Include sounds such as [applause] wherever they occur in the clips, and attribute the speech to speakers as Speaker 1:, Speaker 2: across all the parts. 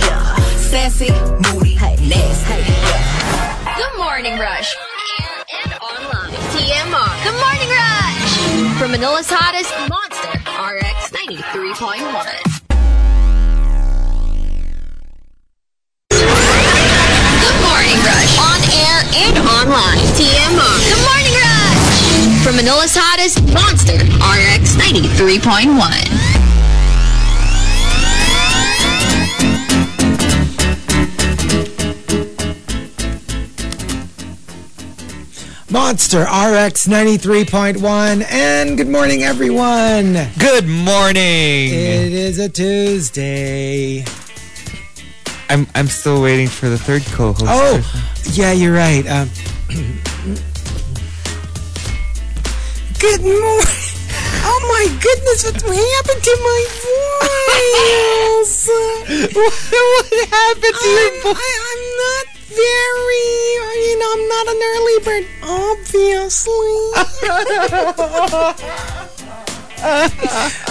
Speaker 1: yeah. Sassy, moody, nasty.
Speaker 2: The Morning Rush. Air and online. TMR. The Morning Rush. From Manila's hottest monster, RX 93.1. The Morning Rush. On air and online. TMR. The Morning Rush. From Manila's hottest monster, RX 93.1.
Speaker 3: Monster RX 93.1. And good morning, everyone.
Speaker 4: Good morning.
Speaker 3: It is a Tuesday.
Speaker 4: I'm I'm still waiting for the third co-host.
Speaker 3: Oh, yeah, you're right. Um, [clears throat] good morning. Oh my goodness, what happened to my voice? what, what happened to your voice? I, I'm not very, you know, I'm not an early bird, [laughs] obviously.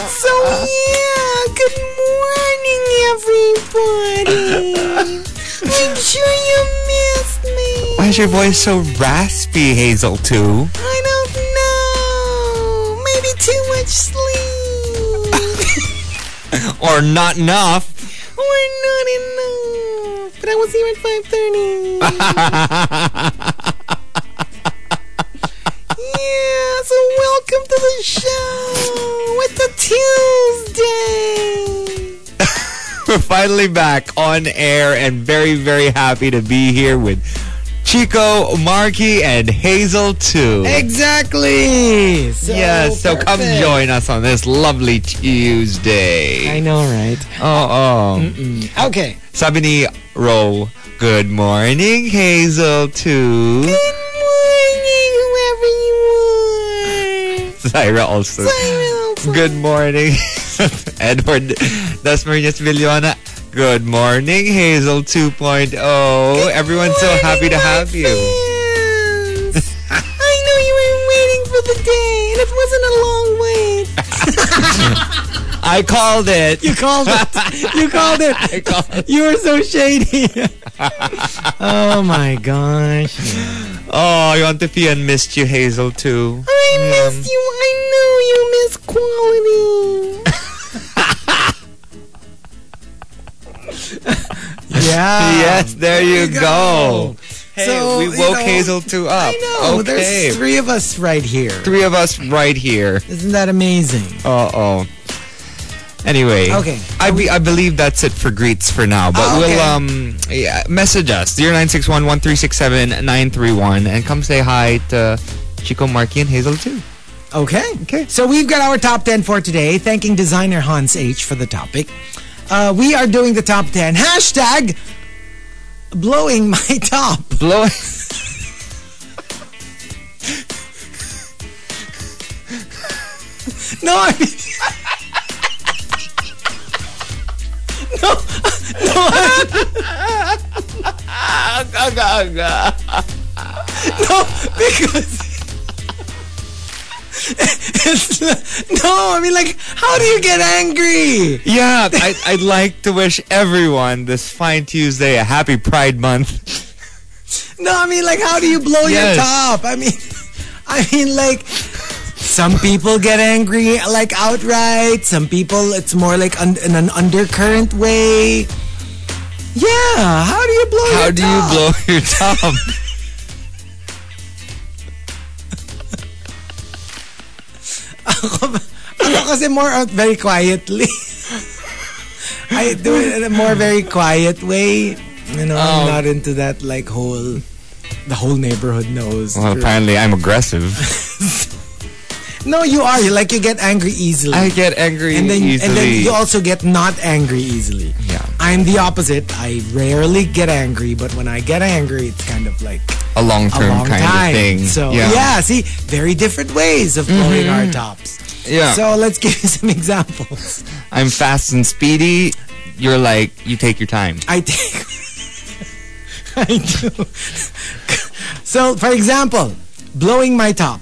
Speaker 3: So yeah, good morning, everybody. I'm sure you missed me.
Speaker 4: Why is your voice so raspy, Hazel? Too.
Speaker 3: I don't know. Maybe too much
Speaker 4: [laughs]
Speaker 3: sleep
Speaker 4: Or not [laughs] enough.
Speaker 3: or not enough. But I was here at five thirty. yeah. So welcome to the show. It's a Tuesday.
Speaker 4: We're finally back on air and very very happy to be here with Chico, Marky, and Hazel too.
Speaker 3: Exactly. So
Speaker 4: yes. So come
Speaker 3: perfect.
Speaker 4: join us on this lovely Tuesday.
Speaker 3: I know, right?
Speaker 4: Oh oh.
Speaker 3: Okay.
Speaker 4: Sabi ni Ro, good morning, Hazel too.
Speaker 3: Good morning, whoever you
Speaker 4: [laughs]
Speaker 3: are.
Speaker 4: Zyra also. Good morning, [laughs] Edward Dasmarinas Villona. Good morning, Hazel 2.0. Everyone's so happy to have you.
Speaker 3: [laughs] Yes. I know you were waiting for the day, and it wasn't a long wait.
Speaker 4: I called [laughs] it.
Speaker 3: You called it. You called
Speaker 4: I
Speaker 3: it.
Speaker 4: called
Speaker 3: You were so shady. [laughs] oh my gosh.
Speaker 4: Oh, you want to be and missed you, Hazel too.
Speaker 3: I miss you. I know you miss quality. [laughs] yeah.
Speaker 4: Yes, there you go. Hey,
Speaker 3: So,
Speaker 4: we
Speaker 3: you
Speaker 4: woke
Speaker 3: know-
Speaker 4: Hazel 2 up.
Speaker 3: I know.
Speaker 4: Okay.
Speaker 3: There's three of us right here.
Speaker 4: Three of us right here.
Speaker 3: Isn't that amazing?
Speaker 4: Uh oh. Anyway,
Speaker 3: Okay.
Speaker 4: I be, I believe that's it for greets for now. But
Speaker 3: Ah, okay.
Speaker 4: we'll um yeah, message us 0961-1367-931 and come say hi to Chico, Marky, and Hazel too.
Speaker 3: Okay.
Speaker 4: Okay.
Speaker 3: So we've got our top 10 for today. Thanking designer Hans H for the topic. Uh, we are doing the top 10. Hashtag blowing [laughs] my top.
Speaker 4: Blow.
Speaker 3: No, I mean. no, because it's no. I mean, like, how do you get angry?
Speaker 4: [laughs] yeah, I, I'd like to wish everyone this fine Tuesday a happy Pride Month.
Speaker 3: No, I mean, like, how do you blow
Speaker 4: Yes.
Speaker 3: your top? I mean, [laughs] I mean, like, some people get angry like outright. Some people, it's more like un- in an undercurrent way. Yeah, how do you blow your
Speaker 4: How do you
Speaker 3: top?
Speaker 4: blow your top?
Speaker 3: Ako [laughs] kasi more out very quietly. [laughs] I do it in a more very quiet way. You know, I'm
Speaker 4: Um,
Speaker 3: not into that like whole. The whole neighborhood knows.
Speaker 4: [laughs] well, apparently I'm aggressive.
Speaker 3: no, you are. You like you get angry easily,
Speaker 4: I get angry
Speaker 3: and then
Speaker 4: easily.
Speaker 3: and then you also get not angry easily.
Speaker 4: Yeah.
Speaker 3: I I'm the opposite. I rarely get angry, but when I get angry, it's kind of like
Speaker 4: A
Speaker 3: a
Speaker 4: long term
Speaker 3: long
Speaker 4: kind
Speaker 3: time.
Speaker 4: of thing.
Speaker 3: So yeah.
Speaker 4: yeah. Mm-hmm.
Speaker 3: see, very different ways of blowing our tops.
Speaker 4: Yeah.
Speaker 3: So let's give you [laughs] some examples.
Speaker 4: I'm fast and speedy. You're like, you take your time.
Speaker 3: I take. [laughs] I do. [laughs] so, for example, blowing my top.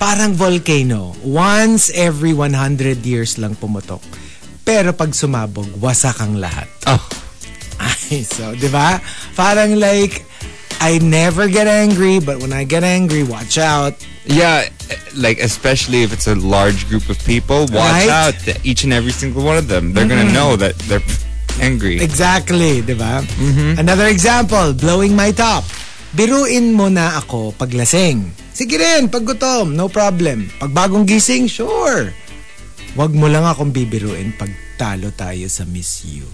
Speaker 3: Parang volcano. Once every 100 years lang pumutok. Pero pag sumabog, wasak ang lahat.
Speaker 4: Oh.
Speaker 3: Ay, so, di ba? Parang like, I never get angry, but when I get angry, watch out.
Speaker 4: Yeah, eh, like especially if it's a large group of people, watch
Speaker 3: Right? Mm-hmm.
Speaker 4: out. that Each and every single one of them, they're gonna know that they're angry.
Speaker 3: Exactly, di ba? Another example, blowing my top. Biruin mo na ako paglasing. Sige rin, pag gutom, no problem. Pag bagong gising, sure. Wag mo lang akong bibiruin pag talo tayo sa Miss You.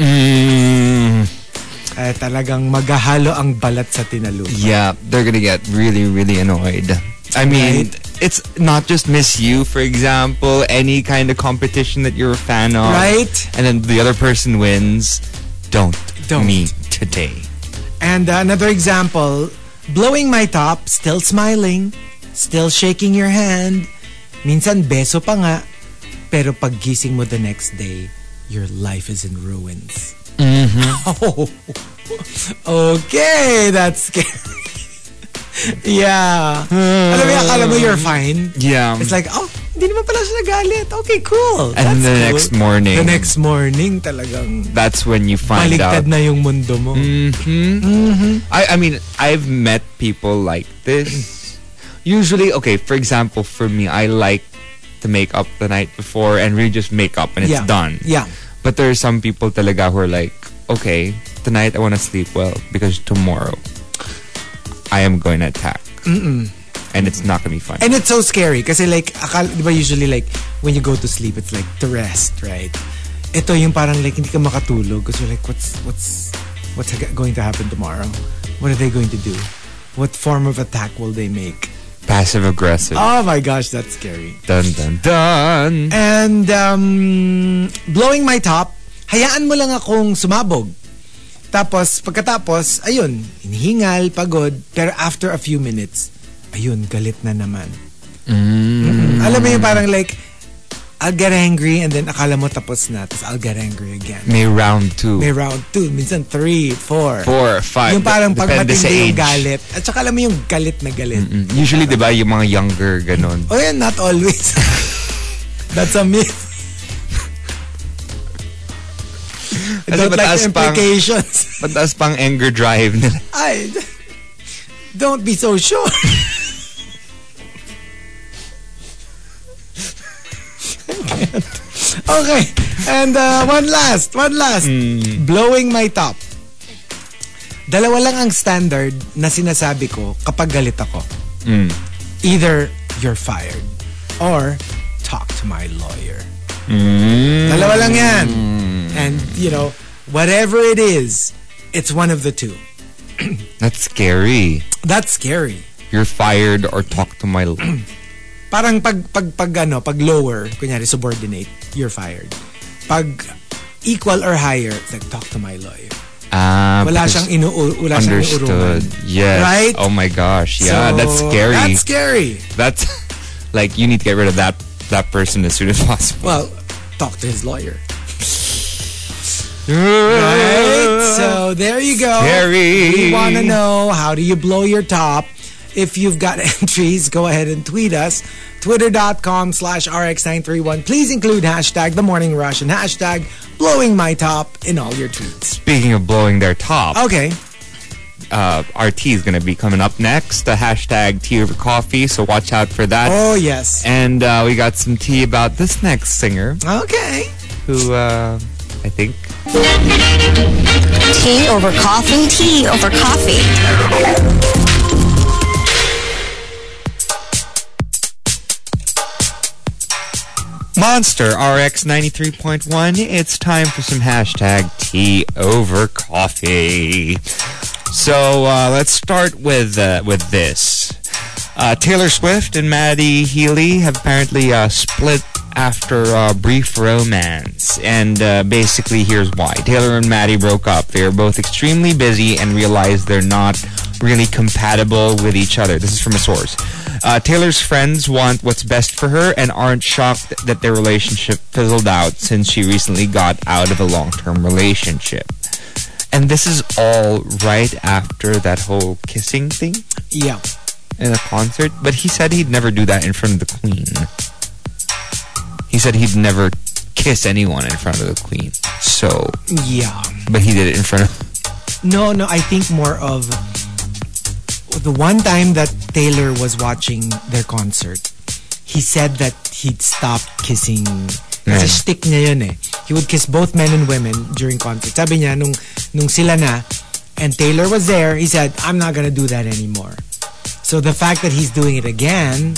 Speaker 4: Mm,
Speaker 3: Eh, talagang maghahalo ang balat sa tinalupa.
Speaker 4: yeah, they're gonna get really, really annoyed. I mean,
Speaker 3: Right.
Speaker 4: it's not just Miss You, for example, any kind of competition that you're a fan of,
Speaker 3: Right?
Speaker 4: And then the other person wins. Don't,
Speaker 3: Don't.
Speaker 4: me today.
Speaker 3: And uh, another example, blowing my top, still smiling, still shaking your hand. Minsan beso pa nga, pero pag gising mo the next day, your life is in ruins.
Speaker 4: Mm-hmm.
Speaker 3: [laughs] okay, that's [laughs] scary. yeah. alam mo, yung akala mo you're fine.
Speaker 4: Yeah.
Speaker 3: It's like, oh, hindi naman pala siya nagalit. Okay, cool.
Speaker 4: And
Speaker 3: That's
Speaker 4: the
Speaker 3: cool.
Speaker 4: next morning-
Speaker 3: The next morning talagang
Speaker 4: That's when you find out Mm,
Speaker 3: baligtad na yung mundo mo.
Speaker 4: I, I mean, I've met people like
Speaker 3: [coughs]
Speaker 4: this. Usually, okay, for example, for me, I like to make up the night before and really just make up and it's
Speaker 3: yeah.
Speaker 4: done.
Speaker 3: Yeah.
Speaker 4: But there are some people talaga who are like, okay, tonight I want to sleep well because tomorrow I am going to attack. And it's not going to be fun.
Speaker 3: And it's so scary kasi like, akala, di ba usually like, when you go to sleep, it's like to rest, right? Ito yung parang like, hindi ka makatulog kasi you're like, what's, what's, what's ha- going to happen tomorrow? What are they going to do? What form of attack will they make?
Speaker 4: Passive aggressive.
Speaker 3: Oh my gosh, that's scary.
Speaker 4: Dun, dun, dun.
Speaker 3: And um, blowing my top, hayaan mo lang akong sumabog. Tapos, pagkatapos, ayun, hinihingal, pagod. Pero after a few minutes, ayun, galit na naman. Mm. Alam mo yung parang like, I'll get angry and then akala mo tapos na. Tapos I'll get angry again.
Speaker 4: May round two.
Speaker 3: May round two, minsan three, four.
Speaker 4: Four, five.
Speaker 3: Yung parang pag
Speaker 4: Depende sa
Speaker 3: matindi yung
Speaker 4: age.
Speaker 3: galit. At saka alam mo yung galit na galit.
Speaker 4: Mm, Usually, di ba, yung mga younger, ganun.
Speaker 3: Oh, yeah, not always. [laughs] That's a myth. I
Speaker 4: Kasi
Speaker 3: don't like
Speaker 4: mataas
Speaker 3: the
Speaker 4: pang-
Speaker 3: implications.
Speaker 4: Mataas pang anger drive nila.
Speaker 3: I don't be so sure. okay, and uh, one last, one last. Blowing my top. Dalawa lang ang standard na sinasabi ko kapag galit ako. Either you're fired or talk to my lawyer. Dalawa lang yan. And, you know, whatever it is, it's one of the two.
Speaker 4: That's scary.
Speaker 3: That's scary.
Speaker 4: You're fired or talk to my...
Speaker 3: Parang pag pag pag ano, pag lower, kunyari subordinate, you're fired. Pag equal or higher, it's like talk to my lawyer.
Speaker 4: [clears throat] Ah,
Speaker 3: Wala
Speaker 4: because-
Speaker 3: siyang inu wala siyang iurungan.
Speaker 4: Understood. Yes.
Speaker 3: Right?
Speaker 4: Oh my gosh. Yeah,
Speaker 3: So,
Speaker 4: that's scary.
Speaker 3: That's
Speaker 4: [laughs] That's,
Speaker 3: scary.
Speaker 4: like you need to get rid of that that person as soon as [laughs] possible.
Speaker 3: Well, talk to his lawyer.
Speaker 4: [laughs]
Speaker 3: Right? So there you go.
Speaker 4: Scary.
Speaker 3: We want to know how do you blow your top? If you've got [laughs] entries, go ahead and tweet us. Twitter.com slash RX931. Please include hashtag the morning rush and hashtag blowing my top in all your tweets.
Speaker 4: Speaking of blowing their top,
Speaker 3: Okay.
Speaker 4: uh, RT is going to be coming up next. The hashtag tea over coffee, so watch out for that.
Speaker 3: Oh, yes.
Speaker 4: And uh, we got some tea about this next singer
Speaker 3: Okay.
Speaker 4: who uh, I think
Speaker 1: Tea over coffee. Tea over coffee.
Speaker 4: Monster RX 93.1. It's time for some hashtag tea over coffee. So uh, let's start with uh, with this. Uh, Taylor Swift and Maddie Healy have apparently uh, split after a brief romance. And uh, basically, here's why Taylor and Maddie broke up. They are both extremely busy and realized they're not really compatible with each other. This is from a source. Uh, Taylor's friends want what's best for her and aren't shocked that their relationship fizzled out since she recently got out of a long term relationship. And this is all right after that whole kissing thing
Speaker 3: Yeah.
Speaker 4: in a concert, but he said he'd never do that in front of the Queen. He said he'd never kiss anyone in front of the Queen. So,
Speaker 3: Yeah.
Speaker 4: but he did it in front of.
Speaker 3: No, no, I think more of the one time that Taylor was watching their concert, he said that he'd stopped kissing. Kasi
Speaker 4: Men.
Speaker 3: shtick niya yun eh. He would kiss both men and women during concert. Sabi niya, nung, nung sila na, and Taylor was there, he said, I'm not gonna do that anymore. So the fact that he's doing it again,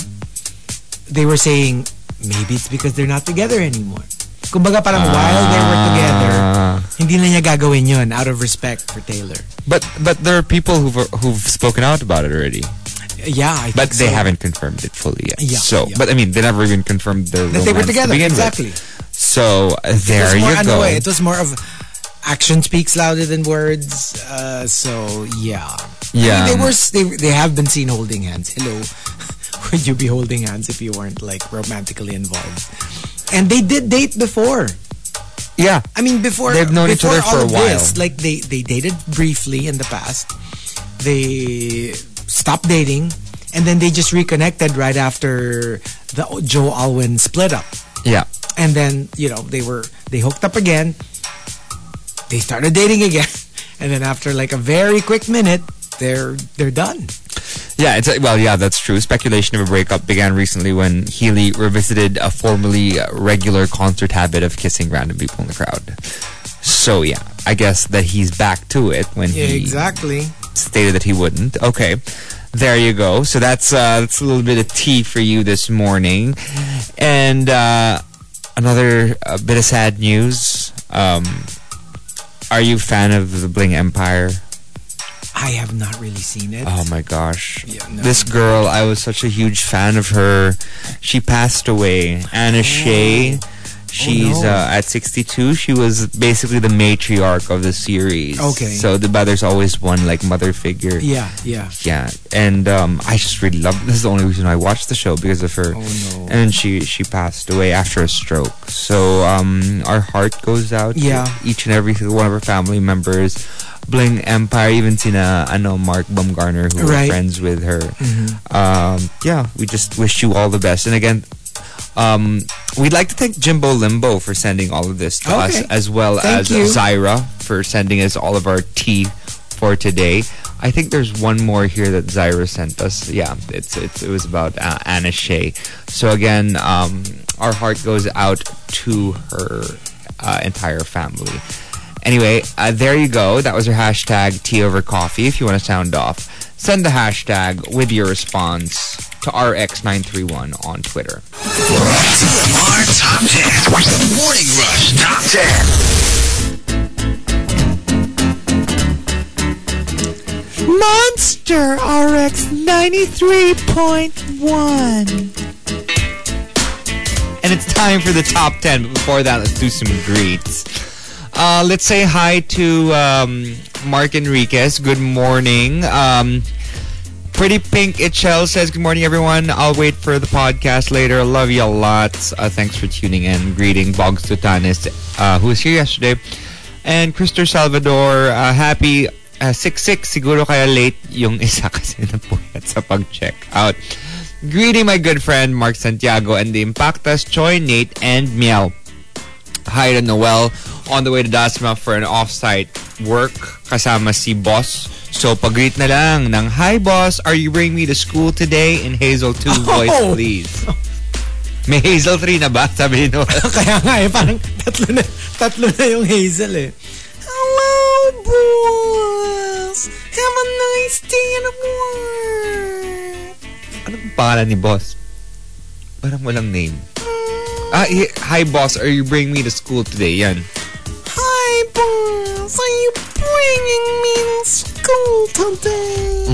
Speaker 3: they were saying, maybe it's because they're not together anymore. Kumbaga parang while they were together, hindi na niya gagawin yun out of respect for Taylor.
Speaker 4: But but there are people who've who've spoken out about it already,
Speaker 3: Yeah, I think
Speaker 4: but they
Speaker 3: so.
Speaker 4: haven't confirmed it fully yet.
Speaker 3: Yeah,
Speaker 4: so,
Speaker 3: yeah.
Speaker 4: but I mean, they never even confirmed their
Speaker 3: That they were
Speaker 4: romance to
Speaker 3: together.
Speaker 4: begin with.
Speaker 3: Exactly.
Speaker 4: So
Speaker 3: It
Speaker 4: uh,
Speaker 3: was
Speaker 4: there
Speaker 3: more,
Speaker 4: you
Speaker 3: ano
Speaker 4: go.
Speaker 3: eh, it was more of action speaks louder than words. Uh, so yeah,
Speaker 4: Yeah.
Speaker 3: I mean, they were s- they, they have been seen holding hands. Hello, [laughs] would you be holding hands if you weren't like romantically involved? And they did date before.
Speaker 4: yeah,
Speaker 3: I mean, before
Speaker 4: They've known each
Speaker 3: before
Speaker 4: other for
Speaker 3: all
Speaker 4: a
Speaker 3: of
Speaker 4: while.
Speaker 3: This, like they they dated briefly in the past. They stopped dating, and then they just reconnected right after the Joe Alwyn split up
Speaker 4: yeah.
Speaker 3: and then you know they were they hooked up again they started dating again [laughs] and then after like a very quick minute they're they're done
Speaker 4: Yeah, it's uh, well, yeah, that's true. Speculation of a breakup began recently when Healy revisited a formerly uh, regular concert habit of kissing random people in the crowd. So yeah, I guess that he's back to it when he
Speaker 3: exactly
Speaker 4: stated that he wouldn't. Okay, there you go. So that's uh, that's a little bit of tea for you this morning, and uh, another uh, bit of sad news. Um, are you a fan of the Bling Empire?
Speaker 3: i have not really seen it
Speaker 4: Oh my gosh.
Speaker 3: Yeah, no.
Speaker 4: This girl, I was such a huge fan of her. She passed away. Anna Shea. She's
Speaker 3: Oh. no.
Speaker 4: uh, at 62. She was basically the matriarch of the series.
Speaker 3: Okay.
Speaker 4: So the, but there's always one like mother figure.
Speaker 3: yeah yeah
Speaker 4: Yeah, and um, I just really love. This is the only reason I watched the show because of her.
Speaker 3: Oh, no.
Speaker 4: And she she passed away after a stroke. So um, our heart goes out.
Speaker 3: Yeah.
Speaker 4: to each and every single one of her family members. Bling Empire, even Tina, I know Mark Bumgarner, who
Speaker 3: Right. Mm-hmm.
Speaker 4: were friends with her. Um, yeah, we just wish you all the best. And again, um, we'd like to thank Jimbo Limbo for sending all of this to us,
Speaker 3: Okay.
Speaker 4: as well
Speaker 3: Thank
Speaker 4: as
Speaker 3: you.
Speaker 4: Zyra for sending us all of our tea for today. I think there's one more here that Zyra sent us. Yeah, it's, it's it was about uh, Anna Shea. So again, um, our heart goes out to her uh, entire family. Anyway, uh, there you go. That was our hashtag tea over coffee. If you want to sound off, send the hashtag with your response to RX931 on Twitter.
Speaker 5: Our top 10. Morning Rush Top 10.
Speaker 3: monster rx 93.1
Speaker 4: and it's time for the top 10. But before that, let's do some greets. Uh, let's say hi to um, Mark Enriquez. Good morning. Um, Pretty Pink Itchel says, Good morning, everyone. I'll wait for the podcast later. Love you a lot. Uh, thanks for tuning in. Greeting Boggs Tutanis, uh, who was here yesterday. And Christopher Salvador, uh, happy uh, 6-6. Siguro kaya late yung [laughs] isa kasi napuyat sa pag-check out. Greeting my good friend Mark Santiago and the Impactas, Choi, Nate, and Miao. Hi to Noel on the way to Dasma for an off-site work kasama si boss. So, pag-greet na lang ng, Hi, boss! Are you bringing me to school today? In Hazel 2 voice,
Speaker 3: Oh!
Speaker 4: please. May Hazel 3 na ba? Sabi ni Noel.
Speaker 3: kaya nga eh parang tatlo na tatlo na yung hazel eh hello boss have a nice day at work
Speaker 4: Anong pangalan ni boss? Parang walang name. Ah, hi, hi, boss. Are you bringing me to school today? Yan.
Speaker 3: Hi, boss. Are you bringing me to school today?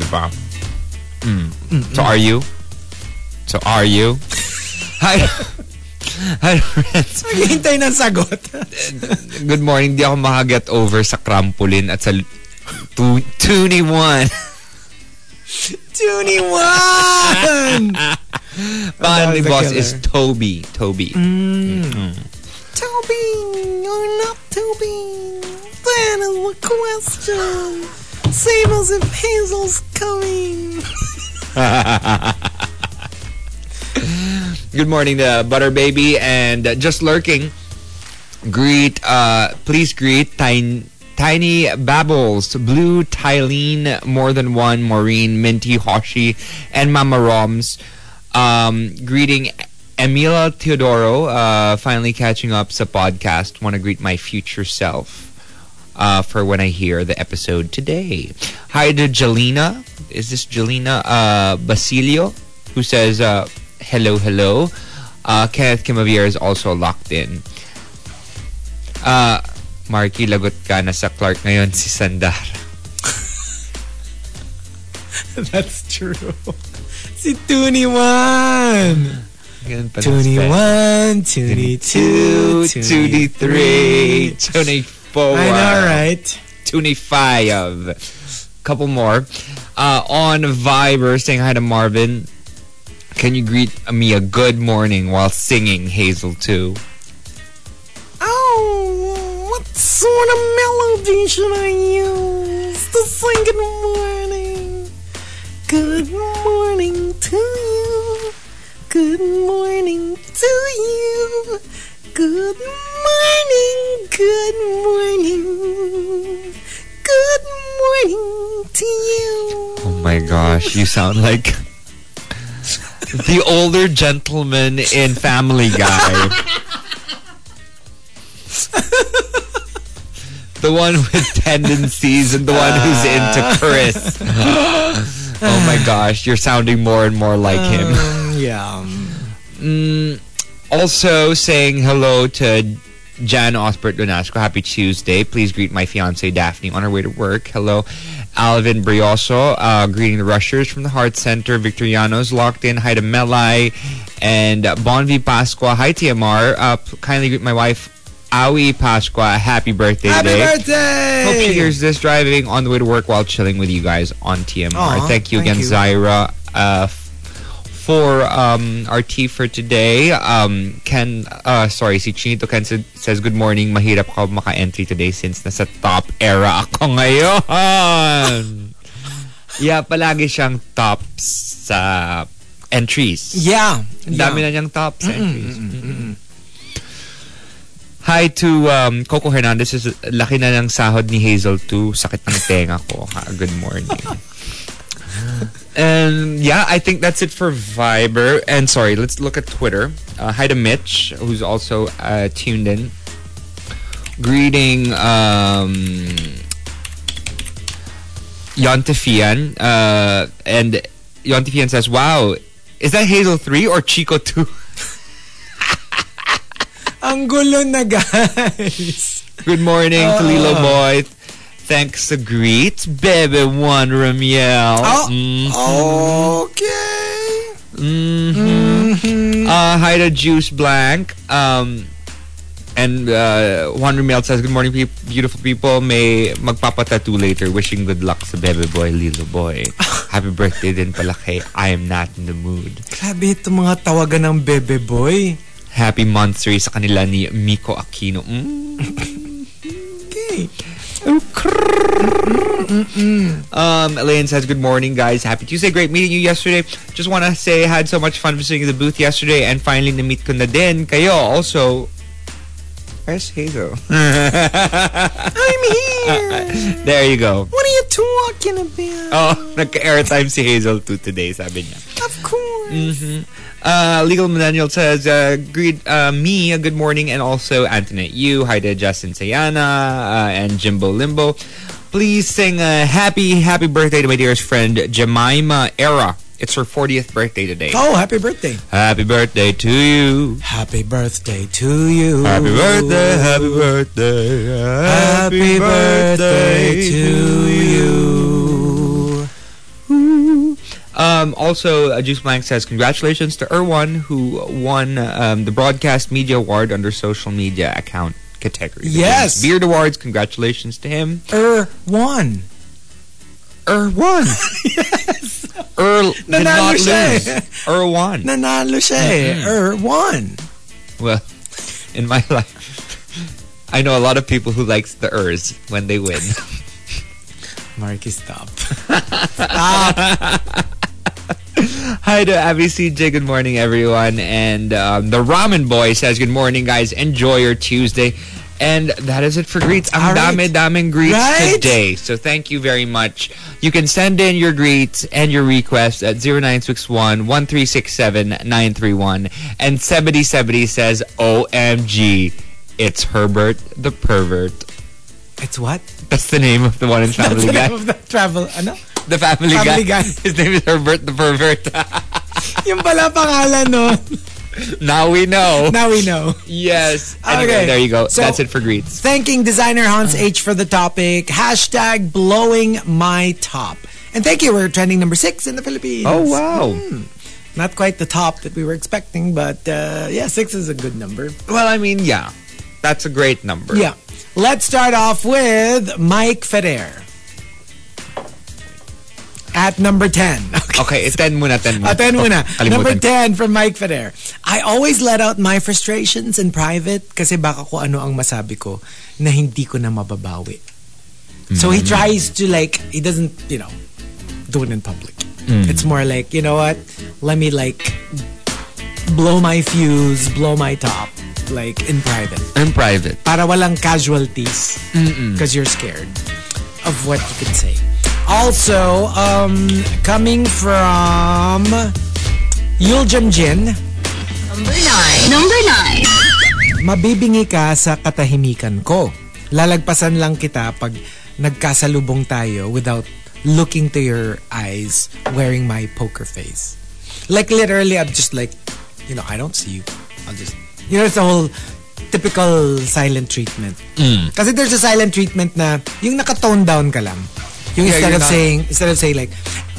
Speaker 4: Diba? Mm. So are you? So are you? Hi. Hi, friends.
Speaker 3: Hintay ng sagot. [laughs]
Speaker 4: Good morning. Di ako makaget over sa crampulin at sa l- tu- Toonie One.
Speaker 3: Tune one!
Speaker 4: Pangalan ni
Speaker 3: the
Speaker 4: boss
Speaker 3: killer. Mm.
Speaker 4: is Toby. Toby.
Speaker 3: Toby, you're not Toby. That is the question. Same as if Hazel's coming. [laughs]
Speaker 4: Good morning, the Butter Baby. And uh, just lurking, greet, uh, please greet Tiny, Tiny Babbles, Blue, Tylene, More Than One, Maureen, Minty, Hoshi, and Mama Roms. Um, greeting Emila Teodoro, uh, finally catching up sa podcast. Want to greet my future self. Uh, for when I hear the episode today. Hi to Jelena. Is this Jelena uh, Basilio? Who says, uh, hello, hello. Uh, Kenneth Kimavier is also locked in. Uh, Marky, lagot ka na sa Clark ngayon si Sandar.
Speaker 3: That's true. [laughs] Si Tune one.
Speaker 4: Ganun pa
Speaker 3: Tune
Speaker 4: na-spell.
Speaker 3: one, Tune two, Tune
Speaker 4: 23, 24.
Speaker 3: I know, right?
Speaker 4: 25. Couple more. Uh, on Viber, saying hi to Marvin. Can you greet me a good morning while singing Hazel 2?
Speaker 3: Oh, what sort of melody should I use to sing good morning? Good morning to you. Good morning to you. Good morning, good morning. Good morning to
Speaker 4: Oh
Speaker 3: you.
Speaker 4: my gosh, you sound like the older gentleman in Family Guy. the one with tendencies and the one who's into Chris. oh my gosh, you're sounding more and more like him.
Speaker 3: Um, yeah.
Speaker 4: Mm, also saying hello to Jan Osbert Donasco. Happy Tuesday. Please greet my fiance Daphne on her way to work. Hello, Alvin Brioso. Uh, greeting the rushers from the Heart Center. Victoriano's locked in. Hi to Melai and uh, Bonvi Pasqua. Hi TMR. Uh, p- kindly greet my wife Awi Pasqua. Happy birthday
Speaker 3: Happy
Speaker 4: today.
Speaker 3: birthday!
Speaker 4: Hope she hears this driving on the way to work while chilling with you guys on TMR.
Speaker 3: Aw,
Speaker 4: thank you
Speaker 3: thank
Speaker 4: again,
Speaker 3: you.
Speaker 4: Zaira, uh, f- for um, our tea for today. Um, Ken, uh, sorry, si Chinito Ken sa- says, Good morning, mahirap ako maka-entry today since nasa top era ako
Speaker 3: [laughs]
Speaker 4: ngayon. yeah, palagi siyang top sa entries.
Speaker 3: Yeah.
Speaker 4: Ang dami na niyang tops eh. entries. Hi to um, Coco Hernandez. Is, laki na ng sahod ni Hazel too. Sakit ng tenga ko. Ha? Good morning. And yeah, I think that's it for Viber. And sorry, let's look at Twitter. Uh, hi to Mitch, who's also uh, tuned in. Greeting um, Yontifian. Uh, and Yontifian says, Wow, is that Hazel 3 or Chico 2?
Speaker 3: Ang gulo na, guys. [laughs]
Speaker 4: Good morning to Lilo Boy. Thanks to greet, Bebe One Ramiel.
Speaker 3: Oh.
Speaker 4: Mm.
Speaker 3: Okay.
Speaker 4: mm-hmm.
Speaker 3: Mm-hmm.
Speaker 4: Uh, hi to Juice Blank. Um, and uh, Juan Ramiel says, Good morning, peop beautiful people. May magpapatattoo later. Wishing good luck sa Bebe Boy, Lilo Boy. Happy birthday din pala kay I Am Not In The Mood.
Speaker 3: Grabe itong mga tawagan ng bebe boy.
Speaker 4: Happy monthsary sa kanila ni Miko Aquino. Mm.
Speaker 3: Okay.
Speaker 4: mm, Um, Elaine says, Good morning, guys. Happy Tuesday. Great meeting you yesterday. Just want to say, I had so much fun visiting the booth yesterday and finally na-meet ko na din kayo. Also, where's Hazel?
Speaker 3: I'm here.
Speaker 4: [laughs] there you go.
Speaker 3: What are you talking about?
Speaker 4: Oh, nagka-airtime si Hazel too today, sabi niya.
Speaker 3: Of course.
Speaker 4: Uh, Legal Manuel says, uh, greet uh, me, a good morning, and also Antoinette you. Hi to Justin Sayana uh, and Jimbo Limbo. Please sing a happy, happy birthday to my dearest friend Jemima Era. It's her 40th birthday today.
Speaker 3: Oh, happy birthday.
Speaker 4: Happy birthday to you.
Speaker 3: Happy birthday to you.
Speaker 4: Happy birthday, happy birthday,
Speaker 3: Happy birthday to you.
Speaker 4: Um, also, uh, Juice Blank says, Congratulations to Erwan, who won um, the Broadcast Media Award under social media account category. The
Speaker 3: Yes.
Speaker 4: Beard Awards, congratulations to him.
Speaker 3: Er, one. Er
Speaker 4: Erwan! yes! Earl Er, did not
Speaker 3: Nanalo siya
Speaker 4: lose.
Speaker 3: eh.
Speaker 4: Erwan.
Speaker 3: Nanalo siya eh. Er, one.
Speaker 4: Well, in my [laughs] life, I know a lot of people who likes the ers when they win.
Speaker 3: Marky, stop.
Speaker 4: Hi to Abby CJ. Good morning, everyone. And um, the Ramen Boy says, "Good morning, guys. Enjoy your Tuesday." And that is it for greets. Ang
Speaker 3: All right.
Speaker 4: dami daming greets
Speaker 3: Right?
Speaker 4: today. So thank you very much. You can send in your greets and your requests at 0961 1367 931. And 7070 says, OMG, it's Herbert the Pervert.
Speaker 3: It's what?
Speaker 4: That's the name of the one in
Speaker 3: [laughs] That's
Speaker 4: Family
Speaker 3: the name
Speaker 4: Guy.
Speaker 3: of the travel. Ano?
Speaker 4: The Family,
Speaker 3: Family Guy.
Speaker 4: guy. His name is Herbert the Pervert. [laughs]
Speaker 3: Yung pala pangalan nun.
Speaker 4: now we know.
Speaker 3: Now we know.
Speaker 4: Yes. Anyway,
Speaker 3: Okay.
Speaker 4: there you go.
Speaker 3: So-
Speaker 4: That's it for greets.
Speaker 3: Thanking designer Hans H for the topic. Hashtag blowing my top. And thank you. We're trending number six in the Philippines.
Speaker 4: Oh, wow.
Speaker 3: Not quite the top that we were expecting, but uh, yeah, six is a good number.
Speaker 4: Well, I mean, yeah. That's a great number.
Speaker 3: Yeah. Let's start off with Mike Ferrer. At number 10. Okay.
Speaker 4: Okay, 10 muna, 10 muna. Oh,
Speaker 3: At 10 muna.
Speaker 4: [laughs] Kalimutan
Speaker 3: Number
Speaker 4: ko.
Speaker 3: 10 from Mike Ferrer. I always let out my frustrations in private kasi baka ko ano ang masabi ko na hindi ko na mababawi. So he tries to like, he doesn't, you know, do it in public. It's more like, you know what? Let me like blow my fuse, blow my top, like in private
Speaker 4: In private.
Speaker 3: para walang casualties because you're scared of what you can say. Also, um, coming from Yuljam Jin,
Speaker 1: Number nine. Number nine.
Speaker 3: mabibingi ka sa katahimikan ko. Lalagpasan lang kita pag nagkasalubong tayo without looking to your eyes wearing my poker face. Like literally, I'm just like, you know, I don't see you. I'll just, you know, it's the whole typical silent treatment.
Speaker 4: Mm.
Speaker 3: Kasi there's a silent treatment na yung naka-tone down ka lang. Yung
Speaker 4: Yeah,
Speaker 3: instead
Speaker 4: you're
Speaker 3: of
Speaker 4: not-
Speaker 3: saying, instead of saying like,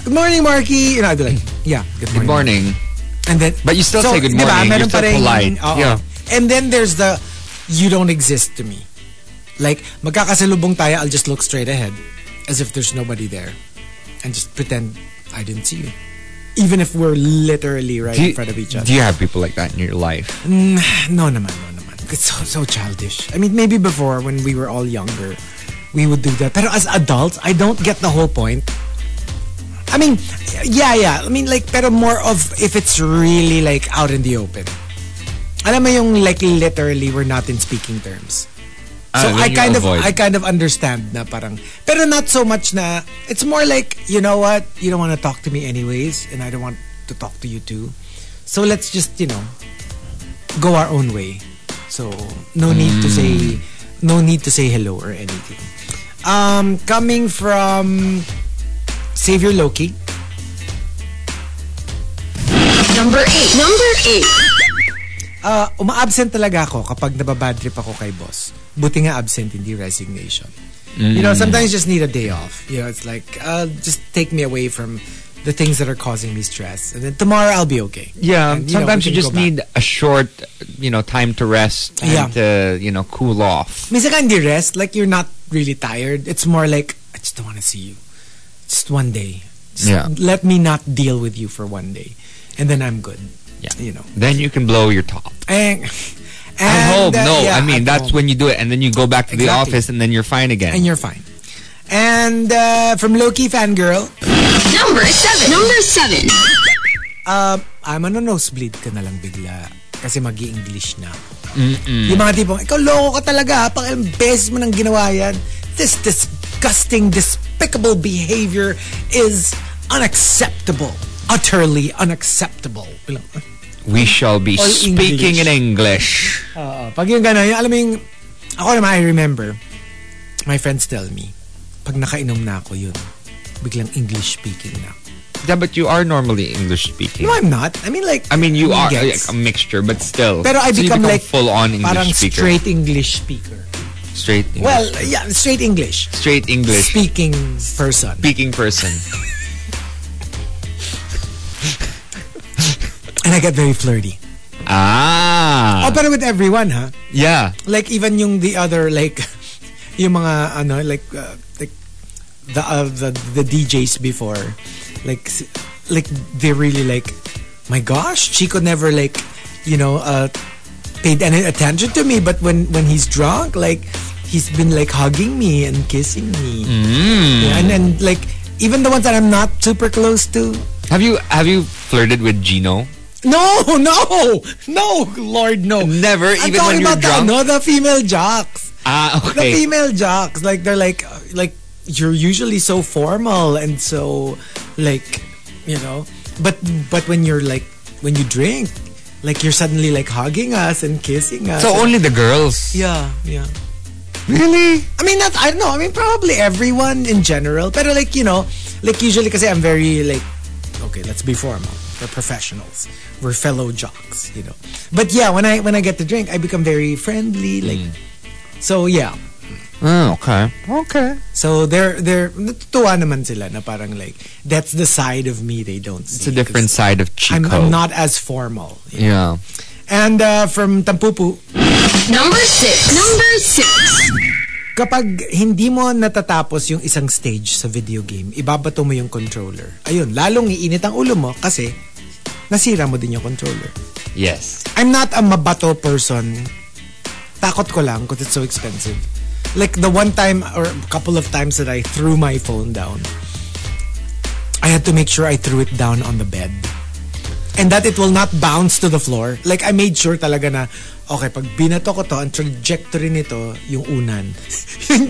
Speaker 3: good morning, Marky, you know, I'd be like, yeah, good
Speaker 4: Good
Speaker 3: morning.
Speaker 4: morning.
Speaker 3: And then,
Speaker 4: But you still say good
Speaker 3: di ba, meron
Speaker 4: morning. You're
Speaker 3: pa
Speaker 4: still
Speaker 3: rin-
Speaker 4: polite.
Speaker 3: oo.
Speaker 4: Yeah.
Speaker 3: And then there's the, you don't exist to me. Like, magkakasalubong tayo, I'll just look straight ahead as if there's nobody there and just pretend I didn't see you. Even if we're literally right in front of each other.
Speaker 4: do you have people like that in your life?
Speaker 3: [sighs] No naman, no naman. It's so, so childish. I mean, maybe before when we were all younger, we would do that. Pero as adults, I don't get the whole point. I mean, yeah, yeah. I mean, like, pero more of if it's really like out in the open. Alam mo yung like literally we're not in speaking terms. So
Speaker 4: Ah, then
Speaker 3: I
Speaker 4: you
Speaker 3: kind of
Speaker 4: avoid.
Speaker 3: I kind of understand na parang pero not so much na it's more like you know what you don't want to talk to me anyways and I don't want to talk to you too. So let's just you know go our own way. So no need to
Speaker 4: Hmm.
Speaker 3: say no need to say hello or anything. Um coming from Savior Loki.
Speaker 1: Number eight. Number eight.
Speaker 3: Uh, umaabsent talaga ako kapag nababad trip ako kay boss. Buti nga absent, hindi resignation. You
Speaker 4: Mm.
Speaker 3: know, sometimes you just need a day off. You know, it's like, uh, just take me away from the things that are causing me stress. And then tomorrow I'll be okay.
Speaker 4: Yeah,
Speaker 3: And, know,
Speaker 4: sometimes
Speaker 3: we
Speaker 4: you
Speaker 3: can
Speaker 4: just
Speaker 3: go back.
Speaker 4: need a short, you know, time to rest and
Speaker 3: Yeah.
Speaker 4: to, you know, cool off.
Speaker 3: Minsan ka hindi rest, like you're not really tired. It's more like, I just don't want to see you. Just one day. Just
Speaker 4: Yeah.
Speaker 3: Let me not deal with you for one day. And then I'm good.
Speaker 4: Yeah.
Speaker 3: You know.
Speaker 4: Then you can blow your top.
Speaker 3: And, and
Speaker 4: At home,
Speaker 3: uh,
Speaker 4: no.
Speaker 3: yeah,
Speaker 4: I mean,
Speaker 3: at
Speaker 4: that's
Speaker 3: home.
Speaker 4: when you do it. And then you go back to the
Speaker 3: Exactly.
Speaker 4: office and then you're fine again.
Speaker 3: And you're fine. And uh, from Loki Fangirl,
Speaker 1: Number seven. Number seven.
Speaker 3: Um, ah, ano nosebleed ka na lang bigla kasi mag english na ako. Yung mga tipong, ikaw loko ka talaga ha, pang ilang beses mo nang ginawa yan. This disgusting, despicable behavior is unacceptable. Utterly unacceptable. Bilang, ah.
Speaker 4: we shall be
Speaker 3: All
Speaker 4: speaking in English.
Speaker 3: Oo. ah, Pag yung gano'n, yung, alam mo yung, ako naman, I remember, my friends tell me, pag nakainom na ako yun, biglang English speaking na ako.
Speaker 4: Yeah, but you are normally English speaking.
Speaker 3: No, I'm not. I mean like,
Speaker 4: I mean,
Speaker 3: who
Speaker 4: you are
Speaker 3: gets?
Speaker 4: like, a mixture, but still.
Speaker 3: Pero I
Speaker 4: So you
Speaker 3: become, like
Speaker 4: full on English
Speaker 3: parang
Speaker 4: speaker.
Speaker 3: straight English speaker.
Speaker 4: straight English.
Speaker 3: Well, yeah, straight English.
Speaker 4: straight English
Speaker 3: Speaking person.
Speaker 4: speaking person.
Speaker 3: I got very flirty.
Speaker 4: Ah.
Speaker 3: Oh, but with everyone, huh?
Speaker 4: yeah.
Speaker 3: Like even yung the other like [laughs] yung mga ano like uh, like the, uh, the the DJs before like s- like they really like my gosh Chico never like you know uh paid any attention to me but when when he's drunk like he's been like hugging me and kissing me
Speaker 4: Mm. Hmm.
Speaker 3: Yeah, and then like even the ones that I'm not super close to
Speaker 4: Have you have you flirted with Gino?
Speaker 3: no [laughs] no no lord no Oh,
Speaker 4: Never,
Speaker 3: I'm
Speaker 4: even when
Speaker 3: talking
Speaker 4: you're
Speaker 3: about the,
Speaker 4: drunk.
Speaker 3: no the female jocks
Speaker 4: Ah,
Speaker 3: the
Speaker 4: okay.
Speaker 3: female jocks like they're like uh, like you're usually so formal and so like you know but but when you're like when you drink like you're suddenly like hugging us and kissing us
Speaker 4: So
Speaker 3: and-
Speaker 4: only the girls.
Speaker 3: yeah yeah
Speaker 4: Really?
Speaker 3: I mean not I don't know I mean probably everyone in general but like you know like usually because I'm very like okay let's be formal we're professionals we're fellow jocks you know but yeah when I when I get to drink I become very friendly like
Speaker 4: Mm.
Speaker 3: so yeah
Speaker 4: Oh, okay. Okay.
Speaker 3: So they're they're natutuwa naman sila na parang like that's the side of me they don't see.
Speaker 4: It's a different side of Chico.
Speaker 3: I'm, I'm not as formal.
Speaker 4: Yeah.
Speaker 3: And uh, from Tampupu,
Speaker 2: Number six. Number six.
Speaker 3: kapag hindi mo natatapos yung isang stage sa video game, ibabato mo yung controller. Ayun, lalong iinit ang ulo mo kasi nasira mo din yung controller.
Speaker 4: Yes.
Speaker 3: I'm not a mabato person. Takot ko lang because it's so expensive. Like the one time or couple of times that I threw my phone down, I had to make sure I threw it down on the bed. And that it will not bounce to the floor. Like I made sure talaga na, okay, pag binato ko to, ang trajectory nito, yung unan.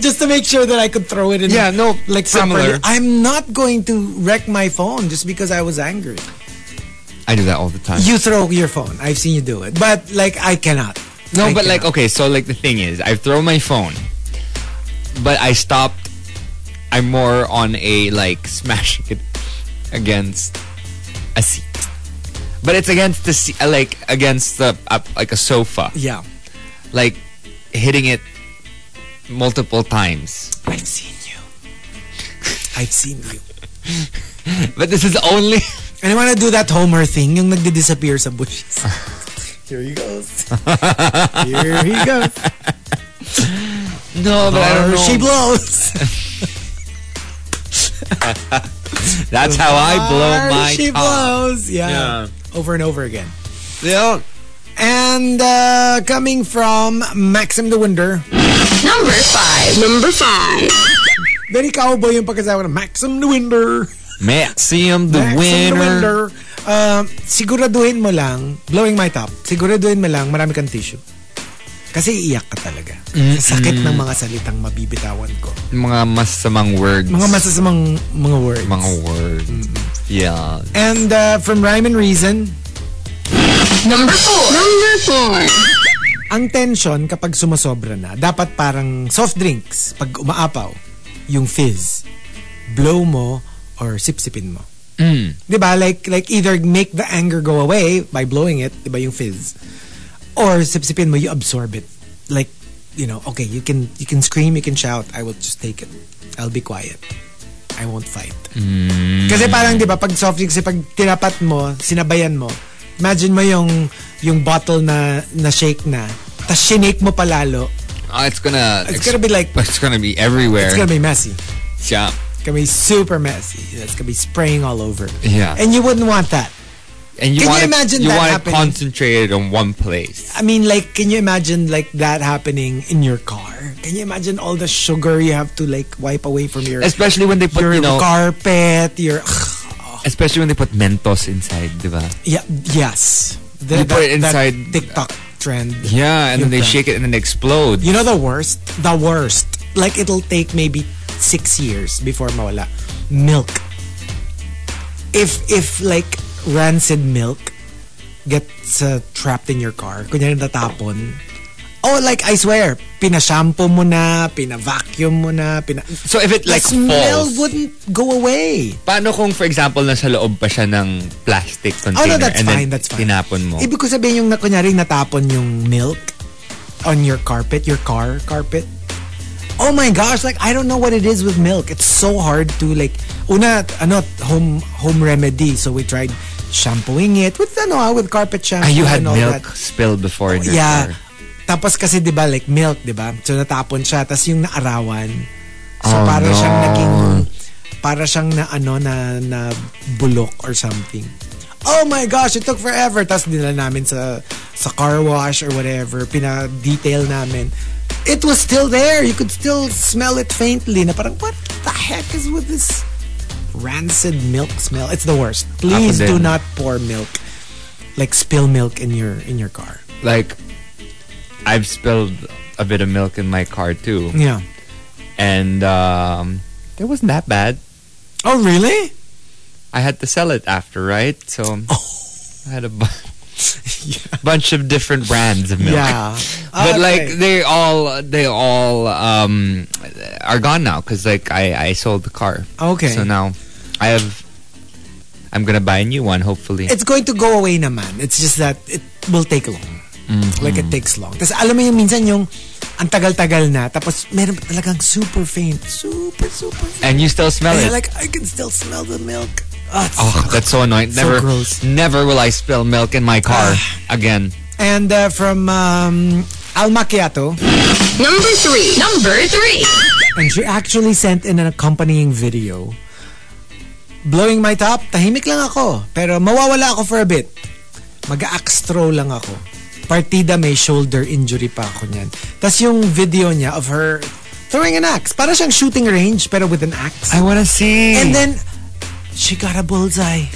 Speaker 3: [laughs] just to make sure that I could throw it in.
Speaker 4: Yeah, no,
Speaker 3: like
Speaker 4: similar.
Speaker 3: properly. I'm not going to wreck my phone just because I was angry.
Speaker 4: I do that all the time.
Speaker 3: You throw your phone. I've seen you do it. But like I cannot.
Speaker 4: No,
Speaker 3: I
Speaker 4: but like,
Speaker 3: cannot.
Speaker 4: okay, so like the thing is, I throw my phone, but I stopped. I'm more on a like [laughs] smashing it against a seat, but it's against the se- uh, like against the uh, like a sofa,
Speaker 3: Yeah.
Speaker 4: like hitting it multiple times.
Speaker 3: I've seen you. I've seen you.
Speaker 4: But this is only [laughs]
Speaker 3: And I wanna do that Homer thing, yung nagdi-disappear sa bushes. [laughs] Here he goes. Here he goes.
Speaker 4: no, [laughs] but I don't
Speaker 3: Or
Speaker 4: know.
Speaker 3: she blows.
Speaker 4: That's how I
Speaker 3: [laughs]
Speaker 4: blow
Speaker 3: Or
Speaker 4: my
Speaker 3: she
Speaker 4: top.
Speaker 3: blows. Yeah.
Speaker 4: Yeah.
Speaker 3: Over and over again.
Speaker 4: Yeah.
Speaker 3: And uh, coming from Maxim the Winder,
Speaker 2: Number five. Number five.
Speaker 3: very cowboy yung pagkasawa ng Maxim the Winder. [laughs]
Speaker 4: Maxim the
Speaker 3: Maxim
Speaker 4: winner.
Speaker 3: the Winder. ano Um, siguraduhin mo lang, blowing my top, siguraduhin mo lang marami kang tissue. Kasi iiyak ka talaga. Sa Sakit ng mga salitang mabibitawan ko.
Speaker 4: Mga masamang words.
Speaker 3: Mga masasamang mga words.
Speaker 4: Mga words. Mm-hmm. Yeah.
Speaker 3: And uh, from Rhyme and Reason,
Speaker 2: Number four. Number four.
Speaker 3: ang tension kapag sumasobra na, dapat parang soft drinks pag umaapaw, yung fizz. Blow mo or sip-sipin mo. Di ba? Like, like either make the anger go away by blowing it, di ba yung fizz, or sip-sipin mo, you absorb it. Like, you know, okay, you can you can scream, you can shout, I will just take it. I'll be quiet. I won't fight. Kasi parang 'di ba pag soft drinks eh, pag tinapat mo, sinabayan mo. Imagine mo yung yung bottle na na shake na. Tapos shinake mo palalo.
Speaker 4: Oh, it's gonna.
Speaker 3: It's gonna be like
Speaker 4: It's gonna be everywhere.
Speaker 3: it's gonna be messy.
Speaker 4: yeah.
Speaker 3: It's gonna be super messy. It's gonna be spraying all over.
Speaker 4: Yeah.
Speaker 3: And you wouldn't want that.
Speaker 4: And you
Speaker 3: Can you
Speaker 4: want
Speaker 3: imagine
Speaker 4: it, you
Speaker 3: that
Speaker 4: want
Speaker 3: happening?
Speaker 4: it concentrated on one place.
Speaker 3: I mean, like, can you imagine like that happening in your car? Can you imagine all the sugar you have to like wipe away from your
Speaker 4: Especially when they put
Speaker 3: your
Speaker 4: you know,
Speaker 3: carpet? Your [sighs]
Speaker 4: especially when they put Mentos inside, diba?
Speaker 3: yeah, yes. The,
Speaker 4: You put it
Speaker 3: that
Speaker 4: inside-
Speaker 3: TikTok trend.
Speaker 4: Yeah, and then
Speaker 3: Yung
Speaker 4: they
Speaker 3: brand.
Speaker 4: shake it and then they explode.
Speaker 3: You know the worst? The worst. Like it'll take maybe six years before mawala. Milk. If, if like rancid milk gets uh, trapped in your car, kunyari natapon, oh like I swear, pinashampoo mo na, pinavacuum mo na, pina...
Speaker 4: So if it like
Speaker 3: the smell
Speaker 4: falls,
Speaker 3: wouldn't go away.
Speaker 4: paano kung for example nasa loob pa siya ng plastic
Speaker 3: Oh
Speaker 4: container
Speaker 3: no, that's
Speaker 4: and
Speaker 3: fine,
Speaker 4: then
Speaker 3: that's fine.
Speaker 4: tinapon mo?
Speaker 3: Ibig ko sabihin yung na- kunyaring natapon yung milk on your carpet, your car carpet. Oh my gosh, like I don't know what it is with milk. It's so hard to like una ano home home remedy. So we tried shampooing it with ano ah, with carpet shampoo.
Speaker 4: Ah, you had
Speaker 3: and all
Speaker 4: milk
Speaker 3: that.
Speaker 4: spilled before in your
Speaker 3: Yeah.
Speaker 4: car.
Speaker 3: Tapos kasi 'di ba like milk, 'di ba? So natapon siya tapos yung naarawan. So
Speaker 4: Oh,
Speaker 3: para siyang
Speaker 4: no.
Speaker 3: naging para siyang na ano na na bulok or something. Oh my gosh, it took forever. Tapos dinala namin sa sa car wash or whatever, pina-detail namin. It was still there. You could still smell it faintly. Na parang, what the heck is with this rancid milk smell? It's the worst. Please do
Speaker 4: din.
Speaker 3: not pour milk. Like spill milk in your in your car.
Speaker 4: Like, I've spilled a bit of milk in my car too.
Speaker 3: Yeah.
Speaker 4: And um, it wasn't that bad.
Speaker 3: Oh, really?
Speaker 4: I had to sell it after, right?
Speaker 3: [laughs]
Speaker 4: So I had a bu- [laughs] bunch of different brands of milk.
Speaker 3: Yeah.
Speaker 4: [laughs]
Speaker 3: Okay.
Speaker 4: But like they all, they all um, are gone now because like I, I sold the car.
Speaker 3: Oh, Okay.
Speaker 4: So now I have. I'm gonna buy a new one, hopefully.
Speaker 3: it's going to go away naman. It's just that it will take long.
Speaker 4: Mm-hmm.
Speaker 3: Like it takes long. Tapos alam mo yung minsan yung ang tagal-tagal na tapos meron pa talagang super faint. Super, super faint.
Speaker 4: and you still smell
Speaker 3: And
Speaker 4: it.
Speaker 3: you're like, I can still smell the milk. Ah, it's-
Speaker 4: oh, that's so annoying.
Speaker 3: So
Speaker 4: Never,
Speaker 3: gross. Ah.
Speaker 4: never will I spill milk in my car again.
Speaker 3: And uh, from um, Al Macchiato,
Speaker 2: Number three. Number three.
Speaker 3: and she actually sent in an accompanying video. Blowing my top, tahimik lang ako. Pero mawawala ako for a bit. Mag-axtro lang ako. Partida may shoulder injury pa ako niyan. Tapos yung video niya of her throwing an axe. Para siyang shooting range pero with an axe.
Speaker 4: I wanna see.
Speaker 3: And then, she got a bullseye.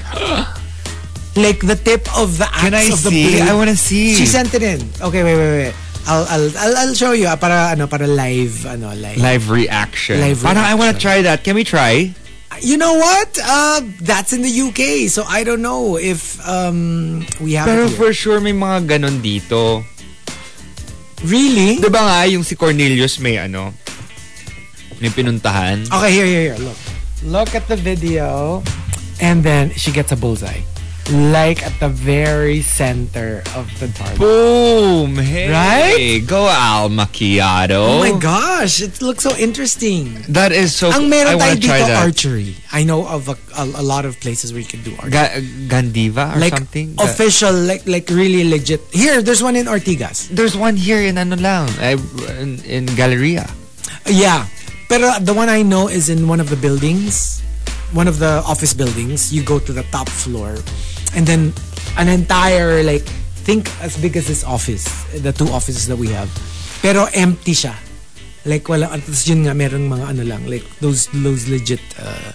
Speaker 3: like the tip of the axe
Speaker 4: Can I
Speaker 3: of the
Speaker 4: see?
Speaker 3: blade.
Speaker 4: I wanna see.
Speaker 3: She sent it in. Okay, wait, wait, wait. I'll, I'll, I'll, I'll show you. ah, Para, ano, para live, ano, live.
Speaker 4: live reaction.
Speaker 3: Live
Speaker 4: Parang I wanna
Speaker 3: reaction.
Speaker 4: try that. Can we try?
Speaker 3: You know what? Uh, that's in the UK. So I don't know if um, we have
Speaker 4: Pero
Speaker 3: it here.
Speaker 4: for sure may mga ganon dito.
Speaker 3: Really?
Speaker 4: Di ba nga yung si Cornelius may ano? May pinuntahan.
Speaker 3: Okay, here, here, here. Look. Look at the video. And then she gets a bullseye. Like at the very center of the target.
Speaker 4: Boom! Hey!
Speaker 3: Right?
Speaker 4: Go Al
Speaker 3: Oh
Speaker 4: Macchiato.
Speaker 3: my gosh, it looks so interesting.
Speaker 4: That is so
Speaker 3: Ang
Speaker 4: I
Speaker 3: meron tayo
Speaker 4: wanna try
Speaker 3: dito
Speaker 4: that.
Speaker 3: archery. I know of a, a, a lot of places where you can do archery.
Speaker 4: Ga- Gandiva or
Speaker 3: like
Speaker 4: something? Ga-
Speaker 3: official, like like really legit. Here, there's one in Ortigas.
Speaker 4: There's one here in ano lang, I- in, in Galleria.
Speaker 3: Yeah. Pero the one I know is in one of the buildings, one of the office buildings. You go to the top floor and then an entire like think as big as this office, the two offices that we have. Pero empty siya. Like wala at tapos yun nga merong mga ano lang like those those legit uh,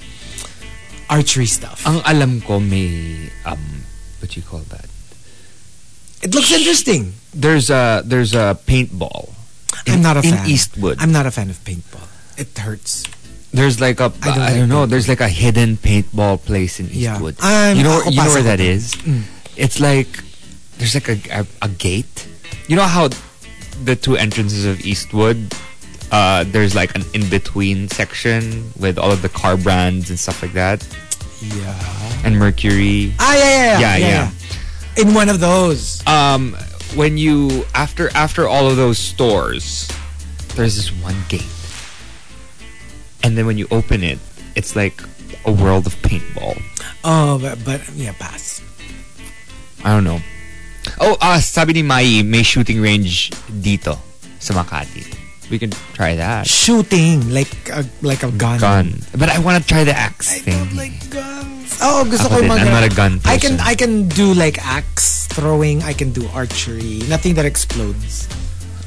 Speaker 3: archery stuff.
Speaker 4: Ang alam ko may um what you call that?
Speaker 3: It looks interesting.
Speaker 4: There's a there's a paintball.
Speaker 3: I'm not a
Speaker 4: in
Speaker 3: fan.
Speaker 4: Eastwood.
Speaker 3: I'm not a fan of paintball. It hurts.
Speaker 4: There's like a I
Speaker 3: don't
Speaker 4: don't,
Speaker 3: like
Speaker 4: know. There's like a hidden paintball place in
Speaker 3: Yeah.
Speaker 4: Eastwood.
Speaker 3: I'm-
Speaker 4: you know
Speaker 3: ako
Speaker 4: you know where
Speaker 3: pasok
Speaker 4: that is.
Speaker 3: Mm.
Speaker 4: It's like there's like a, a a gate. You know how the two entrances of Eastwood. Uh, there's like an in-between section with all of the car brands and stuff like that,
Speaker 3: Yeah.
Speaker 4: and Mercury.
Speaker 3: Ah yeah yeah yeah.
Speaker 4: Yeah, yeah.
Speaker 3: yeah. In one of those.
Speaker 4: Um, when you after after all of those stores, there's this one gate, and then when you open it, it's like a world of paintball.
Speaker 3: Oh, but, but yeah, pass.
Speaker 4: I don't know. Oh, ah, sabi ni Mai, may shooting range dito sa Makati. We can try that.
Speaker 3: Shooting like a, like a gun.
Speaker 4: Gun. But I want to try the axe
Speaker 3: I
Speaker 4: thing.
Speaker 3: don't like guns. Oh, gusto ko
Speaker 4: Ako
Speaker 3: yung
Speaker 4: din,
Speaker 3: mga.
Speaker 4: I'm not a gun
Speaker 3: I can
Speaker 4: person.
Speaker 3: I can do like axe throwing. I can do archery. Nothing that explodes.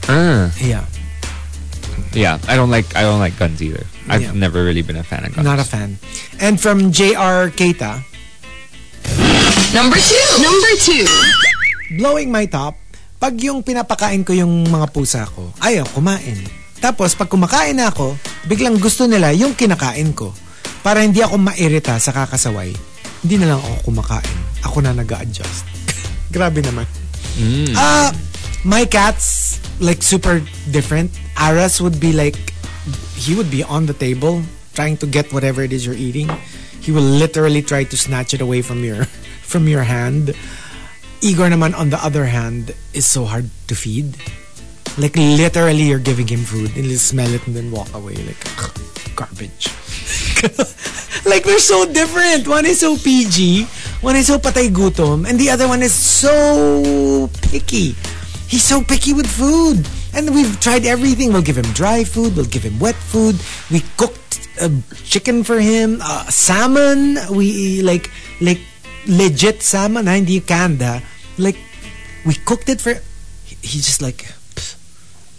Speaker 4: Uh,
Speaker 3: Yeah,
Speaker 4: yeah, I don't like I don't like guns either.
Speaker 3: Yeah.
Speaker 4: I've never really been a fan of guns.
Speaker 3: not a fan. And from J.R. Keita,
Speaker 2: Number two. Number two.
Speaker 3: blowing my top. Pag yung pinapakain ko yung mga pusa ko, ayaw kumain. Tapos pag kumakain na ako, biglang gusto nila yung kinakain ko. Para hindi ako mairita sa kakasaway, hindi na lang ako kumakain. Ako na nag adjust [laughs] Grabe naman. Ah, my cat's like super different. Aras would be like he would be on the table trying to get whatever it is you're eating. He will literally try to snatch it away from your [laughs] from your hand. Igor naman on the other hand is so hard to feed. Like literally you're giving him food and he'll smell it and then walk away like "Ugh, [laughs] garbage. like they're so different. One is so PG, One is so patay gutom, and the other one is so picky. He's so picky with food. And we've tried everything. We'll give him dry food. We'll give him wet food. We cooked uh, chicken for him, uh, salmon. We like like legit salmon, ha, hindi canned. ha. Like we cooked it for. he- He's just like "Pff,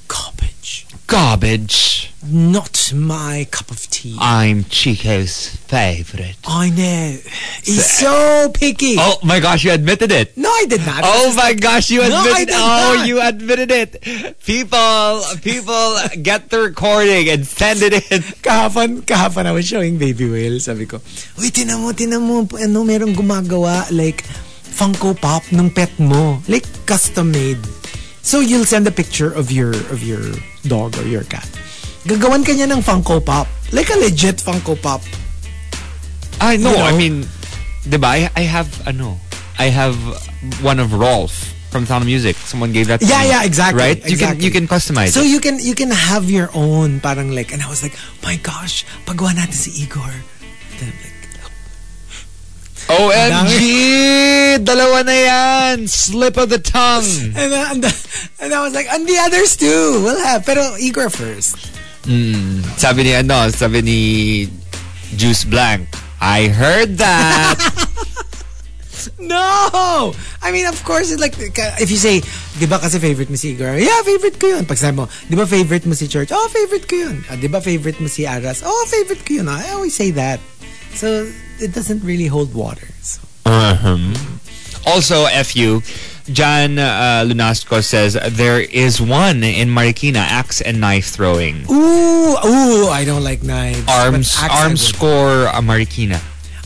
Speaker 3: garbage.
Speaker 4: Garbage.
Speaker 3: Not my cup of tea.
Speaker 4: I'm Chico's favorite.
Speaker 3: I know. He's so picky.
Speaker 4: Oh my gosh, you admitted it.
Speaker 3: No, I did not.
Speaker 4: Oh my gosh, you
Speaker 3: No, I
Speaker 4: admitted
Speaker 3: did
Speaker 4: Oh,
Speaker 3: not.
Speaker 4: you admitted it. People, people get the recording and send it in.
Speaker 3: kahapon, kahapon I was showing Baby Whale. Sabi ko, Uy, tinan mo, tinan mo. Ano, merong gumagawa like Funko Pop ng pet mo. Like custom made. So you'll send a picture of your of your dog or your cat. Gagawan ka niya ng Funko Pop. Like a legit Funko Pop.
Speaker 4: I
Speaker 3: You
Speaker 4: know,
Speaker 3: know?
Speaker 4: I mean, 'di ba? I, I have ano, I have one of Rolf from Sound of Music. Someone gave that to
Speaker 3: Yeah,
Speaker 4: me.
Speaker 3: yeah, exactly.
Speaker 4: Right? You can
Speaker 3: exactly.
Speaker 4: you can customize.
Speaker 3: So
Speaker 4: it.
Speaker 3: you can you can have your own parang like and I was like, "My gosh, pagawa natin si Igor." Then I'm like,
Speaker 4: OMG, dalawa na yan. Slip of the tongue.
Speaker 3: And, uh, and, and I was like, and the others too. We'll have. Pero Igor first.
Speaker 4: Sabi ni ano, sabi ni Juice Blank. I heard that.
Speaker 3: [laughs] No! I mean, of course, it's like, if you say, di ba kasi favorite mo si Igor? Yeah, favorite ko yun. Pag sabi mo, di ba favorite mo si Church? Oh, favorite ko yun. Ah, di ba favorite mo si Aras? Oh, favorite ko yun. I always say that. So, it doesn't really hold water. So, Uh-huh.
Speaker 4: Also, FU, John uh, Lunasco says there is one in Marikina, axe and knife throwing.
Speaker 3: ooh, ooh, I don't like knives.
Speaker 4: Arms,
Speaker 3: But axe I
Speaker 4: arm
Speaker 3: would.
Speaker 4: score uh, Marikina.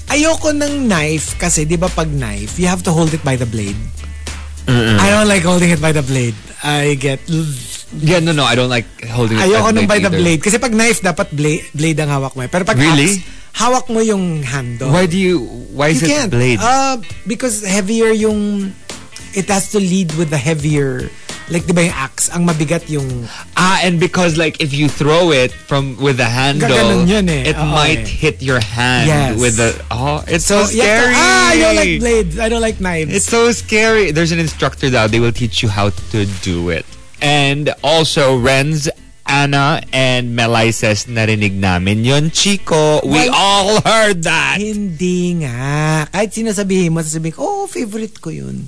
Speaker 3: Ayoko ng knife kasi 'di ba pag knife, you have to hold it by the blade. I don't like holding it by the blade. I get
Speaker 4: Yeah, no, no, I don't like holding. it
Speaker 3: Ayoko nung by the
Speaker 4: either.
Speaker 3: blade kasi pag knife dapat blade, blade ang hawak mo. eh. Pero pag
Speaker 4: Really?
Speaker 3: axe, hawak mo yung handle.
Speaker 4: Why do you? Why is
Speaker 3: you
Speaker 4: it
Speaker 3: can't.
Speaker 4: blade?
Speaker 3: Uh, because heavier yung it has to lead with the heavier like 'di ba yung axe ang mabigat yung
Speaker 4: ah, and because like if you throw it from with the handle,
Speaker 3: Gaganon yun eh.
Speaker 4: it
Speaker 3: Oo
Speaker 4: might
Speaker 3: eh.
Speaker 4: hit your hand
Speaker 3: Yes.
Speaker 4: with the. Oh, it's so,
Speaker 3: you have to-
Speaker 4: scary.
Speaker 3: ah, I don't like blades. I don't like knives.
Speaker 4: It's so scary. There's an instructor now. They will teach you how to do it. And also, Renz, Anna, and Melay says, narinig namin yun, Chico. We
Speaker 3: Well-
Speaker 4: all heard that.
Speaker 3: Hindi nga. Kahit sinasabihin mo, sasabihin ko, oh, favorite ko yun.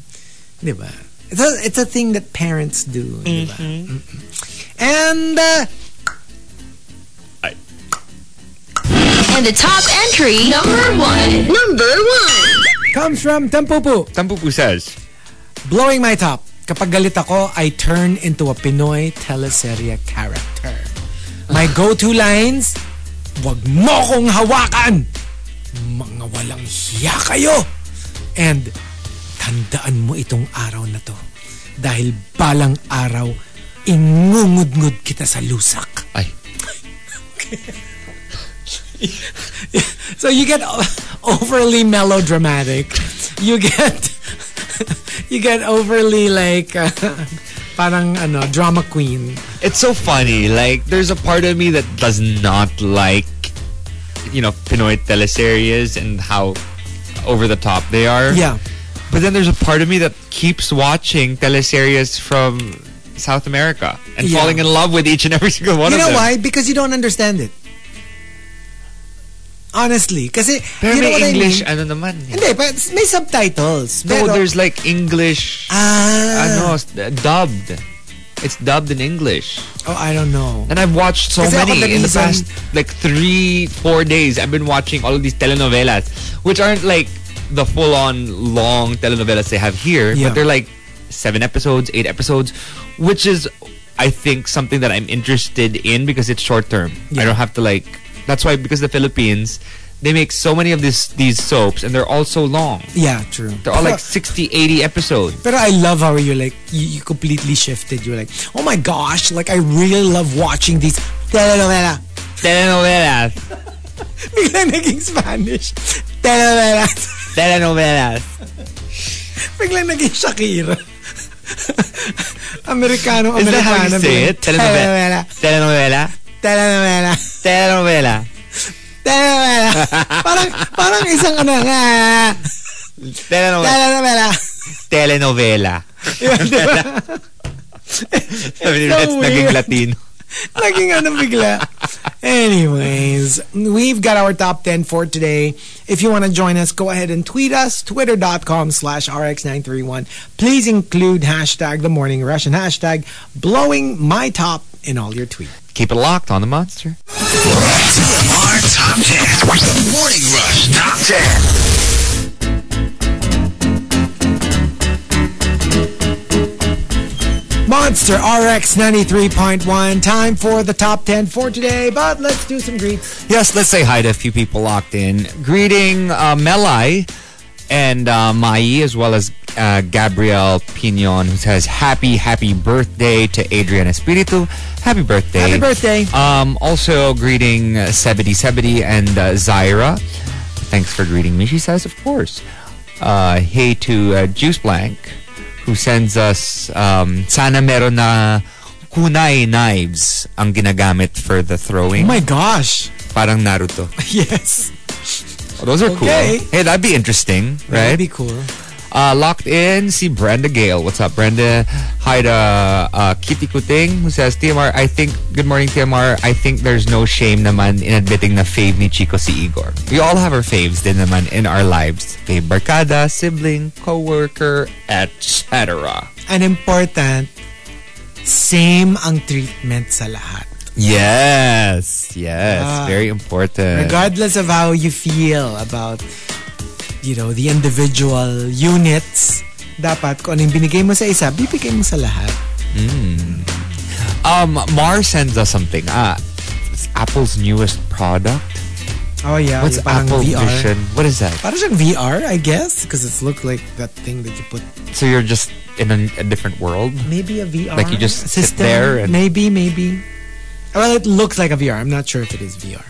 Speaker 3: Di ba? It's a, it's a thing that parents do. Di ba? Mm-mm. And, uh,
Speaker 2: And the top entry, number one. Number one.
Speaker 3: comes from Tampupu.
Speaker 4: Tampupu says,
Speaker 3: Blowing my top. Kapag galit ako, I turn into a Pinoy teleserye character. My go-to lines, wag mo kong hawakan! Mga walang hiya kayo! And, tandaan mo itong araw na to. Dahil balang araw, ingungudngud kita sa lusak.
Speaker 4: ay,
Speaker 3: So you get [laughs] o- overly melodramatic. You get [laughs] you get overly like [laughs] uh, parang ano drama queen.
Speaker 4: it's so funny. Like, there's a part of me that does not like, you know, Pinoy teleseries and how over the top they are.
Speaker 3: Yeah.
Speaker 4: But then there's a part of me that keeps watching teleseries from South America and
Speaker 3: Yeah.
Speaker 4: falling in love with each and every single one
Speaker 3: you
Speaker 4: of
Speaker 3: know
Speaker 4: them.
Speaker 3: why? Because you don't understand it. Honestly, kasi
Speaker 4: Pero
Speaker 3: you know
Speaker 4: may
Speaker 3: what
Speaker 4: English,
Speaker 3: I mean.
Speaker 4: ano naman. eh.
Speaker 3: Hindi, but may subtitles.
Speaker 4: No,
Speaker 3: pero,
Speaker 4: there's like English,
Speaker 3: ah,
Speaker 4: ano, s- dubbed. It's dubbed in English.
Speaker 3: Oh, I don't know.
Speaker 4: And I've watched so
Speaker 3: Kasi ako
Speaker 4: many in the
Speaker 3: nabisan-
Speaker 4: past like three, four days. I've been watching all of these telenovelas, which aren't like the full on long telenovelas they have here,
Speaker 3: Yeah.
Speaker 4: but they're like seven episodes, eight episodes, which is, I think, something that I'm interested in because it's short term. I
Speaker 3: Yeah.
Speaker 4: don't have to like. That's why, because the Philippines, they make so many of these, these soaps and they're all so long.
Speaker 3: Yeah, true.
Speaker 4: They're all
Speaker 3: Pero- [laughs]
Speaker 4: like 60, 80 episodes.
Speaker 3: But I love how you're like you, you completely shifted. You're like, oh my gosh, like I really love watching these telenovela.
Speaker 4: Telenovelas.
Speaker 3: Biglang naging Spanish. [laughs] Telenovela.
Speaker 4: Telenovelas.
Speaker 3: Biglang naging Shakira. [laughs] Americano,
Speaker 4: Is that how
Speaker 3: Americano.
Speaker 4: you say it? Telenovela.
Speaker 3: Telenovela.
Speaker 4: Telenovela.
Speaker 3: Telenovela. [laughs]
Speaker 4: Telenovela.
Speaker 3: Telenovela. parang, parang isang ano nga.
Speaker 4: Telenovela.
Speaker 3: Lala, lala.
Speaker 4: Telenovela. [laughs] Sabi ni Reds,
Speaker 3: weird.
Speaker 4: naging Latino.
Speaker 3: Naging ano bigla. Anyways, we've got our top 10 for today. If you want to join us, go ahead and tweet us, twitter.com slash rx931. Please include hashtag the morning rush and hashtag blowing my top in all your tweets.
Speaker 4: Keep it locked on the monster.
Speaker 5: TMR Top 10. Morning Rush Top 10.
Speaker 3: Monster RX 93.1. Time for the top 10 for today, but let's do some greets.
Speaker 4: Yes, let's say hi to a few people locked in. Greeting uh, Melai and uh, Mai, as well as uh, Gabrielle Pinon, who says, Happy, happy birthday to Adrian Espiritu. Happy birthday.
Speaker 3: Happy birthday.
Speaker 4: Um, also, greeting uh, Sebedi Sebedi and uh, Zaira. Thanks for greeting me, she says, of course. Uh, hey to uh, Juice Blank, who sends us um, Sana meron na kunai knives ang ginagamit for the
Speaker 3: Oh
Speaker 4: throwing.
Speaker 3: my gosh. [laughs]
Speaker 4: Parang Naruto.
Speaker 3: Yes.
Speaker 4: Oh, those are cool.
Speaker 3: Okay.
Speaker 4: Hey, that'd be interesting, right?
Speaker 3: That'd be cool.
Speaker 4: Uh, locked in, see Brenda Gale. What's up, Brenda? Hi to uh, Kitty Kuting, who says, TMR, I think, good morning, TMR. I think there's no shame naman in admitting na fave ni Chico si Igor. We all have our faves din naman in our lives. Fave barkada, sibling, coworker, etc.
Speaker 3: And important, same ang treatment sa lahat.
Speaker 4: Yes, yes.
Speaker 3: Ah.
Speaker 4: very important.
Speaker 3: Regardless of how you feel about, you know, the individual units, dapat kung anong binigay mo sa isa, bibigay mo sa lahat.
Speaker 4: um, Mar sends us something. Ah, it's Apple's newest product.
Speaker 3: Oh yeah,
Speaker 4: What's
Speaker 3: yung parang
Speaker 4: Apple
Speaker 3: VR.
Speaker 4: Vision? What is that?
Speaker 3: Parang siyang VR, I guess, because it's looked like that thing that you put
Speaker 4: So you're just in a, a different world?
Speaker 3: Maybe a VR.
Speaker 4: Like, you just sit
Speaker 3: system.
Speaker 4: there and-
Speaker 3: maybe, maybe. Well, it looks like a VR. I'm not sure if it is VR.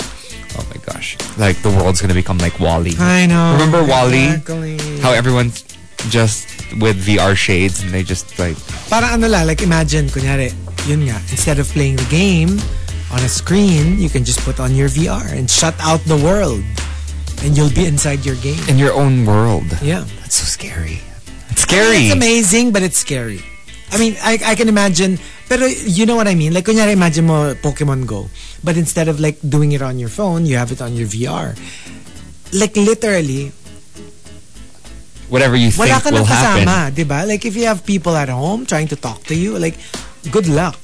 Speaker 4: Oh my gosh. Like the world's gonna become like Wally.
Speaker 3: I know.
Speaker 4: Remember Wally?
Speaker 3: Exactly.
Speaker 4: How everyone's just with VR shades and they just like
Speaker 3: Para ano la, like imagine, kunyari, yun nga, instead of playing the game on a screen, you can just put on your VR and shut out the world. And you'll be inside your game.
Speaker 4: in your own world.
Speaker 3: Yeah.
Speaker 4: That's so scary. It's scary.
Speaker 3: It's amazing, but it's scary. I mean, I, I can imagine, pero you know what I mean? Like, kunyari, imagine mo Pokemon Go. But instead of like doing it on your phone, you have it on your VR. Like literally,
Speaker 4: Whatever you think
Speaker 3: wala ka
Speaker 4: will
Speaker 3: nang
Speaker 4: happen.
Speaker 3: kasama, di ba? Like if you have people at home trying to talk to you, like, good luck.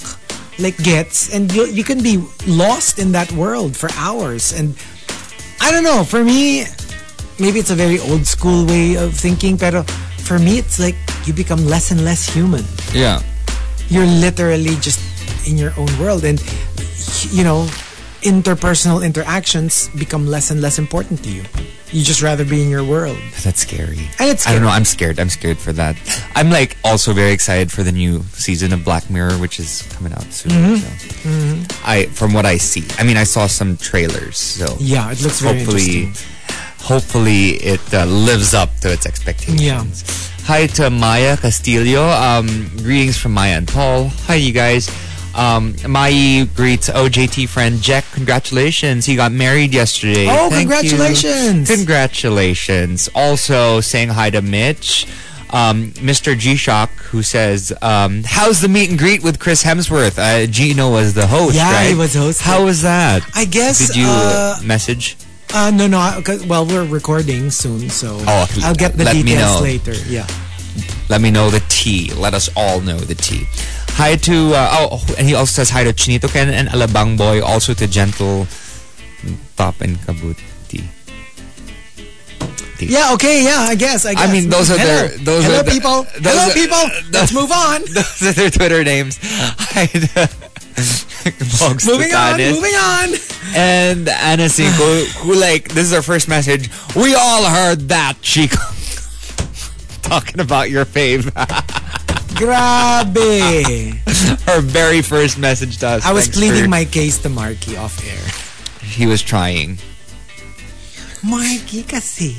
Speaker 3: Like gets, and you, you can be lost in that world for hours. And I don't know, for me, maybe it's a very old school way of thinking, pero for me, it's like you become less and less human
Speaker 4: Yeah.
Speaker 3: you're literally just in your own world and you know interpersonal interactions become less and less important to you you just rather be in your world
Speaker 4: That's scary.
Speaker 3: And it's
Speaker 4: I don't know,
Speaker 3: scary.
Speaker 4: I'm scared. I'm scared for that. I'm like also very excited for the new season of Black Mirror, which is coming out soon.
Speaker 3: Mm-hmm.
Speaker 4: So. I from what I see. I mean I saw some trailers, so
Speaker 3: yeah it looks very
Speaker 4: hopefully
Speaker 3: interesting
Speaker 4: hopefully it uh, lives up to its expectations. Hi to Maya Castillo. Um, greetings from Maya and Paul. Hi you guys. Um, Mai greets OJT friend Jack. Congratulations, he got married yesterday.
Speaker 3: Oh,
Speaker 4: Thank you.
Speaker 3: congratulations.
Speaker 4: Congratulations. Also saying hi to Mitch. Um, Mr. G Shock, who says, um, How's the meet and greet with Chris Hemsworth? Uh, Gino was the host,
Speaker 3: Yeah, he
Speaker 4: right?
Speaker 3: was hosting.
Speaker 4: How was that?
Speaker 3: i guess
Speaker 4: Did you
Speaker 3: uh,
Speaker 4: uh, message?
Speaker 3: uh, no no I- 'cause- well we're recording soon so
Speaker 4: Oh,
Speaker 3: i'll get the
Speaker 4: let me
Speaker 3: details
Speaker 4: know.
Speaker 3: later yeah
Speaker 4: Let me know the tea. Let us all know the tea. Hi to uh, oh, and he also says hi to Chinito Ken and Alabang Boy, also to Gentle Top and Kabuti. [laughs]
Speaker 3: yeah okay yeah i guess i, guess.
Speaker 4: mean, those are
Speaker 3: hello.
Speaker 4: their- those
Speaker 3: hello
Speaker 4: are the-
Speaker 3: people
Speaker 4: those
Speaker 3: hello
Speaker 4: are-
Speaker 3: people let's move on
Speaker 4: Those are their Twitter names. Hi to [laughs] Vox
Speaker 3: moving on
Speaker 4: Tutanis
Speaker 3: moving on
Speaker 4: and Anna Cinco, who like this is our first message. We all heard that Chico [laughs] talking about your fave. [laughs]
Speaker 3: grabe
Speaker 4: Her very first message to us.
Speaker 3: i was
Speaker 4: Thanks
Speaker 3: pleading
Speaker 4: for-
Speaker 3: my case to marky off air
Speaker 4: He was trying. [laughs]
Speaker 3: Marky kasi.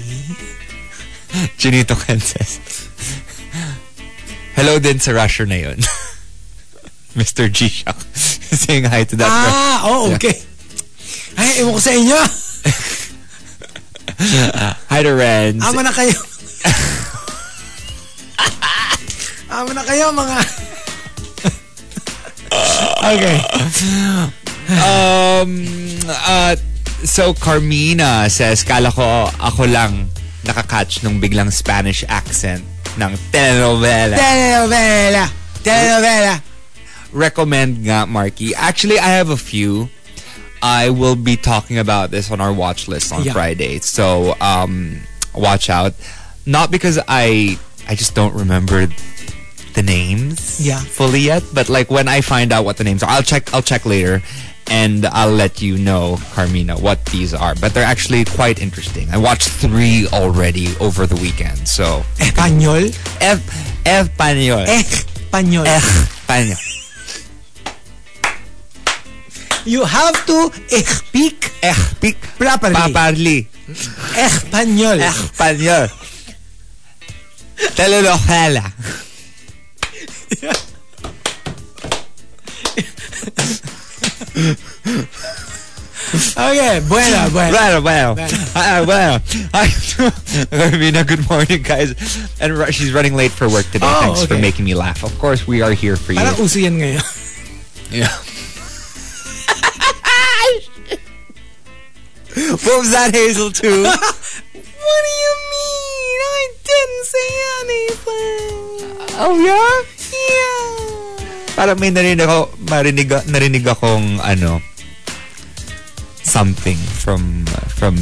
Speaker 4: Chinito Ken says, Hello din sa rusher na yun. [laughs] Mr. G-Shock [laughs] saying hi to that ah.
Speaker 3: Ah, oh, okay. Ay,
Speaker 4: [laughs]
Speaker 3: ewan ko sa inyo.
Speaker 4: Hi to Renz. [laughs]
Speaker 3: Ama na kayo. Tama na kayo mga... okay.
Speaker 4: Um, uh, so, Carmina says, kala ko ako lang nakakatch nung biglang Spanish accent ng telenovela.
Speaker 3: Telenovela. Telenovela.
Speaker 4: Recommend nga, Marky. Actually, I have a few. I will be talking about this on our watch list on
Speaker 3: Yeah.
Speaker 4: Friday. So, um, watch out. Not because I I just don't remember the names
Speaker 3: Yeah.
Speaker 4: fully yet, but like when I find out what the names are, I'll check I'll check later and I'll let you know, Carmina, what these are. But they're actually quite interesting. I watched three already over the weekend. So
Speaker 3: Espanyol.
Speaker 4: F
Speaker 3: Eh.
Speaker 4: F Español.
Speaker 3: Espanyol.
Speaker 4: Español.
Speaker 3: You have to speak
Speaker 4: Pic-
Speaker 3: Properly.
Speaker 4: Paparli.
Speaker 3: Espanyol.
Speaker 4: Español. Telenovela.
Speaker 3: Okay, buena, buena.
Speaker 4: Well, well, uh, well. I, Carmina, good morning, guys. And ru- she's running late for work today.
Speaker 3: Oh,
Speaker 4: Thanks for
Speaker 3: okay.
Speaker 4: making me laugh. Of course, we are here for you.
Speaker 3: Parang uso yan ngayon.
Speaker 4: Yeah. [laughs] what was that, Hazel? Too?
Speaker 3: [laughs] What do you mean? I didn't say anything.
Speaker 4: oh yeah.
Speaker 3: Yeah.
Speaker 4: Parang may narinig ako, marinig, narinig akong ano, something from from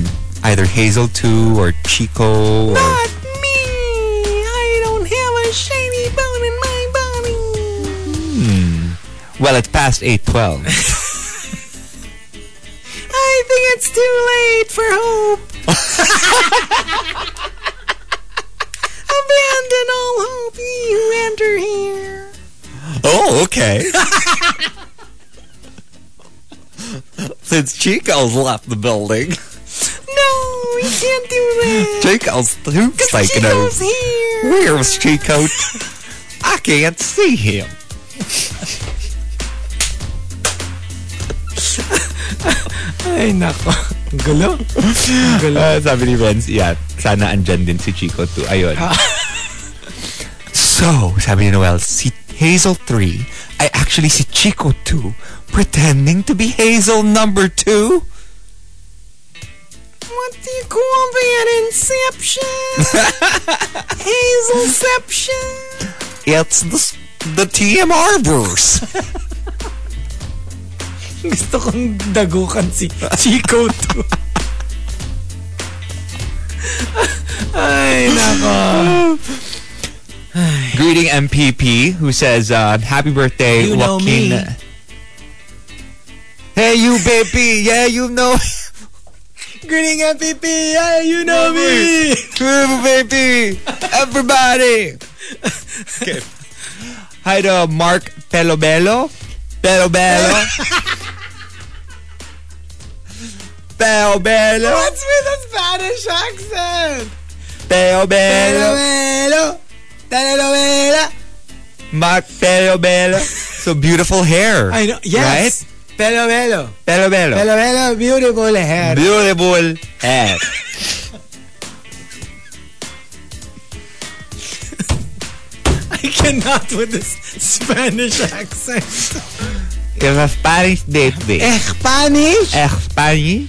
Speaker 4: either Hazel 2 or Chico. Or,
Speaker 3: Not me. I don't have a shiny bone in my body.
Speaker 4: Hmm. well, it's past
Speaker 3: [laughs]
Speaker 4: 8.12.
Speaker 3: I think it's too late for hope. Abandon all hope, ye who enter here.
Speaker 4: Oh, okay. Since Chico's left the building,
Speaker 3: No, we can't do that.
Speaker 4: Chico's too
Speaker 3: She
Speaker 4: taken over.
Speaker 3: goes here.
Speaker 4: Where's Chico? I can't see him.
Speaker 3: Ay, nako. Ang Gulo. Ang Gulo.
Speaker 4: Uh, sabi ni Renz, yeah, sana andyan din si Chico too. Ayun.
Speaker 3: Ah.
Speaker 4: so, sabi ni Noel, si Hazel 3 ay actually si Chico 2 pretending to be Hazel number 2?
Speaker 3: What do you call that?
Speaker 4: [laughs]
Speaker 3: Inception? Hazelception?
Speaker 4: It's the, s- the TMR verse.
Speaker 3: Gusto kong dagukan si Chico to. Ay, nako.
Speaker 4: uh,
Speaker 3: [sighs]
Speaker 4: Greeting MPP, who says, uh, "Happy birthday,
Speaker 3: You know
Speaker 4: Joaquin."
Speaker 3: me.
Speaker 4: Hey, you baby, yeah, you know, [laughs]
Speaker 3: Greeting MPP, yeah, you know me.
Speaker 4: you baby, everybody. Okay. Hi to Mark Pelobello,
Speaker 3: [laughs]
Speaker 4: Pelobello, Pelobello,
Speaker 3: What's with a Spanish accent?
Speaker 4: Pelobello,
Speaker 3: Telenovela. Telenovela.
Speaker 4: Mark Pelobello. So beautiful hair.
Speaker 3: [laughs] I know, yes. Oh. Telenovela.
Speaker 4: Pelobello.
Speaker 3: Telenovela, beautiful hair.
Speaker 4: Beautiful hair.
Speaker 3: I [laughs] cannot with this Spanish accent.
Speaker 4: Give a Spanish date day.
Speaker 3: [laughs] Spanish
Speaker 4: Spanish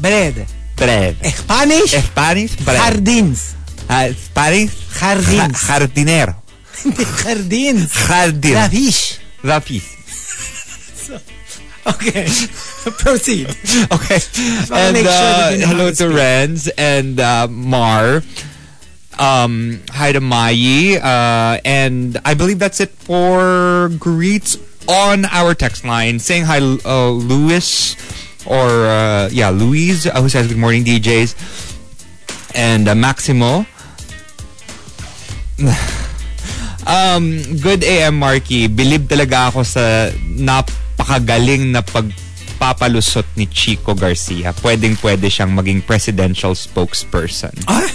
Speaker 3: bread. Eh,
Speaker 4: bread.
Speaker 3: Spanish
Speaker 4: Spanish bread.
Speaker 3: jardins.
Speaker 4: Uh, Spanish ja-
Speaker 3: Jardins.
Speaker 4: jardinero.
Speaker 3: [laughs] Jardins.
Speaker 4: Jardin.
Speaker 3: Lavish.
Speaker 4: Lapis.
Speaker 3: Okay. [laughs] Proceed.
Speaker 4: [laughs] Okay.
Speaker 3: wanna
Speaker 4: And
Speaker 3: make sure that
Speaker 4: uh,
Speaker 3: you know how
Speaker 4: hello
Speaker 3: to
Speaker 4: to
Speaker 3: speak.
Speaker 4: Renz and uh, Mar. Um, hi to Mayi. Uh, and I believe that's it for greets on our text line. Saying hi, uh, Louis. Or, uh, yeah, Louise, uh, who says good morning, DJs. And uh, Maximo. Um, good AM, Marky. Believe talaga ako sa napakagaling na pagpapalusot ni Chico Garcia. Pwedeng-pwede siyang maging presidential spokesperson.
Speaker 3: Ah?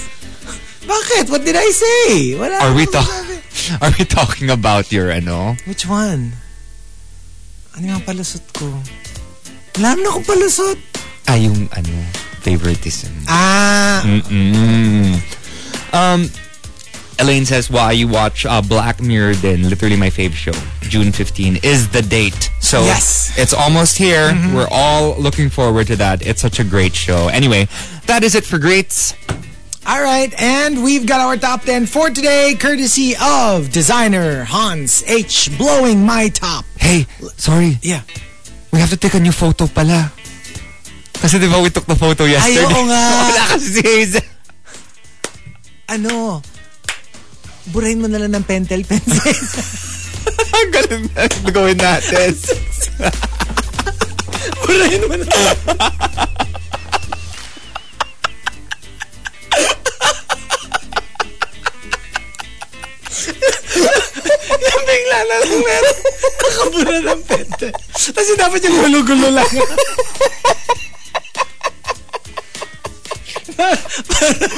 Speaker 3: Bakit? What did I say? Wala
Speaker 4: Are we,
Speaker 3: akong
Speaker 4: ta-
Speaker 3: sinabi.
Speaker 4: [laughs] are we talking about your ano?
Speaker 3: Which one? Ano yung palusot ko? Alam na kung palusot.
Speaker 4: Ah, yung ano, favoritism.
Speaker 3: Ah,
Speaker 4: Mm-mm. Um, Elaine says, why you watch uh, Black Mirror then? Literally my fave show. June 15 is the date. So
Speaker 3: Yes.
Speaker 4: it's almost here. We're all looking forward to that. It's such a great show. Anyway, that is it for greats.
Speaker 3: All right, and we've got our top 10 for today, courtesy of designer Hans H. Blowing My Top.
Speaker 4: Hey, sorry.
Speaker 3: Yeah.
Speaker 4: We have to take a new photo pala. Kasi di ba we took the photo
Speaker 3: Ay,
Speaker 4: yesterday?
Speaker 3: oo
Speaker 4: [laughs] Wala
Speaker 3: nga.
Speaker 4: kasi si Hazel.
Speaker 3: ano? Burahin mo na lang ng pentel
Speaker 4: [laughs]
Speaker 3: pencil.
Speaker 4: [laughs] Ang galing na gawin natin.
Speaker 3: Burahin mo na. Yung bigla na lang meron. Nakabura ng pentel. Kasi dapat yung gulo-gulo lang.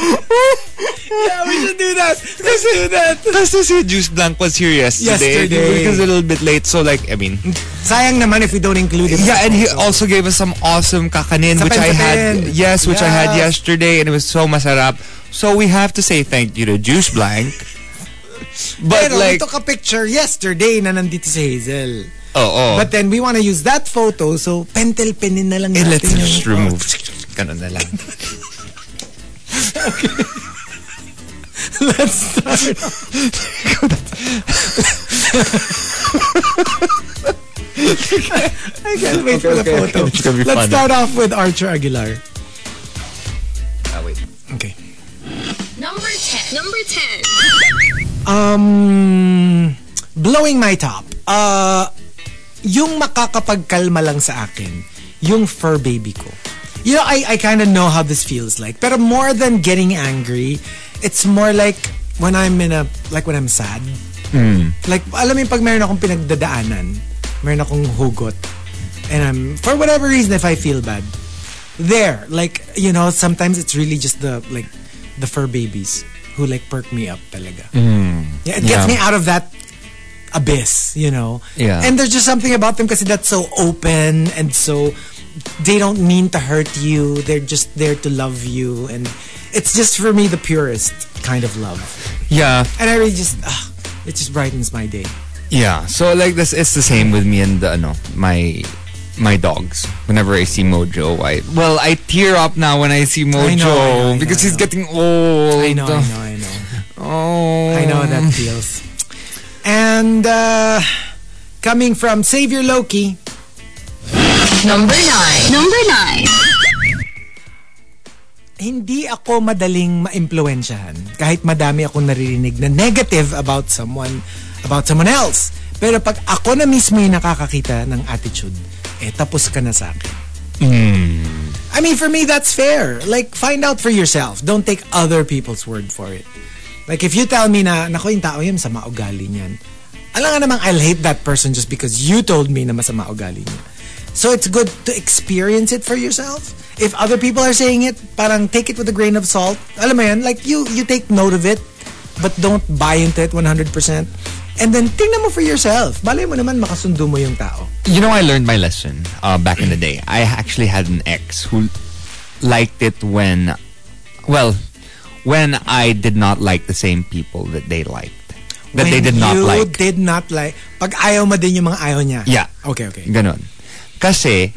Speaker 3: yeah, we should do that. Let's do that.
Speaker 4: Kasi si Juice Blank was here yesterday.
Speaker 3: Yesterday.
Speaker 4: He was a little bit late. So like, I mean,
Speaker 3: Sayang naman if we don't include it.
Speaker 4: Yeah, and he also gave us some awesome kakanin,
Speaker 3: Sa
Speaker 4: which I had.
Speaker 3: Pensapen.
Speaker 4: Yes, which I had
Speaker 3: Yes.
Speaker 4: yesterday, and it was so masarap. So we have to say thank you to Juice Blank. But
Speaker 3: Pero
Speaker 4: like,
Speaker 3: we took a picture yesterday na nandito si Hazel.
Speaker 4: oh, oh.
Speaker 3: But then we want to use that photo, so pentel penin na lang
Speaker 4: Eh,
Speaker 3: natin.
Speaker 4: let's
Speaker 3: yung-
Speaker 4: just remove. Ganun na lang.
Speaker 3: let's start. I can't wait for the
Speaker 4: okay,
Speaker 3: photo.
Speaker 4: okay. It's gonna be
Speaker 3: let's
Speaker 4: fun.
Speaker 3: start off with Archer Aguilar.
Speaker 4: Ah, wait.
Speaker 3: Okay.
Speaker 2: Number 10. Number 10.
Speaker 3: Um, blowing my top. Uh, yung makakapagkalma lang sa akin, yung fur baby ko. You know, I, I kind of know how this feels like. Pero more than getting angry, it's more like when I'm in a, like when I'm sad. Like, alam mo yung pag meron akong pinagdadaanan, meron akong hugot, and I'm, for whatever reason, if I feel bad, there, like, you know, sometimes it's really just the, like, the fur babies who, like, perk me up talaga. Yeah, it gets
Speaker 4: Yeah.
Speaker 3: me out of that abyss, you know?
Speaker 4: Yeah.
Speaker 3: And there's just something about them because that's so open and so they don't mean to hurt you. They're just there to love you. And it's just for me the purest kind of love.
Speaker 4: Yeah,
Speaker 3: And I really just, ah, it just brightens my day.
Speaker 4: yeah. So like, this it's the same with me and the, ano, my my dogs. Whenever I see Mojo, I well, I tear up now when I see Mojo
Speaker 3: I know, I know, I know,
Speaker 4: because
Speaker 3: I
Speaker 4: he's
Speaker 3: know.
Speaker 4: getting old.
Speaker 3: I know, I know, I know.
Speaker 4: Oh,
Speaker 3: I know how that feels. And uh, coming from Savior Loki,
Speaker 2: Number 9. Number 9.
Speaker 3: hindi ako madaling maimpluwensyahan kahit madami akong naririnig na negative about someone about someone else. Pero pag ako na mismo yung nakakakita ng attitude, eh tapos ka na sa akin. I mean, for me, that's fair. Like, find out for yourself. Don't take other people's word for it. Like, if you tell me na, naku, yung tao yun, masama ugali niyan. Alam nga namang I'll hate that person just because you told me na masama ugali niya. So it's good to experience it for yourself. If other people are saying it, parang take it with a grain of salt. Alam mo yan, like you, you take note of it, but don't buy into it 100%. And then, tingnan mo for yourself. Balay mo naman, makasundo mo yung tao.
Speaker 4: You know, I learned my lesson uh, back in the day. I actually had an ex who liked it when, well, when I did not like the same people that they liked, that they
Speaker 3: When
Speaker 4: did not
Speaker 3: you
Speaker 4: like.
Speaker 3: did not like. Pag ayaw mo din yung mga ayaw niya.
Speaker 4: Yeah.
Speaker 3: Okay, okay.
Speaker 4: Ganon. [clears throat] Kasi,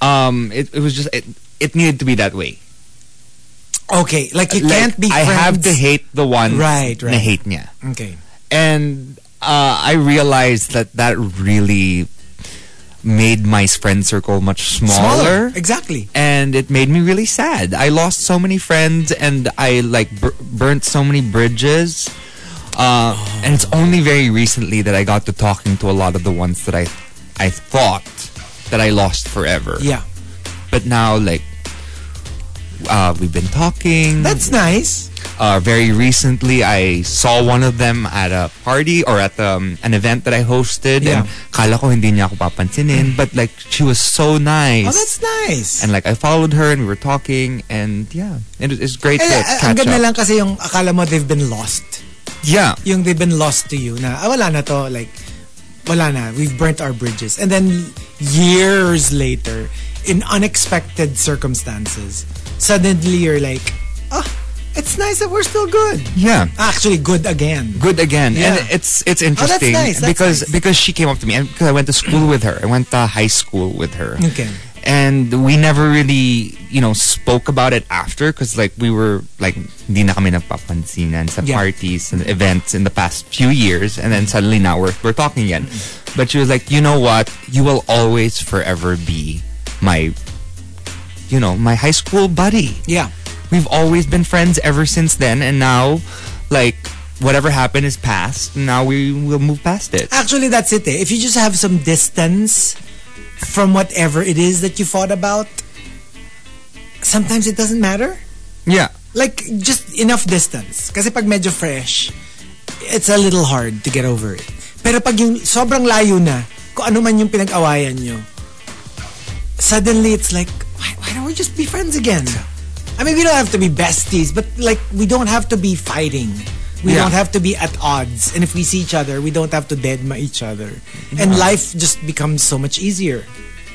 Speaker 4: um, it, it was just, it, it needed to be that way.
Speaker 3: Okay, like you
Speaker 4: Like,
Speaker 3: can't be
Speaker 4: I
Speaker 3: friends.
Speaker 4: have to hate the one
Speaker 3: Right, right.
Speaker 4: na hate niya.
Speaker 3: Okay.
Speaker 4: And uh, I realized that that really made my friend circle much smaller.
Speaker 3: Exactly.
Speaker 4: and it made me really sad. I lost so many friends, and I like bur- burnt so many bridges. Uh, And it's only very recently that I got to talking to a lot of the ones that I, I thought that I lost forever.
Speaker 3: Yeah.
Speaker 4: But now, like, uh, we've been talking.
Speaker 3: That's nice.
Speaker 4: uh, very recently, I saw one of them at a party or at um, an event that I hosted,
Speaker 3: Yeah.
Speaker 4: and kala ko hindi niya ako papansinin, but like she was so nice.
Speaker 3: Oh, that's nice.
Speaker 4: And like I followed her and we were talking and yeah, it, it's great
Speaker 3: eh,
Speaker 4: to
Speaker 3: ah, ang
Speaker 4: catch
Speaker 3: ganda
Speaker 4: up.
Speaker 3: lang kasi yung akala mo they've been lost.
Speaker 4: Yeah,
Speaker 3: Yung they've been lost to you na, ah, wala na to, like, wala na, we've burnt our bridges. And then years later, in unexpected circumstances, suddenly you're like, ah, It's nice that we're still good.
Speaker 4: Yeah.
Speaker 3: Actually, good again.
Speaker 4: good again.
Speaker 3: Yeah.
Speaker 4: And
Speaker 3: Oh,
Speaker 4: it's it's interesting
Speaker 3: nice, that's
Speaker 4: because
Speaker 3: nice.
Speaker 4: because she came up to me and because I went to school with her. I went to high school with her.
Speaker 3: Okay.
Speaker 4: And we never really, you know, spoke about it after because like we were like hindi na kami nagpapansinan sa
Speaker 3: Yeah.
Speaker 4: parties and events in the past few years and then suddenly now we're we're talking again. But she was like, "You know what? You will always forever be my you know, my high school buddy."
Speaker 3: Yeah.
Speaker 4: we've always been friends ever since then and now like whatever happened is past now we will move past it
Speaker 3: Actually, that's it. Eh. If you just have some distance from whatever it is that you fought about, sometimes it doesn't matter.
Speaker 4: yeah
Speaker 3: Like, just enough distance. Kasi pag medyo fresh, it's a little hard to get over it. Pero pag yung sobrang layo na, kung ano man yung pinag-awayan nyo, suddenly it's like, why, why don't we just be friends again? I mean, we don't have to be besties, but like, we don't have to be fighting. We
Speaker 4: Yeah.
Speaker 3: don't have to be at odds. And if we see each other, we don't have to deadma each other. And life just becomes so much easier.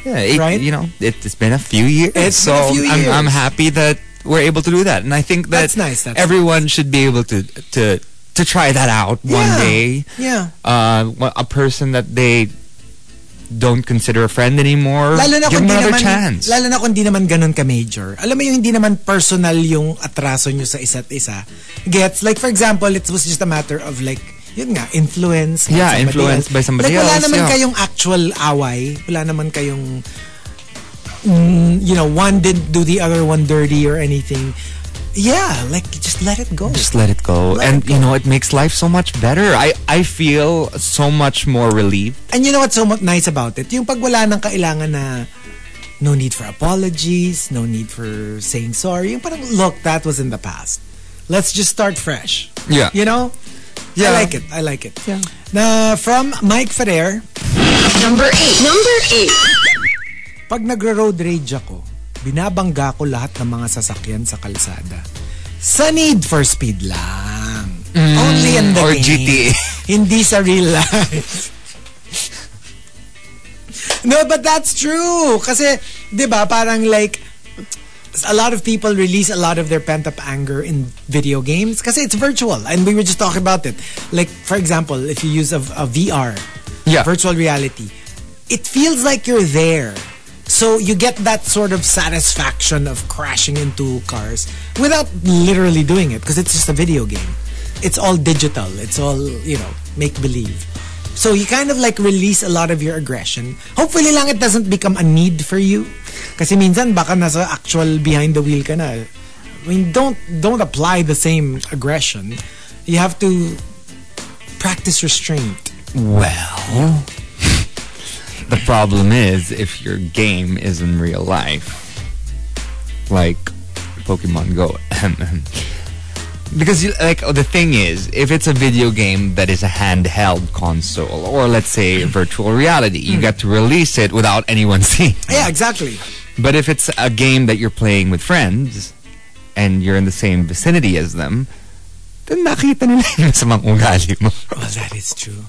Speaker 4: yeah it,
Speaker 3: Right?
Speaker 4: you know it, it's been a few years
Speaker 3: It's been
Speaker 4: so
Speaker 3: a few
Speaker 4: I'm, I'm
Speaker 3: years.
Speaker 4: happy that we're able to do that and i think that
Speaker 3: That's nice, that's
Speaker 4: everyone should be able to to to try that out one
Speaker 3: Yeah.
Speaker 4: day
Speaker 3: Yeah.
Speaker 4: uh wha- a person that they don't consider a friend anymore
Speaker 3: Lalo na
Speaker 4: give
Speaker 3: kung
Speaker 4: them
Speaker 3: di
Speaker 4: another
Speaker 3: naman,
Speaker 4: chance
Speaker 3: Lalo na kung di naman ganun ka-major. Alam mo yung hindi naman personal yung atraso nyo sa isa't isa. Gets? Like, for example, it was just a matter of like, yun nga, influence. by
Speaker 4: Yeah,
Speaker 3: somebody
Speaker 4: influence by somebody
Speaker 3: like, Wala
Speaker 4: else,
Speaker 3: naman
Speaker 4: yeah.
Speaker 3: kayong actual away. Wala naman kayong, mm, you know, one didn't do the other one dirty or anything. Yeah, like, just let it go.
Speaker 4: just let it go
Speaker 3: Let
Speaker 4: and
Speaker 3: it go.
Speaker 4: you know it makes life so much better i i feel so much more relieved
Speaker 3: And you know what's so mu- nice about it? Yung pag wala nang kailangan na no need for apologies, no need for saying sorry. Yung parang, look, that was in the past. Let's just start fresh.
Speaker 4: Yeah.
Speaker 3: You know?
Speaker 4: Yeah.
Speaker 3: I like it. I like it. Yeah. Na from Mike Ferrer,
Speaker 2: Number eight. Number eight.
Speaker 3: pag nagro-road rage ako, binabangga ko lahat ng mga sasakyan sa kalsada. Sa need for speed lang. Only in the
Speaker 4: Mm. or
Speaker 3: game.
Speaker 4: GTA.
Speaker 3: Hindi sa real life. no, but that's true. Kasi, di ba, parang like, a lot of people release a lot of their pent up anger in video games because it's virtual and we were just talking about it like for example if you use a, a vr
Speaker 4: Yeah.
Speaker 3: virtual reality it feels like you're there so you get that sort of satisfaction of crashing into cars without literally doing it because it's just a video game it's all digital it's all you know make believe so you kind of like release a lot of your aggression. Hopefully lang it doesn't become a need for you. Kasi minsan baka nasa actual behind the wheel ka na. I mean, don't, don't apply the same aggression. You have to practice restraint.
Speaker 4: Well, the problem is if your game is in real life, like Pokemon Go. [laughs] because you, like oh, the thing is, if it's a video game that is a handheld console or let's say virtual reality, you get to release it without anyone [laughs] seeing.
Speaker 3: Yeah, exactly.
Speaker 4: But if it's a game that you're playing with friends and you're in the same vicinity as them, then nakita nila [laughs] yung masamang ugali mo.
Speaker 3: Well, that is true.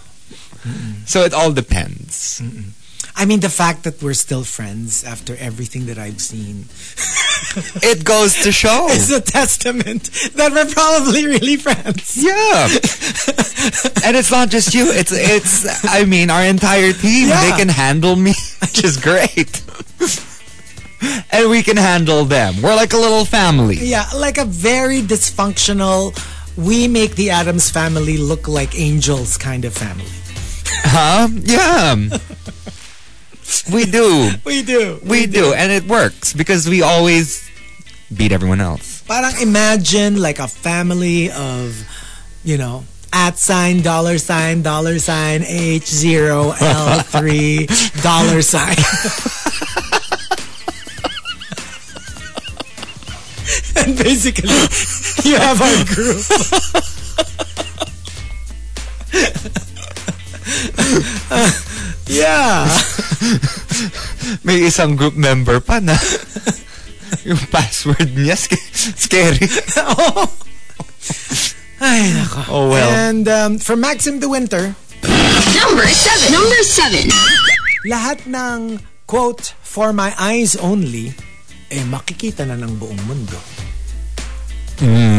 Speaker 4: So it all depends.
Speaker 3: I mean, the fact that we're still friends after everything that I've seen [laughs]
Speaker 4: It goes to [laughs] show.
Speaker 3: is a testament that we're probably really friends.
Speaker 4: yeah. and it's not just you. It's it's I mean our entire team.
Speaker 3: Yeah.
Speaker 4: They can handle me, [laughs] which is great. and we can handle them. We're like a little family.
Speaker 3: Yeah, like a very dysfunctional, we make the Adams family look like angels kind of family.
Speaker 4: Huh? Yeah. [laughs] we do.
Speaker 3: We do.
Speaker 4: We do. And it works because we always beat everyone else.
Speaker 3: Parang imagine like a family of, you know, at sign, dollar sign, dollar sign, H0, L3, dollar sign. [laughs] and basically, you have our group. [laughs] yeah. [laughs]
Speaker 4: May isang group member pa na [laughs] yung password niya sca- scary.
Speaker 3: Oh. Ay, nako.
Speaker 4: Oh well.
Speaker 3: And um, for Maxim the Winter,
Speaker 2: Number seven. Number seven.
Speaker 3: lahat ng quote for my eyes only eh makikita na ng buong mundo.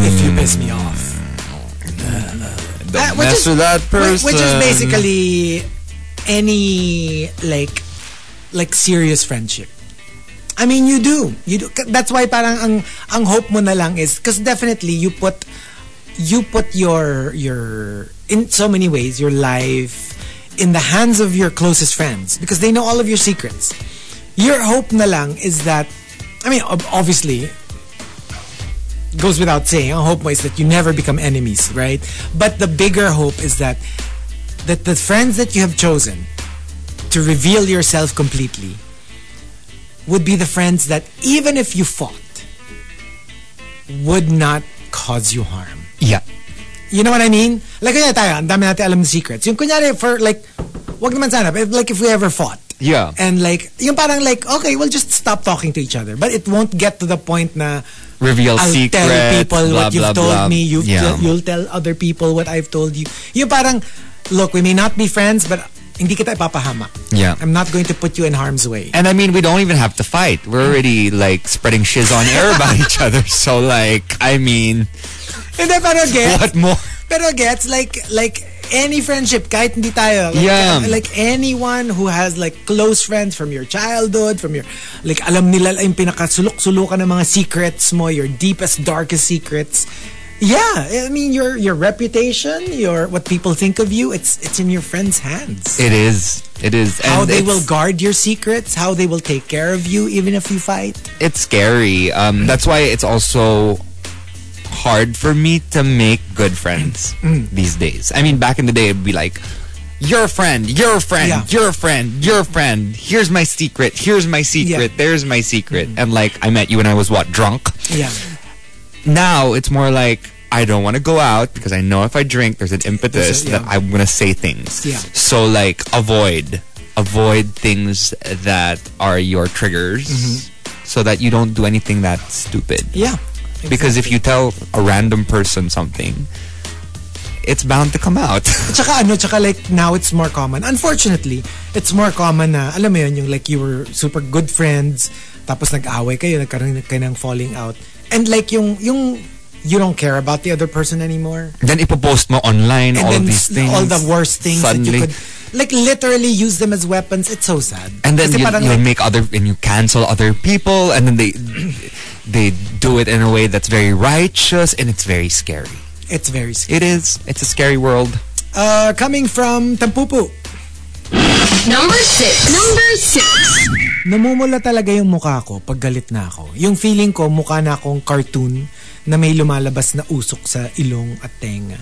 Speaker 3: if you piss me off.
Speaker 4: Hmm. Don't
Speaker 3: Uh, which
Speaker 4: mess
Speaker 3: is-
Speaker 4: with that
Speaker 3: Whi-
Speaker 4: person.
Speaker 3: Which is basically any like like serious friendship. I mean, you do. You do. K- That's why parang ang ang hope mo na lang is because definitely you put you put your your in so many ways your life in the hands of your closest friends because they know all of your secrets. Your hope na lang is that I mean, ob- obviously goes without saying, ang hope mo is that you never become enemies, right? But the bigger hope is that that the friends that you have chosen to reveal yourself completely would be the friends that even if you fought would not cause you harm.
Speaker 4: yeah.
Speaker 3: You know what I mean? Like, kunyari tayo, ang dami natin alam na secrets. Yung kunyari, for like, wag naman sana, but like if we ever fought.
Speaker 4: Yeah.
Speaker 3: And like, yung parang like, okay, we'll just stop talking to each other. But it won't get to the point na,
Speaker 4: Reveal
Speaker 3: I'll
Speaker 4: secrets.
Speaker 3: tell people
Speaker 4: blah,
Speaker 3: what you've
Speaker 4: blah,
Speaker 3: told
Speaker 4: blah.
Speaker 3: me. You've
Speaker 4: yeah.
Speaker 3: you'll tell other people what I've told you. Yung parang, look, we may not be friends, but hindi kita ipapahama.
Speaker 4: Yeah.
Speaker 3: I'm not going to put you in harm's way. [laughs]
Speaker 4: And I mean, we don't even have to fight. We're already like spreading shiz on air about each other. [laughs] So like, I mean,
Speaker 3: And then, pero again,
Speaker 4: what more?
Speaker 3: Pero gets like like any friendship kahit hindi tayo like,
Speaker 4: Yeah.
Speaker 3: like anyone who has like close friends from your childhood from your like alam nila yung pinakasulok-sulukan ng mga secrets mo your deepest darkest secrets yeah I mean your your reputation your what people think of you it's it's in your friends hands
Speaker 4: It is. It is. And
Speaker 3: how they
Speaker 4: it's-
Speaker 3: will guard your secrets how they will take care of you even if you fight
Speaker 4: it's scary. Um, that's why it's also hard for me to make good friends
Speaker 3: Mm.
Speaker 4: these days. I mean, back in the day, it'd be like, your friend, your friend,
Speaker 3: Yeah.
Speaker 4: your friend, your friend. Here's my secret. Here's my secret. There's my secret.
Speaker 3: Mm-hmm.
Speaker 4: And like, I met you when I was what drunk.
Speaker 3: yeah
Speaker 4: Now it's more like I don't want to go out because I know if I drink, there's an impetus
Speaker 3: There's a- yeah.
Speaker 4: that I'm gonna say things.
Speaker 3: Yeah.
Speaker 4: So like, avoid, avoid things that are your triggers, so that you don't do anything that's stupid.
Speaker 3: Mm-hmm. yeah
Speaker 4: Because if you tell a random person something, it's bound to come out. [laughs]
Speaker 3: Tsaka ano, tsaka like now it's more common. Unfortunately, it's more common na, alam mo yun, yung like you were super good friends, tapos nag-away kayo, nagkaroon kayo ng falling out. And like yung, yung you don't care about the other person anymore.
Speaker 4: then ipopost mo online
Speaker 3: And
Speaker 4: all
Speaker 3: then s-
Speaker 4: these things.
Speaker 3: all the worst things that
Speaker 4: suddenly.
Speaker 3: you could, like literally use them as weapons. It's so sad.
Speaker 4: and then
Speaker 3: Kasi
Speaker 4: you,
Speaker 3: parang
Speaker 4: you
Speaker 3: like,
Speaker 4: make other and you cancel other people and then they [clears throat] they do it in a way that's very righteous and it's very scary
Speaker 3: it's very scary.
Speaker 4: it is it's a scary world
Speaker 3: Uh, coming from Tampupu,
Speaker 2: Number six. Number six.
Speaker 3: namumula talaga yung mukha ko pag galit na ako. Yung feeling ko, mukha na akong cartoon na may lumalabas na usok sa ilong at tenga.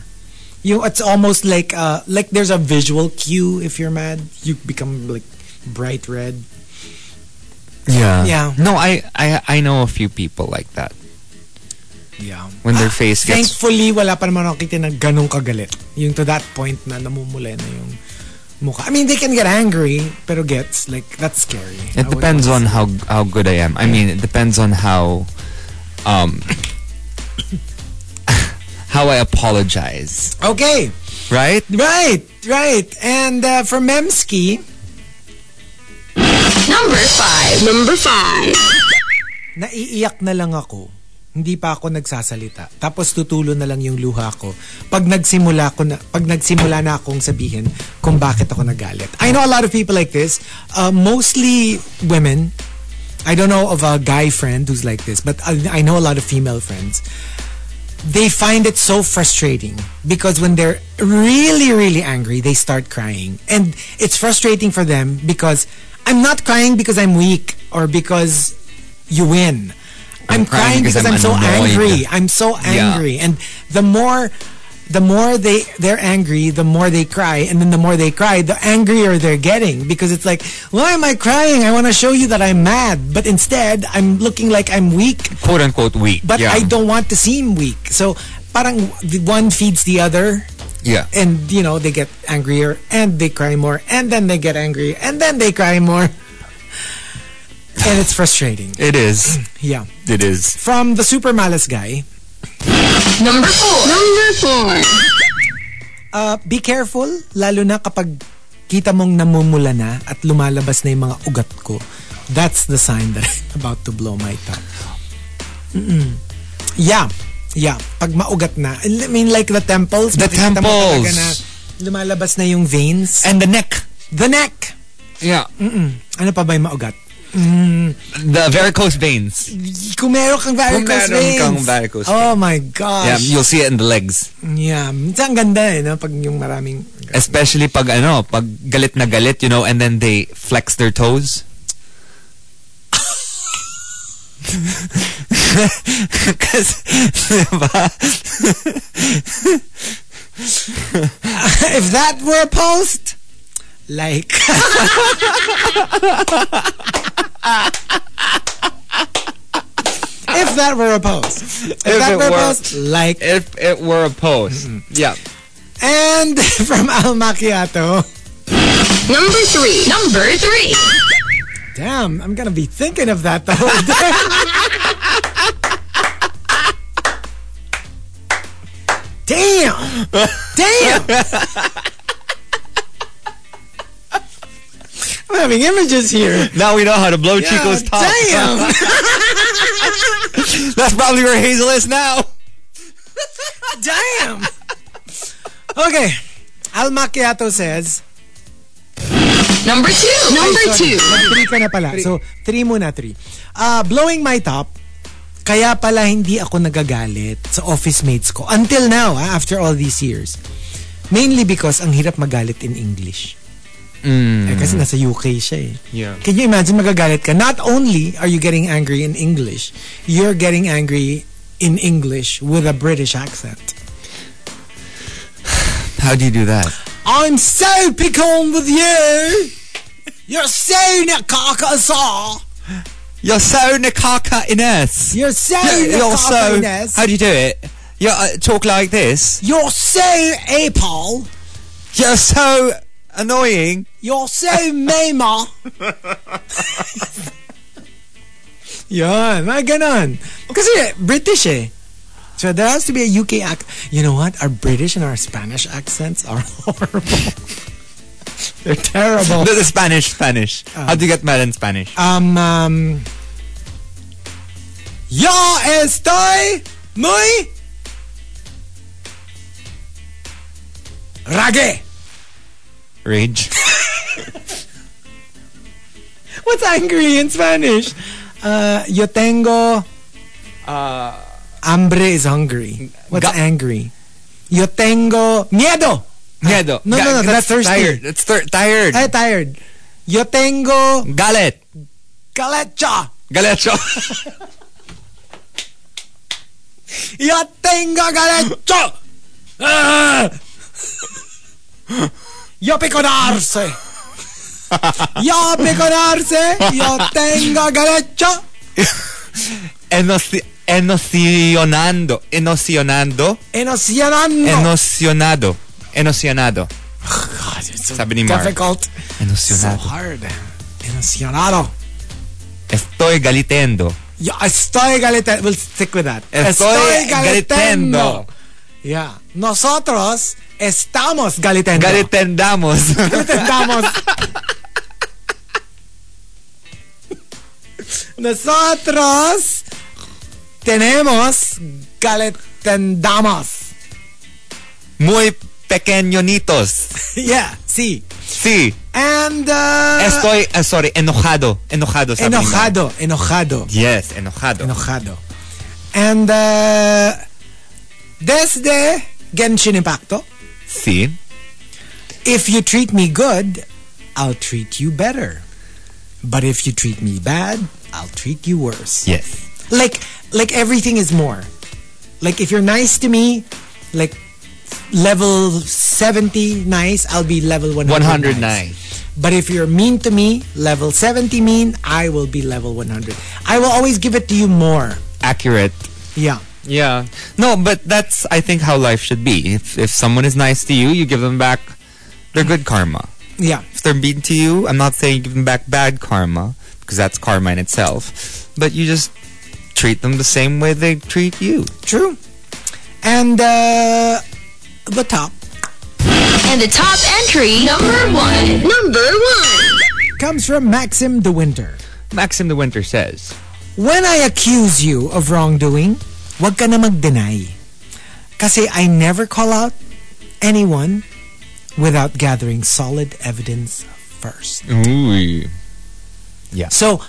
Speaker 3: Yung, it's almost like, uh, like there's a visual cue if you're mad. You become like bright red.
Speaker 4: yeah
Speaker 3: Yeah.
Speaker 4: no i i, I know a few people like that
Speaker 3: Yeah. Ah,
Speaker 4: when their face gets
Speaker 3: Thankfully, wala pa naman nakita na ganong kagalit. Yung to that point na namumula na yung mukha. I mean, they can get angry, pero gets, like, that's scary. I
Speaker 4: it
Speaker 3: would-
Speaker 4: depends on how how good i am i mean it depends on how um [coughs] how i apologize
Speaker 3: Okay.
Speaker 4: right
Speaker 3: Right, right. And uh, for Memski,
Speaker 2: Number five. Number five.
Speaker 3: naiiyak na lang ako. Hindi pa ako nagsasalita. Tapos tutulo na lang yung luha ko. Pag nagsimula ko na, pag nagsimula na akong sabihin kung bakit ako nagalit. I know a lot of people like this. Uh, mostly women. I don't know of a guy friend who's like this, but I, I know a lot of female friends. They find it so frustrating because when they're really, really angry, they start crying. And it's frustrating for them because I'm not crying because I'm weak or because you win. I'm, crying, because I'm, so
Speaker 4: annoyed.
Speaker 3: angry. I'm so angry. And the more the more they they're angry, the more they cry, and then the more they cry, the angrier they're getting because it's like, why am I crying? I want to show you that I'm mad, but instead I'm looking like I'm weak,
Speaker 4: quote unquote weak
Speaker 3: but
Speaker 4: yeah.
Speaker 3: I don't want to seem weak. So parang the one feeds the other [coughs]
Speaker 4: yeah
Speaker 3: and you know they get angrier and they cry more and then they get angry and then they cry more. [laughs] And it's frustrating.
Speaker 4: it is
Speaker 3: Yeah.
Speaker 4: it is
Speaker 3: From the super malice guy,
Speaker 2: Number four. Number four.
Speaker 3: uh, be careful, lalo na kapag kita mong namumula na at lumalabas na yung mga ugat ko. [laughs] That's the sign that I'm about to blow my top. Mm-mm. Yeah. Yeah, pag maugat na. I mean, like the temples.
Speaker 4: The
Speaker 3: makikita mo talaga
Speaker 4: temples.
Speaker 3: Na lumalabas na yung veins.
Speaker 4: And the neck.
Speaker 3: the neck.
Speaker 4: Yeah.
Speaker 3: Ano pa ba yung maugat?
Speaker 4: The varicose veins.
Speaker 3: Kung meron kang varicose
Speaker 4: Kung meron
Speaker 3: veins.
Speaker 4: kang varicose
Speaker 3: Oh my
Speaker 4: Yeah,
Speaker 3: gosh.
Speaker 4: you'll see it in the legs.
Speaker 3: Yeah. Minsan ang ganda eh, no? Pag yung maraming...
Speaker 4: Especially pag ano, pag galit na galit, you know, and then they flex their toes. Kasi, diba?
Speaker 3: If that were a post, like... If that were a post. If,
Speaker 4: If
Speaker 3: that
Speaker 4: it
Speaker 3: were a
Speaker 4: were-
Speaker 3: post, like...
Speaker 4: If it were a pose. Yeah.
Speaker 3: And [laughs] from Al Macchiato.
Speaker 2: Number three. Number three.
Speaker 3: Damn, I'm gonna be thinking of that the whole day. [laughs] Damn! Damn! I'm having images here.
Speaker 4: Now we know how to blow Chico's top.
Speaker 3: Damn!
Speaker 4: [laughs]
Speaker 3: [laughs]
Speaker 4: That's probably where Hazel is now.
Speaker 3: Damn! Okay. Al Macchiato says,
Speaker 2: Number two. Number two.
Speaker 3: three ka na pala. So, three muna, three. Uh, blowing my top, kaya pala hindi ako nagagalit sa office mates ko. Until now, ah, after all these years. Mainly because ang hirap magalit in English.
Speaker 4: Mm.
Speaker 2: Mm.
Speaker 3: Eh, kasi nasa UK siya eh.
Speaker 4: Yeah.
Speaker 3: Can you imagine magagalit ka? Not only are you getting angry in English, you're getting angry in English with a British accent.
Speaker 4: How do you do that?
Speaker 3: I'm so pickled with you! You're so nakakasa!
Speaker 4: You're so nakaka Ines.
Speaker 3: [laughs] You're so
Speaker 4: You're so.
Speaker 3: nakakainess.
Speaker 4: How do you do it? You uh, talk like this.
Speaker 3: You're so apal.
Speaker 4: You're so annoying.
Speaker 3: You're [laughs] so mema. Yan, mga ganon. Kasi British eh. So there has to be a UK accent. You know what? Our British and our Spanish accents are [laughs] horrible. They're terrible.
Speaker 4: The, the Spanish, Spanish. How do you get mad in Spanish?
Speaker 3: Um, um, Yo estoy muy rague.
Speaker 4: Rage.
Speaker 3: What's angry in Spanish? Uh, yo tengo. Uh, hambre is hungry. What's
Speaker 4: Ga-
Speaker 3: angry? Yo tengo miedo.
Speaker 4: Miedo.
Speaker 3: no, no, no, that's thirsty.
Speaker 4: Tired. That's thir- tired.
Speaker 3: I'm tired. Yo tengo
Speaker 4: Galit.
Speaker 3: galecha.
Speaker 4: [laughs] Galecho.
Speaker 3: Yo tengo galecha. Ah! Yo piconarse. Yo piconarse. Yo tengo galecha.
Speaker 4: Enoci- enocionando. Enocionando.
Speaker 3: Enocionando.
Speaker 4: Enocionado. Enocionado. Ah,
Speaker 3: God, it's so
Speaker 4: Sabi ni Mark.
Speaker 3: difficult. So
Speaker 4: Enocionado.
Speaker 3: hard. Enocionado.
Speaker 4: Estoy galitendo.
Speaker 3: Yeah, estoy galete- We'll stick with that. Yeah. Nosotros estamos galetendo.
Speaker 4: [laughs] Galitendamos.
Speaker 3: Galetendamos. Nosotros tenemos galetendamos. [laughs]
Speaker 4: Muy pequeñonitos.
Speaker 3: Yeah, sí.
Speaker 4: Sí.
Speaker 3: And, uh,
Speaker 4: Estoy, ah, sorry, enojado. Enojado. sabi ni Mark.
Speaker 3: enojado, enojado.
Speaker 4: Yes, enojado.
Speaker 3: enojado. And uh, desde Genshin Impacto,
Speaker 4: sí.
Speaker 3: if you treat me good, I'll treat you better. But if you treat me bad, I'll treat you worse.
Speaker 4: Yes.
Speaker 3: Like like everything is more. Like if you're nice to me, like level 70 nice, I'll be level 100.
Speaker 4: 100
Speaker 3: nice. But if you're mean to me, level 70 mean, I will be level 100. I will always give it to you more.
Speaker 4: Accurate.
Speaker 3: Yeah.
Speaker 4: Yeah. No, but that's I think how life should be. If if someone is nice to you, you give them back their good karma.
Speaker 3: Yeah.
Speaker 4: If they're mean to you, I'm not saying give them back bad karma because that's karma in itself, but you just treat them the same way they treat you.
Speaker 3: True. And uh, the top
Speaker 2: And the top entry. Number one. Number one.
Speaker 3: comes from Maxim the Winter.
Speaker 4: Maxim the Winter says,
Speaker 3: When I accuse you of wrongdoing, Huwag ka na mag-deny. Kasi I never call out anyone without gathering solid evidence first.
Speaker 4: Ooh.
Speaker 3: So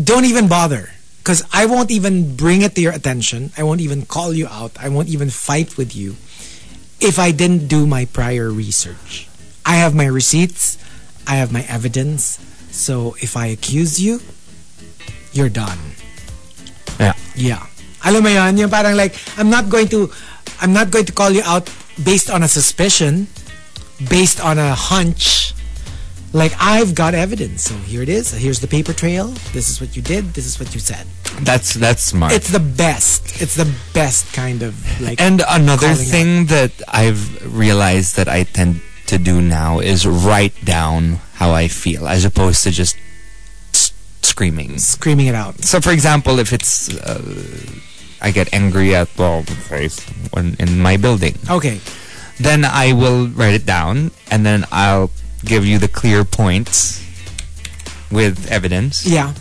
Speaker 3: don't even bother. Because I won't even bring it to your attention. I won't even call you out. I won't even fight with you if I didn't do my prior research. I have my receipts, I have my evidence. So if I accuse you, you're done.
Speaker 4: Yeah.
Speaker 3: Yeah. Alam mo yun, yung parang like, I'm not going to, I'm not going to call you out based on a suspicion, based on a hunch. Like, I've got evidence. So here it is. Here's the paper trail. This is what you did. This is what you said.
Speaker 4: That's that's smart.
Speaker 3: It's the best. It's the best kind of like.
Speaker 4: And another
Speaker 3: calling out.
Speaker 4: thing that I've realized that I tend to do now is write down how I feel as opposed to just s- screaming.
Speaker 3: Screaming it out.
Speaker 4: So, for example, if it's uh, I get angry at well, face when in my building,
Speaker 3: Okay.
Speaker 4: then I will write it down and then I'll give you the clear points with evidence.
Speaker 3: Yeah.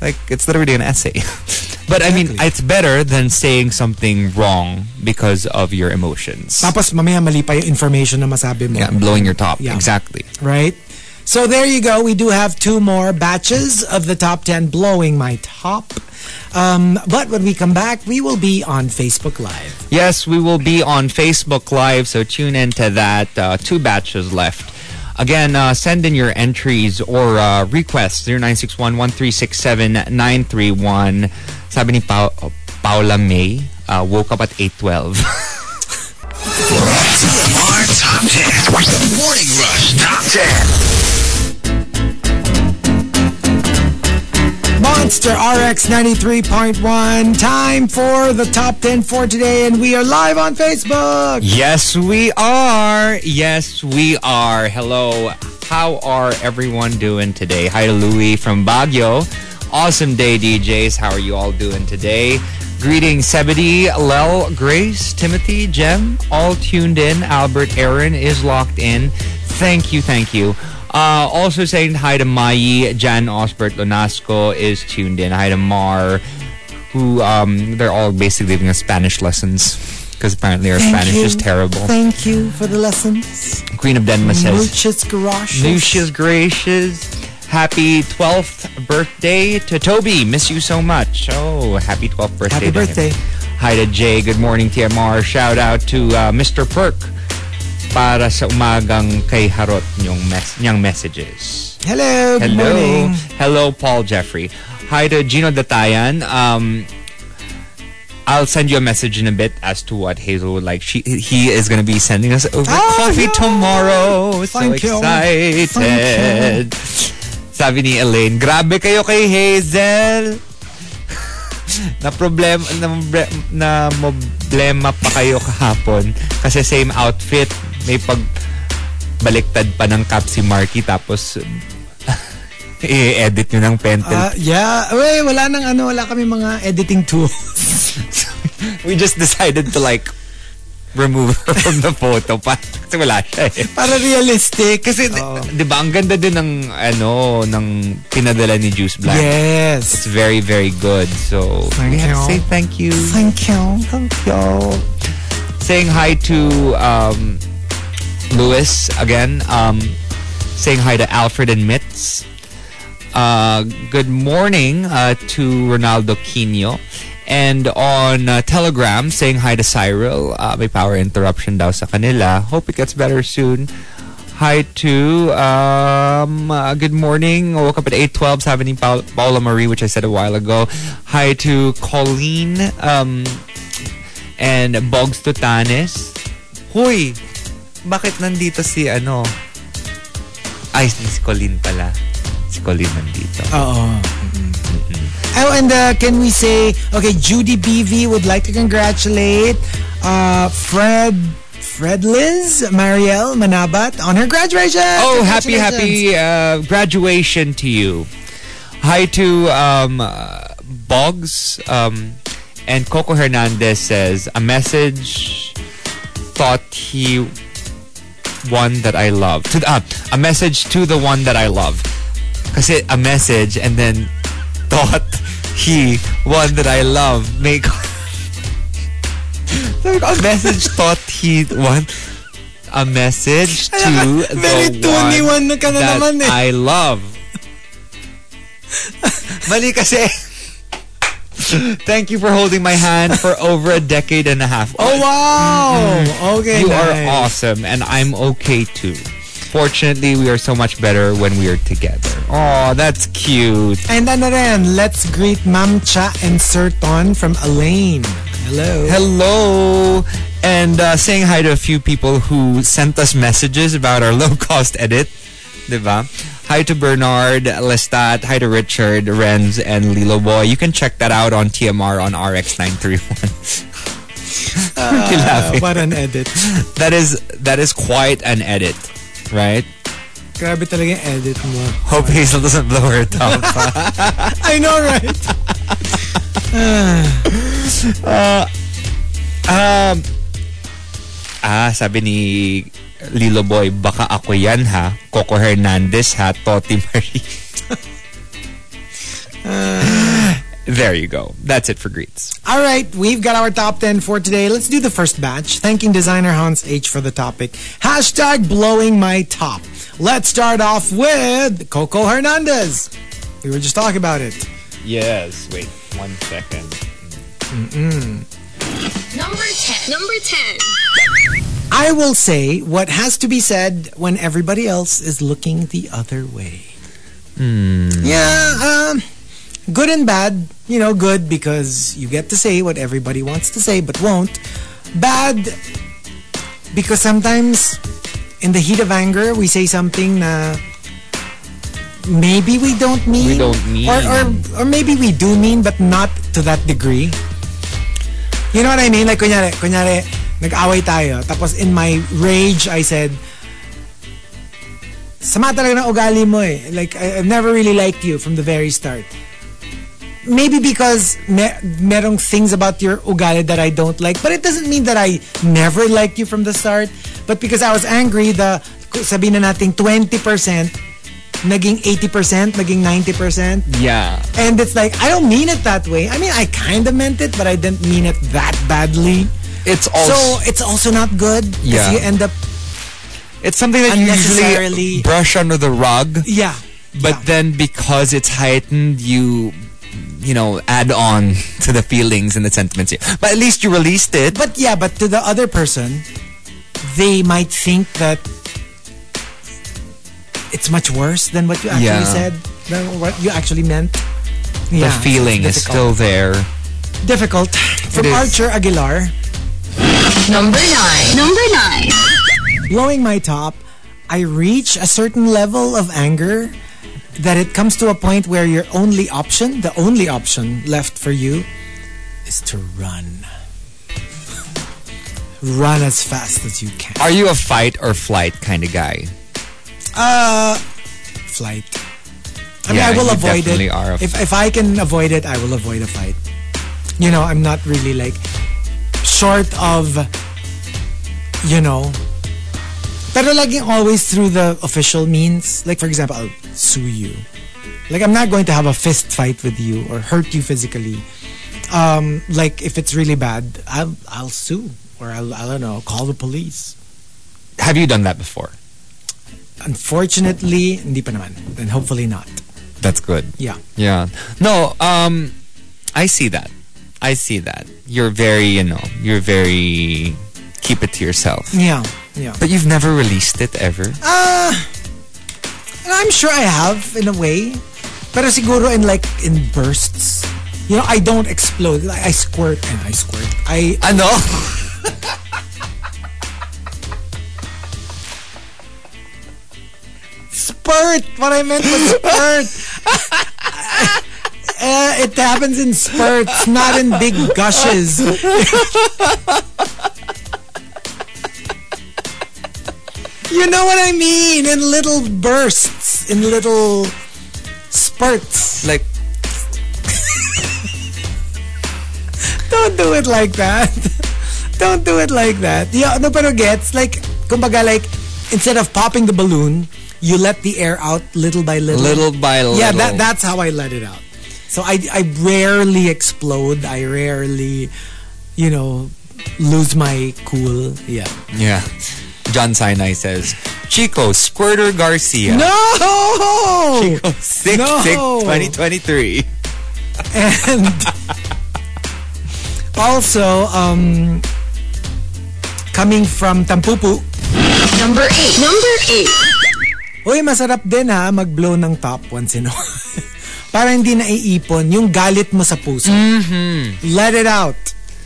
Speaker 4: Like it's literally an essay. [laughs] But I mean,
Speaker 3: Exactly.
Speaker 4: it's better than saying something wrong because of your emotions.
Speaker 3: Tapos mamaya mali pa yung information na masabi mo.
Speaker 4: Yeah, blowing your top.
Speaker 3: Yeah.
Speaker 4: Exactly.
Speaker 3: right? So there you go. We do have two more batches of the top 10 blowing my top. Um, but when we come back, we will be on Facebook Live.
Speaker 4: Yes, we will be on Facebook Live, so tune in to that. Uh, two batches left. Again, uh, send in your entries or uh, requests 0961-1367-931. Sabi ni Pao- Paula May, uh, woke up at 8.12.
Speaker 5: TMR Top 10. Morning Rush Top 10.
Speaker 3: Monster RX 93.1. Time for the top 10 for today, and we are live on Facebook.
Speaker 4: yes, we are. Yes, we are. Hello. How are everyone doing today? Hi to Louie from Baguio. Awesome day, DJs. How are you all doing today? Greetings, Sebedee, Lel, Grace, Timothy, Jem, all tuned in. Albert Aaron is locked in. Thank you, thank you. Uh, also saying hi to Mai, Jan Osbert Lonasco is tuned in. Hi to Mar, who um, they're all basically giving us Spanish lessons because apparently our Spanish
Speaker 3: you.
Speaker 4: is terrible.
Speaker 3: Thank you for the lessons.
Speaker 4: Queen of Denma says,
Speaker 3: Lucius Garage.
Speaker 4: Lucius Gracious, happy 12th birthday to Toby. Miss you so much. Oh, happy 12th birthday.
Speaker 3: Happy
Speaker 4: to him.
Speaker 3: birthday.
Speaker 4: Hi to Jay. Good morning, TMR. Shout out to uh, Mr. Perk para sa umagang kay Harot niyong, mes- niyang messages.
Speaker 3: Hello. Good
Speaker 4: Hello.
Speaker 3: morning.
Speaker 4: Hello, Paul Jeffrey. Hi to Gino Datayan. Um, I'll send you a message in a bit as to what Hazel would like. She he is going to be sending us over
Speaker 3: Oh,
Speaker 4: coffee
Speaker 3: yeah.
Speaker 4: tomorrow.
Speaker 3: Thank you.
Speaker 4: so excited. Sabi ni Elaine, grabe kayo kay Hazel. na problem na, mbre- na problema pa kayo kahapon kasi same outfit may pag baliktad pa ng cap si Marky tapos [laughs] i-edit nyo ng pentel.
Speaker 3: Uh, yeah. Uy, wala nang ano, wala kami mga editing tools.
Speaker 4: we just decided to like remove [laughs] her from the photo pa. Kasi wala siya eh.
Speaker 3: [laughs] Para realistic.
Speaker 4: Kasi,
Speaker 3: Oo.
Speaker 4: di ba, ang ganda din ng, ano, ng pinadala ni Juice Black.
Speaker 3: Yes.
Speaker 4: It's very, very good. So,
Speaker 3: Thank
Speaker 4: we have to
Speaker 3: you.
Speaker 4: say thank you.
Speaker 3: Thank you. Thank you.
Speaker 4: saying hi to um, Lewis again. Um, saying hi to Alfred and Mitz. Uh, good morning uh, to Ronaldo Quino. And on uh, Telegram, saying hi to Cyril. Uh, may power interruption daw sa kanila. Hope it gets better soon. Hi to, um, uh, good morning. I woke up at 8.12, sabi ni Paul- Paula Marie, which I said a while ago. Hi to Colleen, um, and Bogs Tutanes. Huy! Bakit nandito si ano? Ay, si Colleen pala. Si Colleen nandito.
Speaker 3: Uh-oh. Oh, and uh, can we say, okay, Judy BV would like to congratulate uh, Fred, Fred Liz, Marielle Manabat on her graduation.
Speaker 4: Oh, happy,
Speaker 3: Congratulations.
Speaker 4: happy uh, graduation to you. Hi to um, uh, Boggs. Um, and Coco Hernandez says, a message thought he one that I love. To the, ah, a message to the one that I love. Kasi a [laughs] message and then thought he one that I love. May Sabi ko, a message thought he want a
Speaker 3: [laughs]
Speaker 4: message to
Speaker 3: Alam ka, very
Speaker 4: the one
Speaker 3: 2-in-1 na ka na
Speaker 4: that
Speaker 3: naman eh. [laughs]
Speaker 4: I love. Mali kasi. Thank you for holding my hand for over a decade and a half.
Speaker 3: Oh, wow! Okay,
Speaker 4: Mm-hmm. You
Speaker 3: nice.
Speaker 4: are awesome, and I'm okay too. Fortunately, we are so much better when we are together. Oh, that's cute.
Speaker 3: And ano rin, let's greet Ma'am Cha and Sir Ton from Elaine. Hello.
Speaker 4: Hello, and uh, saying hi to a few people who sent us messages about our [laughs] low cost edit, diba? Hi to Bernard Lestat, hi to Richard Renz and Lilo Boy. You can check that out on TMR on RX nine three one. [laughs]
Speaker 3: Uh, what an edit.
Speaker 4: That is that is quite an edit, right?
Speaker 3: Grabe talaga yung edit mo.
Speaker 4: Hope [laughs] Hazel doesn't blow her top.
Speaker 3: I know, right?
Speaker 4: Um, ah, sabi ni Lilo Boy, baka ako yan ha. Coco Hernandez ha, Toti Marie. [laughs] there you go. That's it for greets.
Speaker 3: All right, we've got our top 10 for today. Let's do the first batch. Thanking designer Hans H for the topic. Hashtag blowing my top. Let's start off with Coco Hernandez. We were just talking about it.
Speaker 4: Yes, wait one second.
Speaker 2: Number 10. Number 10.
Speaker 3: I will say what has to be said when everybody else is looking the other way. Yeah, um, good and bad. You know, good because you get to say what everybody wants to say but won't. Bad because sometimes in the heat of anger we say something na maybe we don't mean.
Speaker 4: We don't mean.
Speaker 3: Or, or, or maybe we do mean but not to that degree. You know what I mean? Like, kunyari, kunyari, nag-away tayo. Tapos, in my rage, I said, sama talaga ng ugali mo eh. Like, I, I've never really liked you from the very start. Maybe because me merong things about your ugali that I don't like. But it doesn't mean that I never liked you from the start. But because I was angry, the, sabihin na nating 20%, naging 80%, naging 90%.
Speaker 4: Yeah.
Speaker 3: And it's like, I don't mean it that way. I mean, I kind of meant it, but I didn't mean it that badly.
Speaker 4: It's
Speaker 3: so
Speaker 4: also
Speaker 3: it's also not good because
Speaker 4: Yeah.
Speaker 3: you end up,
Speaker 4: it's something that you usually
Speaker 3: unnecessarily-
Speaker 4: brush under the rug,
Speaker 3: yeah.
Speaker 4: but
Speaker 3: yeah.
Speaker 4: then because it's heightened, you you know add on [laughs] to the feelings and the sentiments. here. But at least you released it.
Speaker 3: but yeah, but to the other person, they might think that it's much worse than what you actually
Speaker 4: Yeah.
Speaker 3: said, than what you actually meant. Yeah,
Speaker 4: the feeling is
Speaker 3: difficult.
Speaker 4: still there.
Speaker 3: difficult. From
Speaker 4: is.
Speaker 3: Archer Aguilar.
Speaker 2: Number 9. Number 9.
Speaker 3: blowing my top, I reach a certain level of anger that it comes to a point where your only option, the only option left for you, is to run. run as fast as you can.
Speaker 4: Are you a fight or flight kind of guy?
Speaker 3: Flight. I mean,
Speaker 4: Yeah,
Speaker 3: I will
Speaker 4: you
Speaker 3: avoid it.
Speaker 4: definitely are a-
Speaker 3: If, if I can avoid it, I will avoid a fight. You know, I'm not really like short of, you know. Pero laging always through the official means. Like, for example, I'll sue you. Like, I'm not going to have a fist fight with you or hurt you physically. Um, like, if it's really bad, I'll, I'll sue. Or I'll, I don't know, call the police.
Speaker 4: Have you done that before?
Speaker 3: Unfortunately, hindi pa naman. And hopefully not.
Speaker 4: That's good.
Speaker 3: Yeah.
Speaker 4: Yeah. No, um I see that. I see that. You're very, you know, you're very keep it to yourself.
Speaker 3: Yeah. Yeah.
Speaker 4: But you've never released it ever.
Speaker 3: Uh, I'm sure I have in a way. Pero siguro in like in bursts. You know, I don't explode. Like, I squirt and I squirt. I
Speaker 4: I know. [laughs]
Speaker 3: spurt. What I meant was spurt. [laughs] Uh, it happens in spurts, not in big gushes. [laughs] you know what I mean? In little bursts, in little spurts.
Speaker 4: Like
Speaker 3: Don't do it like that. [laughs] Don't do it like that. Yeah, no, pero gets like, kumbaga like, instead of popping the balloon, you let the air out little by little.
Speaker 4: little by little.
Speaker 3: Yeah, that that's how I let it out. So I I rarely explode. I rarely, you know, lose my cool. Yeah.
Speaker 4: Yeah. John Sinai says, Chico Squirter Garcia.
Speaker 3: [laughs] No!
Speaker 4: Chico 6
Speaker 3: No!
Speaker 4: 6 2023.
Speaker 3: and also um coming from Tampupu
Speaker 2: Number eight. Number eight.
Speaker 3: Uy, masarap din ha, mag-blow ng top once in a [laughs] while. Para hindi naiipon yung galit mo sa puso. Let it out.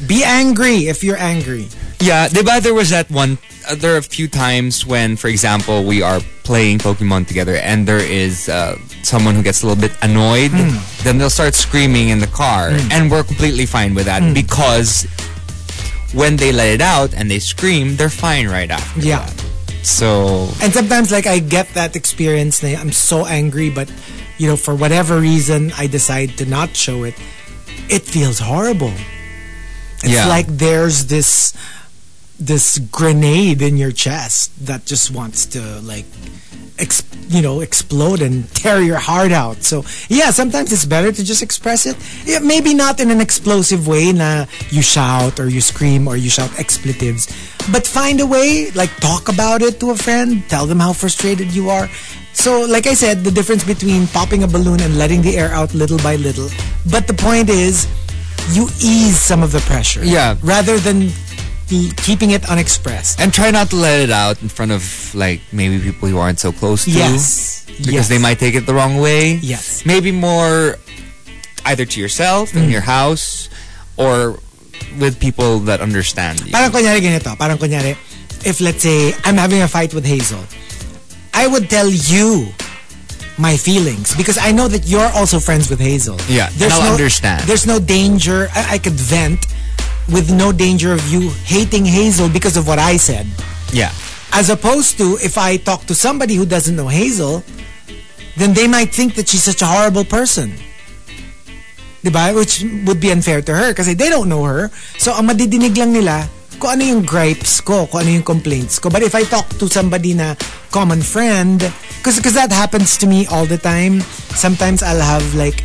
Speaker 3: Be angry if you're angry.
Speaker 4: Yeah, diba there was that one, uh, there are a few times when, for example, we are playing Pokemon together and there is uh, someone who gets a little bit annoyed, then they'll start screaming in the car. And we're completely fine with that because when they let it out and they scream, they're fine right after.
Speaker 3: Yeah.
Speaker 4: So,
Speaker 3: And sometimes like I get that experience na I'm so angry but you know for whatever reason I decide to not show it. It feels horrible. It's
Speaker 4: yeah.
Speaker 3: like there's this this grenade in your chest that just wants to like ex- you know explode and [laughs] tear your heart out. So yeah, sometimes it's better to just express it. Yeah, maybe not in an explosive way na you shout or you scream or you shout expletives, but find a way like talk about it to a friend, tell them how frustrated you are. So like I said, the difference between popping a balloon and letting the air out little by little. But the point is you ease some of the pressure.
Speaker 4: Yeah.
Speaker 3: Rather than the- keeping it unexpressed.
Speaker 4: And try not to let it out in front of like maybe people you aren't so close to.
Speaker 3: Yes.
Speaker 4: Because
Speaker 3: Yes.
Speaker 4: they might take it the wrong way.
Speaker 3: Yes. Mm.
Speaker 4: Maybe more either to yourself in your house or with people that understand you.
Speaker 3: Parang kunyari ganito. Parang kunyari, if let's say, I'm having a fight with Hazel, I would tell you my feelings because I know that you're also friends with Hazel.
Speaker 4: Yeah, and I'll understand.
Speaker 3: There's no danger. I, I could vent with no danger of you hating Hazel because of what I said.
Speaker 4: Yeah.
Speaker 3: As opposed to if I talk to somebody who doesn't know Hazel, then they might think that she's such a horrible person. Diba? Which would be unfair to her kasi they don't know her. So, ang madidinig lang nila, kung ano yung gripes ko, kung ano yung complaints ko. But if I talk to somebody na common friend, because that happens to me all the time. Sometimes I'll have like,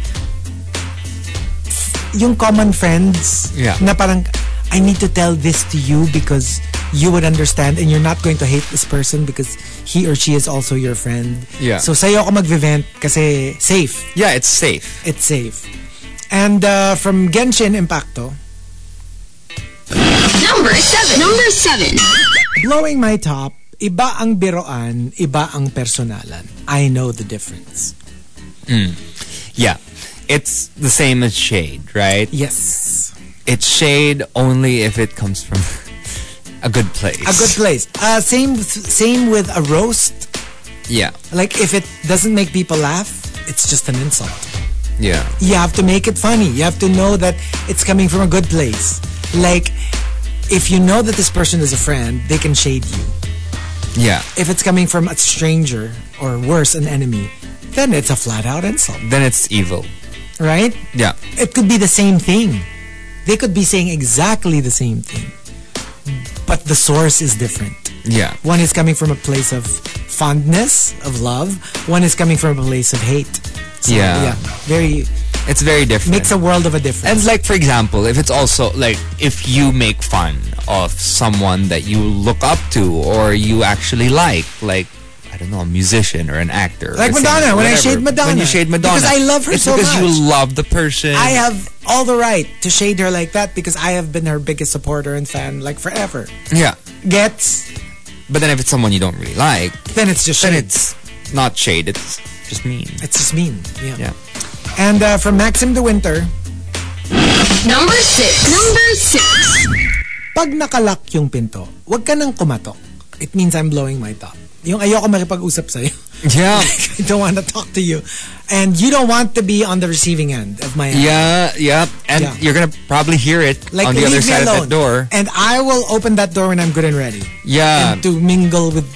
Speaker 3: yung common friends
Speaker 4: Yeah.
Speaker 3: na parang, I need to tell this to you because you would understand and you're not going to hate this person because he or she is also your friend.
Speaker 4: Yeah.
Speaker 3: So sa'yo ako mag-vent kasi safe
Speaker 4: Yeah, it's safe.
Speaker 3: it's safe. And uh, from Genshin Impacto,
Speaker 2: Number seven. Number seven.
Speaker 3: blowing my top, iba ang biroan, iba ang personalan. I know the difference.
Speaker 4: Yeah. It's the same as shade, right?
Speaker 3: Yes.
Speaker 4: It's shade only if it comes from [laughs] a good place.
Speaker 3: A good place. Uh, same same with a roast.
Speaker 4: Yeah.
Speaker 3: Like if it doesn't make people laugh, it's just an insult.
Speaker 4: Yeah.
Speaker 3: you have to make it funny. You have to know that it's coming from a good place. Like, if you know that this person is a friend, they can shade you.
Speaker 4: Yeah.
Speaker 3: If it's coming from a stranger or worse, an enemy, then it's a flat out insult,
Speaker 4: Then it's evil.
Speaker 3: right?
Speaker 4: Yeah.
Speaker 3: It could be the same thing. They could be saying exactly the same thing, but the source is different.
Speaker 4: Yeah.
Speaker 3: One is coming from a place of fondness, of love, one is coming from a place of hate. So,
Speaker 4: Yeah.
Speaker 3: Very,
Speaker 4: It's very different.
Speaker 3: makes a world of a difference.
Speaker 4: And like for example, if it's also like if you make fun of someone that you look up to or you actually like, like I don't know, a musician or an actor, or
Speaker 3: Like
Speaker 4: a singer,
Speaker 3: Madonna, when I
Speaker 4: whatever.
Speaker 3: shade Madonna.
Speaker 4: when you shade Madonna,
Speaker 3: Because I love her
Speaker 4: it's
Speaker 3: so
Speaker 4: because
Speaker 3: much.
Speaker 4: you love the person.
Speaker 3: I have all the right to shade her like that because I have been her biggest supporter and fan like forever.
Speaker 4: yeah.
Speaker 3: Gets?
Speaker 4: But then if it's someone you don't really like,
Speaker 3: Then it's just
Speaker 4: then
Speaker 3: shade.
Speaker 4: it's not shade. It's just mean.
Speaker 3: It's just mean. Yeah.
Speaker 4: Yeah.
Speaker 3: And uh, from Maxim de Winter,
Speaker 2: Number six. Number six.
Speaker 3: pag nakalock yung pinto, huwag ka nang kumatok. It means I'm blowing my top. Yung ayoko makipag-usap sa'yo. [laughs]
Speaker 4: Yeah.
Speaker 3: I don't want to talk to you. And you don't want to be on the receiving end of my
Speaker 4: [laughs] Yeah, yeah, and
Speaker 3: Yeah.
Speaker 4: you're gonna probably hear it
Speaker 3: Like,
Speaker 4: on the other
Speaker 3: leave me
Speaker 4: side
Speaker 3: alone.
Speaker 4: of that door. Ah.
Speaker 3: And I will open that door when I'm good and ready.
Speaker 4: Yeah,
Speaker 3: and to mingle with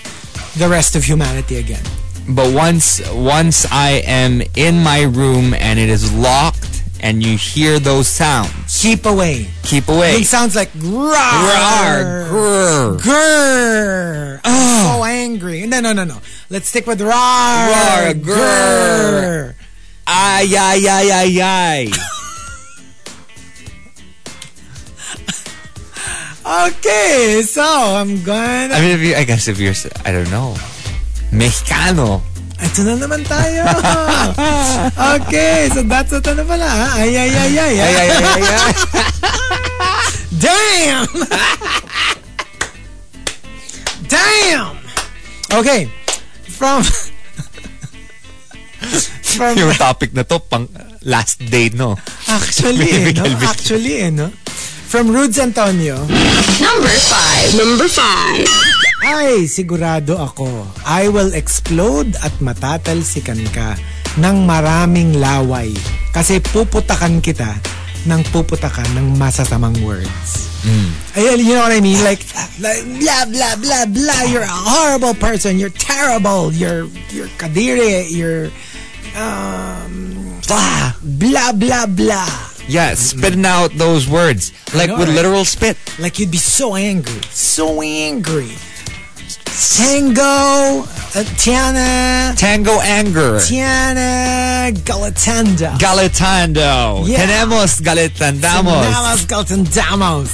Speaker 3: the rest of humanity again.
Speaker 4: but once once I am in my room and it is locked and you hear those sounds,
Speaker 3: Keep away.
Speaker 4: keep away.
Speaker 3: It sounds like
Speaker 4: Rawr,
Speaker 3: rawr,
Speaker 4: grr.
Speaker 3: grr. Oh, so angry. No, no, no, no. Let's stick with rawr,
Speaker 4: Rawr,
Speaker 3: grr.
Speaker 4: grr. Ay, ay, ay, ay, ay.
Speaker 3: Okay, so I'm gonna...
Speaker 4: [laughs] I mean, if you, I guess if you're, s- I don't know, Mexicano.
Speaker 3: Ito na naman [laughs] tayo. okay, so that's it na pala. ha? Ay, ay, ay, ay, ay.
Speaker 4: Yeah, yeah, yeah, yeah.
Speaker 3: [laughs] Damn! Damn! Okay, from... [laughs] from...
Speaker 4: [laughs] Yung topic na to, pang last day, no?
Speaker 3: Actually, eh, no?
Speaker 4: Miguel Vic-
Speaker 3: Actually, eh, no? From Rudes Antonio.
Speaker 2: Number five. Number five.
Speaker 3: Ay, sigurado ako. I will explode at matatalsikan ka ng maraming laway. Kasi puputakan kita ng puputakan ng masasamang words. Ay, you know what I mean? Like, like, blah, blah, blah, blah. You're a horrible person. You're terrible. You're, you're kadiri. You're, um, blah, blah, blah, blah.
Speaker 4: Yeah, spitting out those words. Like
Speaker 3: know,
Speaker 4: with
Speaker 3: right?
Speaker 4: literal spit.
Speaker 3: Like you'd be so angry, so angry. Tango, uh, Tiana,
Speaker 4: Tango anger.
Speaker 3: Tiana, Galatanda.
Speaker 4: Galatando.
Speaker 3: Yeah.
Speaker 4: Tenemos galatandamos.
Speaker 3: Damos, Galatandamos.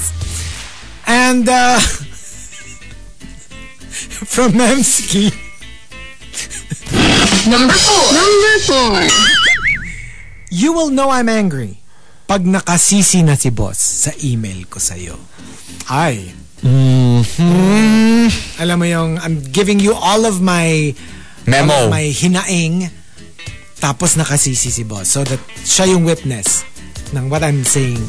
Speaker 3: And uh, [laughs] from Memski,
Speaker 2: Number four. Number four.
Speaker 3: you will know I'm angry pag nakasisi na si boss sa email ko sa'yo. Ay. Mm-hmm. Alam mo yung, I'm giving you all of my
Speaker 4: Memo.
Speaker 3: May hinaing. Tapos nakasisi si boss. So that siya yung witness ng what I'm saying.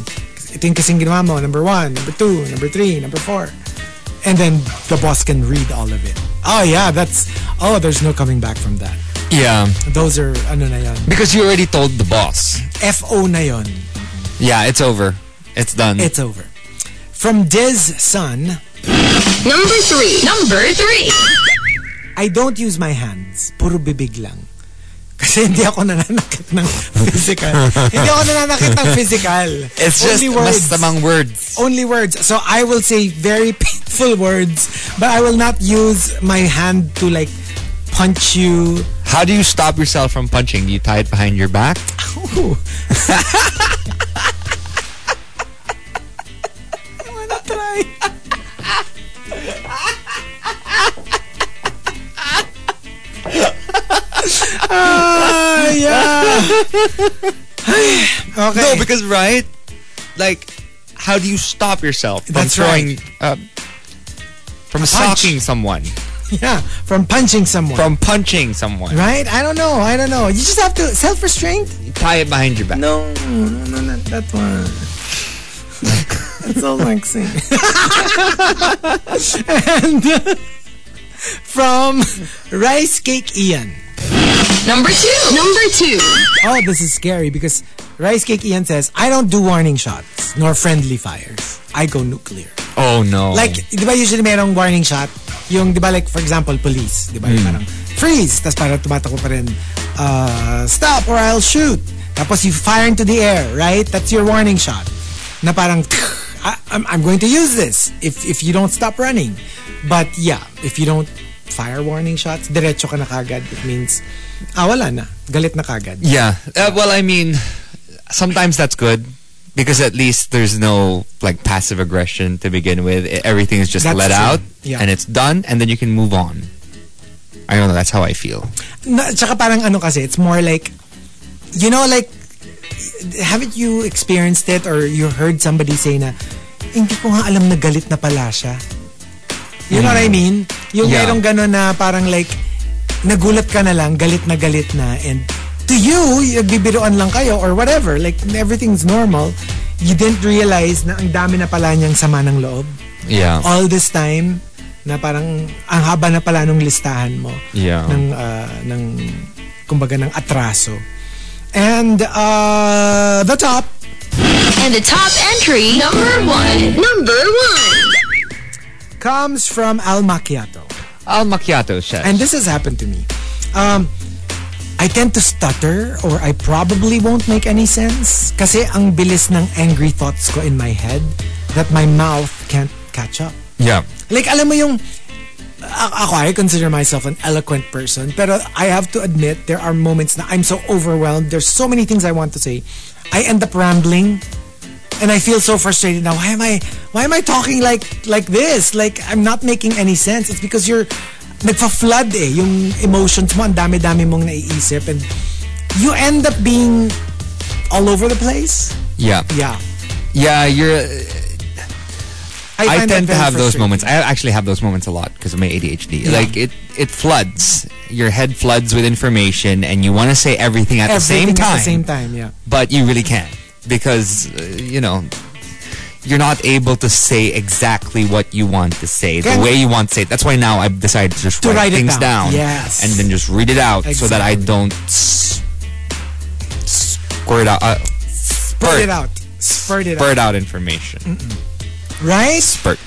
Speaker 3: Ito yung kasing ginawa mo. Number one, number two, number three, number four. And then the boss can read all of it. Oh yeah, that's, oh, there's no coming back from that.
Speaker 4: Yeah.
Speaker 3: Those are, ano na yun,
Speaker 4: Because you already told the boss.
Speaker 3: FO na yun.
Speaker 4: Yeah, it's over. It's done.
Speaker 3: It's over. From Dez Sun,
Speaker 2: Number three. Number three.
Speaker 3: I don't use my hands. Puro bibig lang. Kasi hindi ako nananakit ng physical. hindi ako nananakit ng physical.
Speaker 4: It's just
Speaker 3: Only words.
Speaker 4: masamang words.
Speaker 3: Only words. So I will say very painful words, but I will not use my hand to like punch you.
Speaker 4: How do you stop yourself from punching? Do you tie it behind your [laughs] back?
Speaker 3: Ooh. I wanna try. Ah, yeah. okay.
Speaker 4: No, Oh, because right, like, how do you stop yourself from
Speaker 3: That's
Speaker 4: throwing, uh, from
Speaker 3: punch.
Speaker 4: socking someone,
Speaker 3: Yeah, from punching someone.
Speaker 4: from punching someone?
Speaker 3: right? I don't know. I don't know. You just have to self restraint.
Speaker 4: You tie it behind your back.
Speaker 3: No, no, no, not that one. That's all I'm saying. and uh, from [laughs] Rice Cake Ian.
Speaker 2: Number two. Number two.
Speaker 3: Oh, this is scary because Rice Cake Ian says, I don't do warning shots nor friendly fires. I go nuclear.
Speaker 4: Oh no!
Speaker 3: Like, di ba usually merong warning shot? Yung, di ba like, for example, police. Di ba yung parang, freeze! Tapos parang tumatakbo pa rin, uh, stop or I'll shoot. Tapos you fire into the air, right? That's your warning shot. Na parang, I, I'm, I'm going to use this if, if you don't stop running. But yeah, if you don't fire warning shots, diretso ka na kagad. It means, ah, wala na. Galit na kagad.
Speaker 4: yeah. Uh, well, I mean, sometimes that's good because at least there's no like passive aggression to begin with. E- Everything is just
Speaker 3: That's
Speaker 4: let
Speaker 3: true.
Speaker 4: out,
Speaker 3: Yeah.
Speaker 4: and it's done, and then you can move on. I don't know. That's how I feel.
Speaker 3: na, tsaka parang ano kasi, it's more like, you know, like, haven't you experienced it or you heard somebody say na, hindi ko nga alam na galit na pala siya. You know what I mean? Yung
Speaker 4: Yeah.
Speaker 3: merong gano'n na parang like, nagulat ka na lang, galit na galit na, and to you, nagbibiroan lang kayo or whatever. Like, everything's normal. You didn't realize na ang dami na pala niyang sama ng loob
Speaker 4: Yeah.
Speaker 3: all this time na parang ang haba na pala nung listahan mo
Speaker 4: Yeah.
Speaker 3: ng ah, ng kumbaga ng atraso. And uh, the top
Speaker 2: And the top entry. Number one. Number one.
Speaker 3: comes from Al Macchiato.
Speaker 4: Al macchiato chef.
Speaker 3: And this has happened to me. Um, I tend to stutter or I probably won't make any sense kasi ang bilis ng angry thoughts ko in my head that my mouth can't catch up.
Speaker 4: yeah.
Speaker 3: Like, alam mo yung, a- ako, I consider myself an eloquent person, pero I have to admit, there are moments na I'm so overwhelmed, there's so many things I want to say, I end up rambling. and I feel so frustrated now. Why am I why am I talking like like this? Like I'm not making any sense. It's because you're nagfa-flood eh yung emotions mo, ang dami-dami mong naiisip and you end up being all over the place.
Speaker 4: Yeah.
Speaker 3: Yeah.
Speaker 4: Yeah, you're I,
Speaker 3: find that
Speaker 4: tend to
Speaker 3: very
Speaker 4: have those
Speaker 3: frustrating.
Speaker 4: moments. I actually have those moments a lot because of my ADHD. Like it, it floods. Your head floods with information, and you want to say everything at the
Speaker 3: Everything
Speaker 4: same time.
Speaker 3: At the same time, yeah.
Speaker 4: but you really can't because uh, you know you're not able to say exactly what you want to say the
Speaker 3: Can-
Speaker 4: way you want to say it. That's why now I've decided to just
Speaker 3: To write it
Speaker 4: things
Speaker 3: down.
Speaker 4: down,
Speaker 3: Yes.
Speaker 4: and then just read it out so that I
Speaker 3: Exactly.
Speaker 4: don't s- squirt out, uh,
Speaker 3: Spurt
Speaker 4: spurt,
Speaker 3: it out. Spurt it out.
Speaker 4: spurt out information.
Speaker 3: Right?
Speaker 4: Spurt.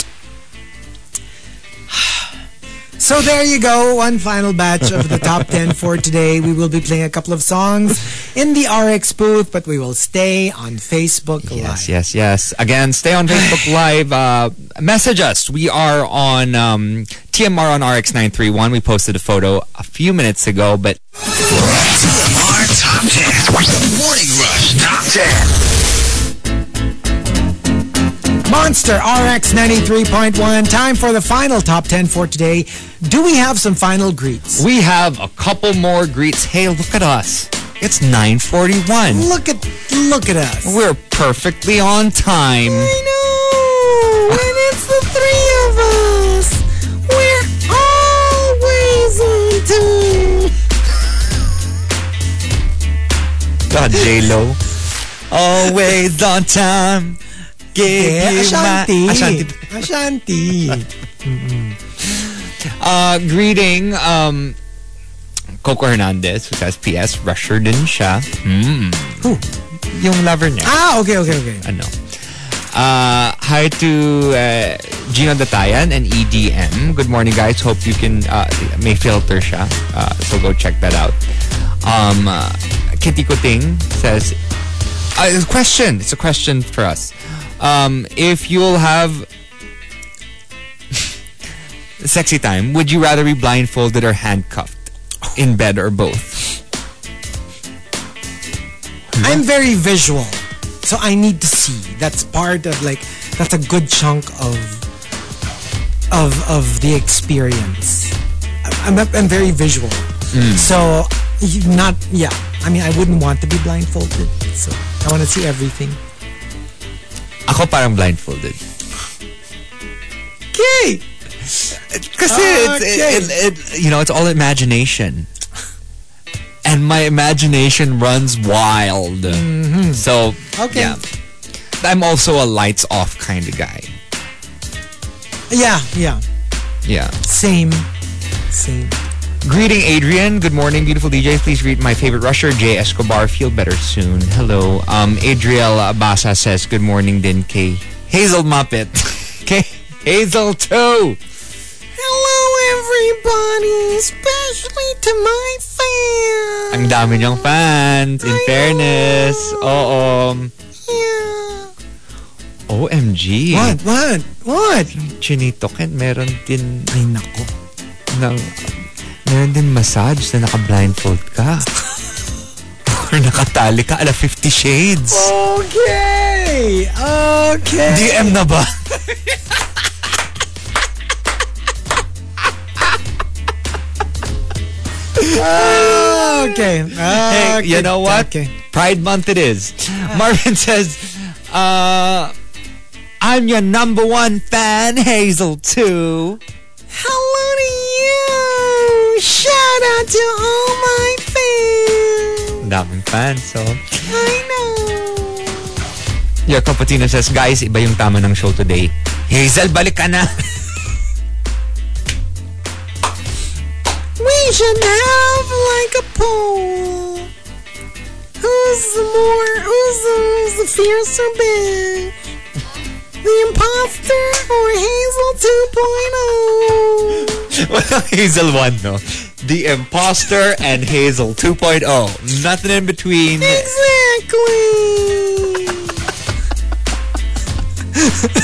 Speaker 3: So there you go, one final batch of the top 10 for today. We will be playing a couple of songs in the RX booth, but we will stay on Facebook
Speaker 4: Yes,
Speaker 3: Live.
Speaker 4: yes, yes. Again, stay on
Speaker 3: [sighs]
Speaker 4: Facebook Live. Uh, message us. We are on um, TMR on RX931. We posted a photo a few minutes ago, but
Speaker 5: TMR Top 10. Morning Rush Top 10.
Speaker 3: Monster RX 93.1, time for the final top 10 for today. Do we have some final greets?
Speaker 4: We have a couple more greets. Hey, look at us. It's 941.
Speaker 3: Look at look at us.
Speaker 4: We're perfectly on time.
Speaker 3: I know, and it's the three of us. We're always on time.
Speaker 4: God, J-Lo. Always on time. Give
Speaker 3: Eh,
Speaker 4: you my-
Speaker 3: Ashanti.
Speaker 4: Ashanti.
Speaker 3: Ashanti.
Speaker 4: Uh, greeting, um, Coco Hernandez, who says, P.S. Rusher din siya. Mm.
Speaker 3: Who?
Speaker 4: Yung lover niya.
Speaker 3: Ah, okay, okay, okay.
Speaker 4: ano. Uh, hi to uh, Gino Datayan and EDM. Good morning, guys. Hope you can, uh, may filter siya. Uh, so go check that out. Um, uh, Kitty Kuting says, uh, it's a question. It's a question for us. Um, if you'll have [laughs] sexy time, would you rather be blindfolded or handcuffed in bed or both?
Speaker 3: I'm very visual, so I need to see. That's part of like that's a good chunk of of of the experience. I'm I'm, I'm very visual, Hmm. so you not yeah. I mean, I wouldn't want to be blindfolded, so I want to see everything.
Speaker 4: Ako parang blindfolded.
Speaker 3: Okay.
Speaker 4: Kasi it's, it, it, it, you know, it's all imagination. And my imagination runs wild. So,
Speaker 3: Okay.
Speaker 4: yeah. I'm also a lights off kind of guy.
Speaker 3: Yeah, yeah.
Speaker 4: Yeah.
Speaker 3: Same. Same.
Speaker 4: Greeting, Adrian. Good morning, beautiful DJ. Please greet my favorite rusher, Jay Escobar. Feel better soon. Hello. Um, Adriel Abasa says, Good morning, din kay Hazel Muppet. [laughs] Kay Hazel too.
Speaker 3: Hello, everybody, especially to my fans.
Speaker 4: Ang dami niyang fans. In fairness. Oo.
Speaker 3: Yeah.
Speaker 4: OMG.
Speaker 3: What? What? What?
Speaker 4: Chinito Ken, meron din
Speaker 3: Ay, nako.
Speaker 4: ng meron din massage na naka-blindfold ka. [laughs] Or nakatali ka ala 50 shades.
Speaker 3: Okay. Okay.
Speaker 4: DM na ba?
Speaker 3: okay.
Speaker 4: Hey, you know what?
Speaker 3: Okay.
Speaker 4: Pride month it [laughs] is. Marvin says, uh, I'm your number one fan, Hazel too.
Speaker 3: Hello to you. Shout out to all my fans.
Speaker 4: Daming fans, so.
Speaker 3: I know.
Speaker 4: Your Cappuccino says, guys, iba yung tama ng show today. Hazel, balik ka na.
Speaker 3: We should have like a poll. Who's the more? Who's the, who's the fiercer bitch? The imposter or Hazel oh? 2.0?
Speaker 4: Walang [laughs] Hazel 1, no? The Imposter and Hazel 2.0. Nothing in between.
Speaker 3: [laughs] Exactly.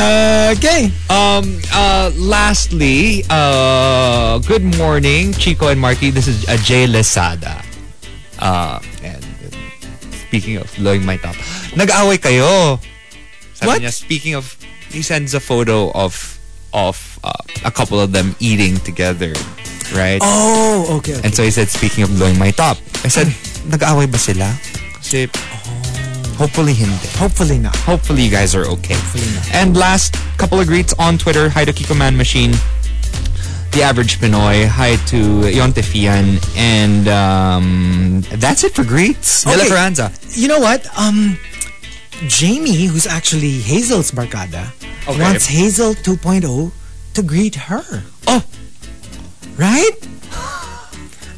Speaker 3: Uh, okay.
Speaker 4: Um, uh, lastly, uh, good morning, Chico and Marky. This is Um, uh, Jay Lesada. Uh, and uh, speaking of blowing my top, nag-away kayo. Sabi
Speaker 3: What?
Speaker 4: niya, speaking of, he sends a photo of of uh, a couple of them eating together, right?
Speaker 3: Oh, okay. okay.
Speaker 4: And so he said, speaking of blowing my top, I said, nag-away ba sila? Kasi, hopefully hindi.
Speaker 3: Hopefully not.
Speaker 4: Hopefully you guys are okay. And last couple of greets on Twitter. Hi to Kiko Man Machine, The Average Pinoy. Hi to Yonte Fian. And um, that's it for greets. Della
Speaker 3: Okay.
Speaker 4: Ferranza.
Speaker 3: You know what? Um, Jamie, who's actually Hazel's barkada,
Speaker 4: Okay.
Speaker 3: wants Hazel 2.0 to greet her.
Speaker 4: Oh.
Speaker 3: Right?
Speaker 4: Oh.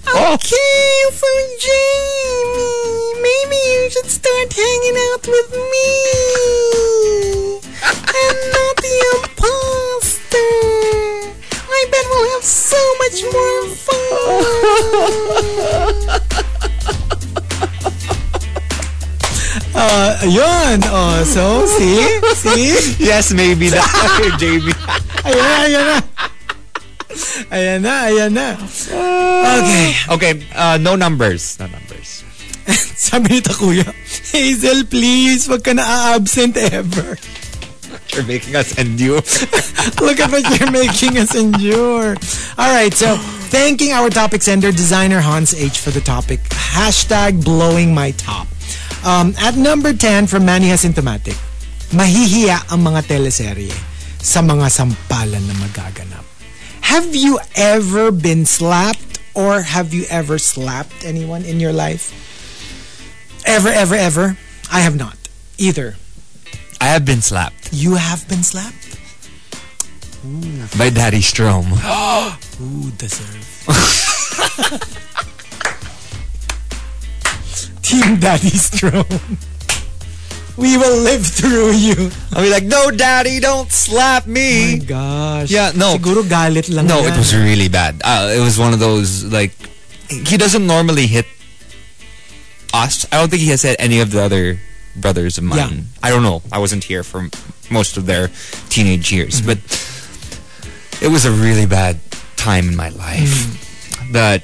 Speaker 3: Okay, so Jamie, maybe you should start hanging out with me. and not the imposter. I bet we'll have so much more [laughs] fun. uh, yun. Oh, so, see? See?
Speaker 4: Yes, maybe [laughs] that. Jamie.
Speaker 3: Ayan na, ayan na. Ayan na, ayan na. Okay.
Speaker 4: Okay, uh, no numbers. No numbers.
Speaker 3: Sabi nito kuya, Hazel, please, wag ka na a-absent ever.
Speaker 4: You're making us endure.
Speaker 3: Look at what you're making us endure. All right, so thanking our topic sender, designer Hans H, for the topic. Hashtag blowing my top. Um, at number 10 from Manny Asymptomatic, mahihiya ang mga teleserye sa mga sampalan na magaganap. Have you ever been slapped or have you ever slapped anyone in your life? Ever, ever, ever? I have not. Either.
Speaker 4: I have been slapped
Speaker 3: You have been slapped?
Speaker 4: by Daddy Strom.
Speaker 3: Ooh, deserve. Team Daddy Strome. We will live through you.
Speaker 4: [laughs] I'll be like, no, Daddy, don't slap
Speaker 3: Oh My
Speaker 4: me.
Speaker 3: gosh.
Speaker 4: Yeah, no.
Speaker 3: Siguro galit lang
Speaker 4: No,
Speaker 3: yan.
Speaker 4: it was really bad. Uh, it was one of those like he doesn't normally hit us. I don't think he has hit any of the other brothers of mine.
Speaker 3: Yeah.
Speaker 4: I don't know. I wasn't here for m- most of their teenage years,
Speaker 3: Mm-hmm.
Speaker 4: but it was a really bad time in my life.
Speaker 3: Mm.
Speaker 4: That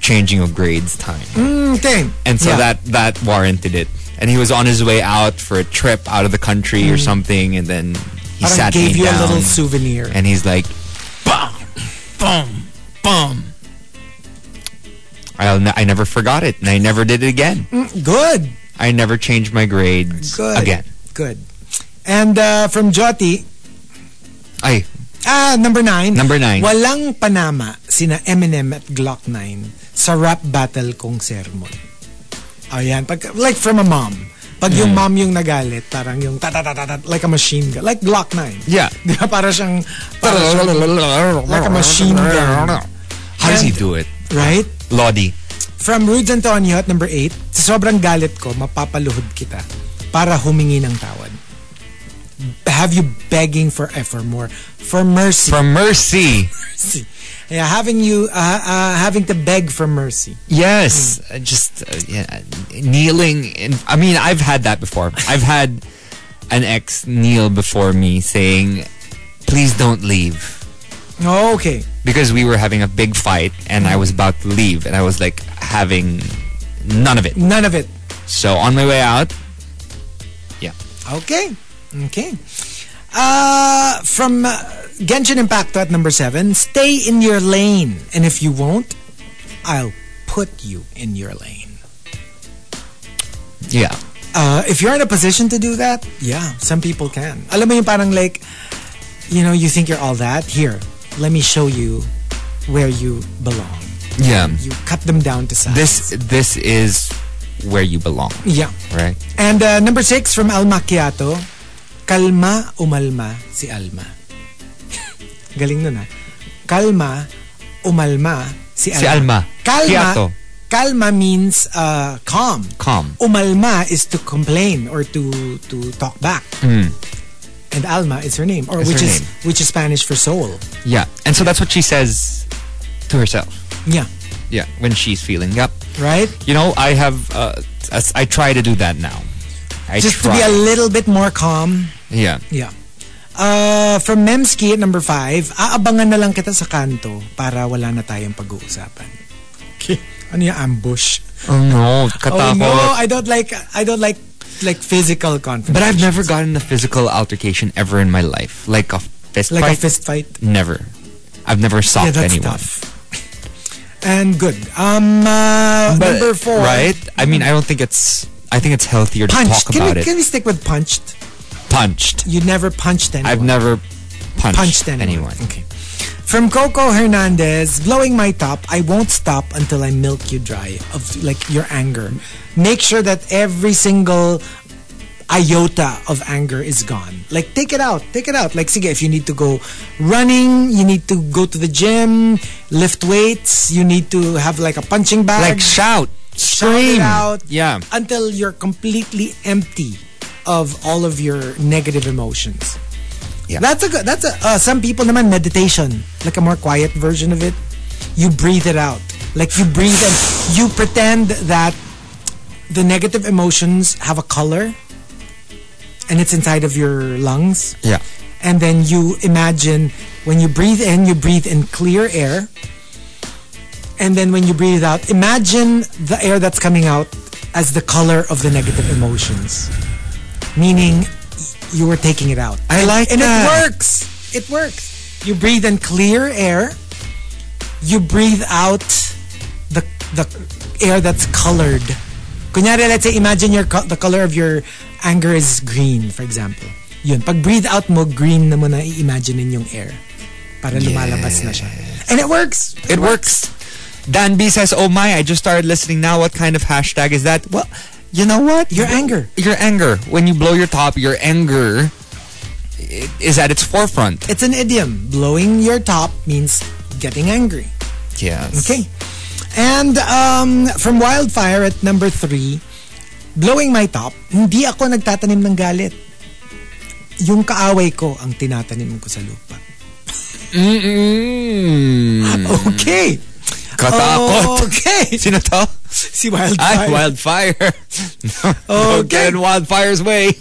Speaker 4: changing of grades time,
Speaker 3: Hmm, Okay.
Speaker 4: and so
Speaker 3: Mm. Yeah.
Speaker 4: that that warranted it. And he was on his way out for a trip out of the country or something, and then he
Speaker 3: Parang
Speaker 4: sat
Speaker 3: Mm. gave
Speaker 4: me
Speaker 3: you
Speaker 4: down
Speaker 3: a little souvenir.
Speaker 4: and he's like, "Bum, bum, bum." I'll ne- I never forgot it, and I never did it again.
Speaker 3: Good.
Speaker 4: I never changed my grades
Speaker 3: Good.
Speaker 4: again.
Speaker 3: Good. And uh, from Jyoti,
Speaker 4: Ay,
Speaker 3: Ah, number nine.
Speaker 4: Number nine.
Speaker 3: Walang panama sina Eminem at Glock 9 sa rap battle kong sermon. Ayan. Pag, like from a mom. Pag yung mom
Speaker 4: Hmm.
Speaker 3: yung nagalit, parang yung ta-ta-ta-ta, like a machine gun. Like Glock 9.
Speaker 4: Yeah.
Speaker 3: [laughs] Di ba? Para siyang, para siyang- like a machine gun.
Speaker 4: How does he
Speaker 3: And-
Speaker 4: do it,
Speaker 3: Right?
Speaker 4: Lodi?
Speaker 3: From Rudes Antonio at number 8, sa sobrang galit ko, mapapaluhod kita para humingi ng tawad. Have you begging for eh, for more, for mercy.
Speaker 4: For mercy,
Speaker 3: mercy. Yeah, having you uh, uh, having to beg for mercy.
Speaker 4: yes.
Speaker 3: Hmm.
Speaker 4: Uh, Just uh, yeah, kneeling. In, I mean, I've had that before. I've had an ex kneel before me, saying, "Please don't leave."
Speaker 3: Okay.
Speaker 4: because we were having a big fight and I was about to leave and I was like having none of it.
Speaker 3: None of it.
Speaker 4: So on my way out, yeah.
Speaker 3: Okay. Okay. Uh, from uh, Genshin Impact at number 7, stay in your lane. And if you won't, I'll put you in your lane.
Speaker 4: Yeah.
Speaker 3: Uh, if you're in a position to do that, yeah, some people can. Alam mo yung parang like, you know, you think you're all that. Here, let me show you where you belong.
Speaker 4: Yeah.
Speaker 3: You cut them down to size.
Speaker 4: This this is where you belong,
Speaker 3: yeah.
Speaker 4: right?
Speaker 3: And uh, number six from Al Macchiato, kalma umalma si Alma. [laughs] Galing nun ah. Kalma umalma si Alma.
Speaker 4: Si Alma.
Speaker 3: Kalma,
Speaker 4: Macchiato.
Speaker 3: kalma means uh, calm.
Speaker 4: Calm.
Speaker 3: Umalma is to complain or to to talk back. And Alma is her name, or
Speaker 4: Hmm. Is
Speaker 3: which
Speaker 4: her
Speaker 3: is
Speaker 4: name.
Speaker 3: which is Spanish for soul.
Speaker 4: Yeah. And so that's what she says to herself.
Speaker 3: Yeah,
Speaker 4: Yeah. When she's feeling up.
Speaker 3: right.
Speaker 4: You know, I have uh, as- I try to do that now. I
Speaker 3: Just to
Speaker 4: try.
Speaker 3: be a little bit more calm.
Speaker 4: yeah.
Speaker 3: Yeah. Uh, from Memski at number 5, aabangan na lang kita sa kanto para wala na tayong pag-uusapan. Ano yung ambush?
Speaker 4: Oh no,
Speaker 3: Oh
Speaker 4: katakot.
Speaker 3: no, I don't like I don't like like physical confrontation.
Speaker 4: But I've never gotten a physical altercation ever in my life, like a fist
Speaker 3: like
Speaker 4: fight.
Speaker 3: a fist fight.
Speaker 4: Never. I've never socked
Speaker 3: Yeah, that's
Speaker 4: anyone.
Speaker 3: tough. And good. Um, uh,
Speaker 4: But,
Speaker 3: number four.
Speaker 4: right? I mean, I don't think it's. I think it's healthier to
Speaker 3: Punched.
Speaker 4: talk
Speaker 3: can
Speaker 4: about
Speaker 3: we
Speaker 4: it.
Speaker 3: can we stick with punched?
Speaker 4: punched.
Speaker 3: You never punched anyone.
Speaker 4: I've never punched,
Speaker 3: punched anyone. Okay. From Coco Hernandez, blowing my top, I won't stop until I milk you dry of like your anger. Make sure that every single iota of anger is gone. Like take it out, take it out. Like sige, if you need to go running, you need to go to the gym, lift weights, you need to have like a punching bag.
Speaker 4: Like shout,
Speaker 3: Shout it
Speaker 4: scream.
Speaker 3: out
Speaker 4: Yeah.
Speaker 3: until you're completely empty of all of your negative emotions.
Speaker 4: Yeah.
Speaker 3: That's a good, that's a, uh, some people naman meditation, like a more quiet version of it. You breathe it out. Like you breathe and you pretend that the negative emotions have a color and it's inside of your lungs.
Speaker 4: Yeah.
Speaker 3: And then you imagine when you breathe in, you breathe in clear air. And then when you breathe out, imagine the air that's coming out as the color of the negative emotions. Meaning you were taking it out.
Speaker 4: I
Speaker 3: And-
Speaker 4: like
Speaker 3: and
Speaker 4: that.
Speaker 3: it works. It works. You breathe in clear air. You breathe out the the air that's colored. Kunyari, let's say, imagine your co- the color of your anger is green, for example. Yun, pag breathe out mo, green na mo na i-imagine yung air. Para lumalabas na siya. And it works.
Speaker 4: It works. Dan B says, "Oh my, I just started listening now. What kind of hashtag is that?" Well, you know what?
Speaker 3: Your anger.
Speaker 4: Your anger. When you blow your top, your anger i- is at its forefront.
Speaker 3: It's an idiom. Blowing your top means getting angry.
Speaker 4: Yes.
Speaker 3: Okay. And um, from Wildfire at number three, blowing my top, hindi ako nagtatanim ng galit. Yung kaaway ko ang tinatanim ko sa lupa.
Speaker 4: Mm-mm.
Speaker 3: Okay. Oh.
Speaker 4: Katakot.
Speaker 3: Okay.
Speaker 4: Sino to?
Speaker 3: Si Wildfire.
Speaker 4: Ay, wildfire. [laughs] Don't
Speaker 3: Okay.
Speaker 4: get in wildfire's way.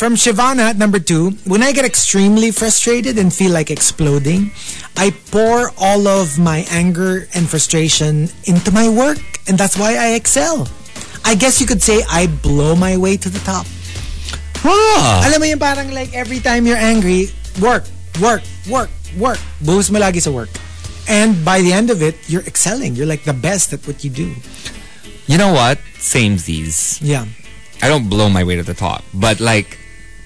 Speaker 3: From Shivana at number two, when I get extremely frustrated and feel like exploding, I pour all of my anger and frustration into my work, and that's why I excel. I guess you could say I blow my way to the top.
Speaker 4: Huh.
Speaker 3: Alam mo yung parang like every time you're angry, work, work, work, work. Buhos mo lagi sa work. And by the end of it, you're excelling. You're like the best at what you do.
Speaker 4: You know what? Samesies.
Speaker 3: Yeah.
Speaker 4: I don't blow my way to the top, but like,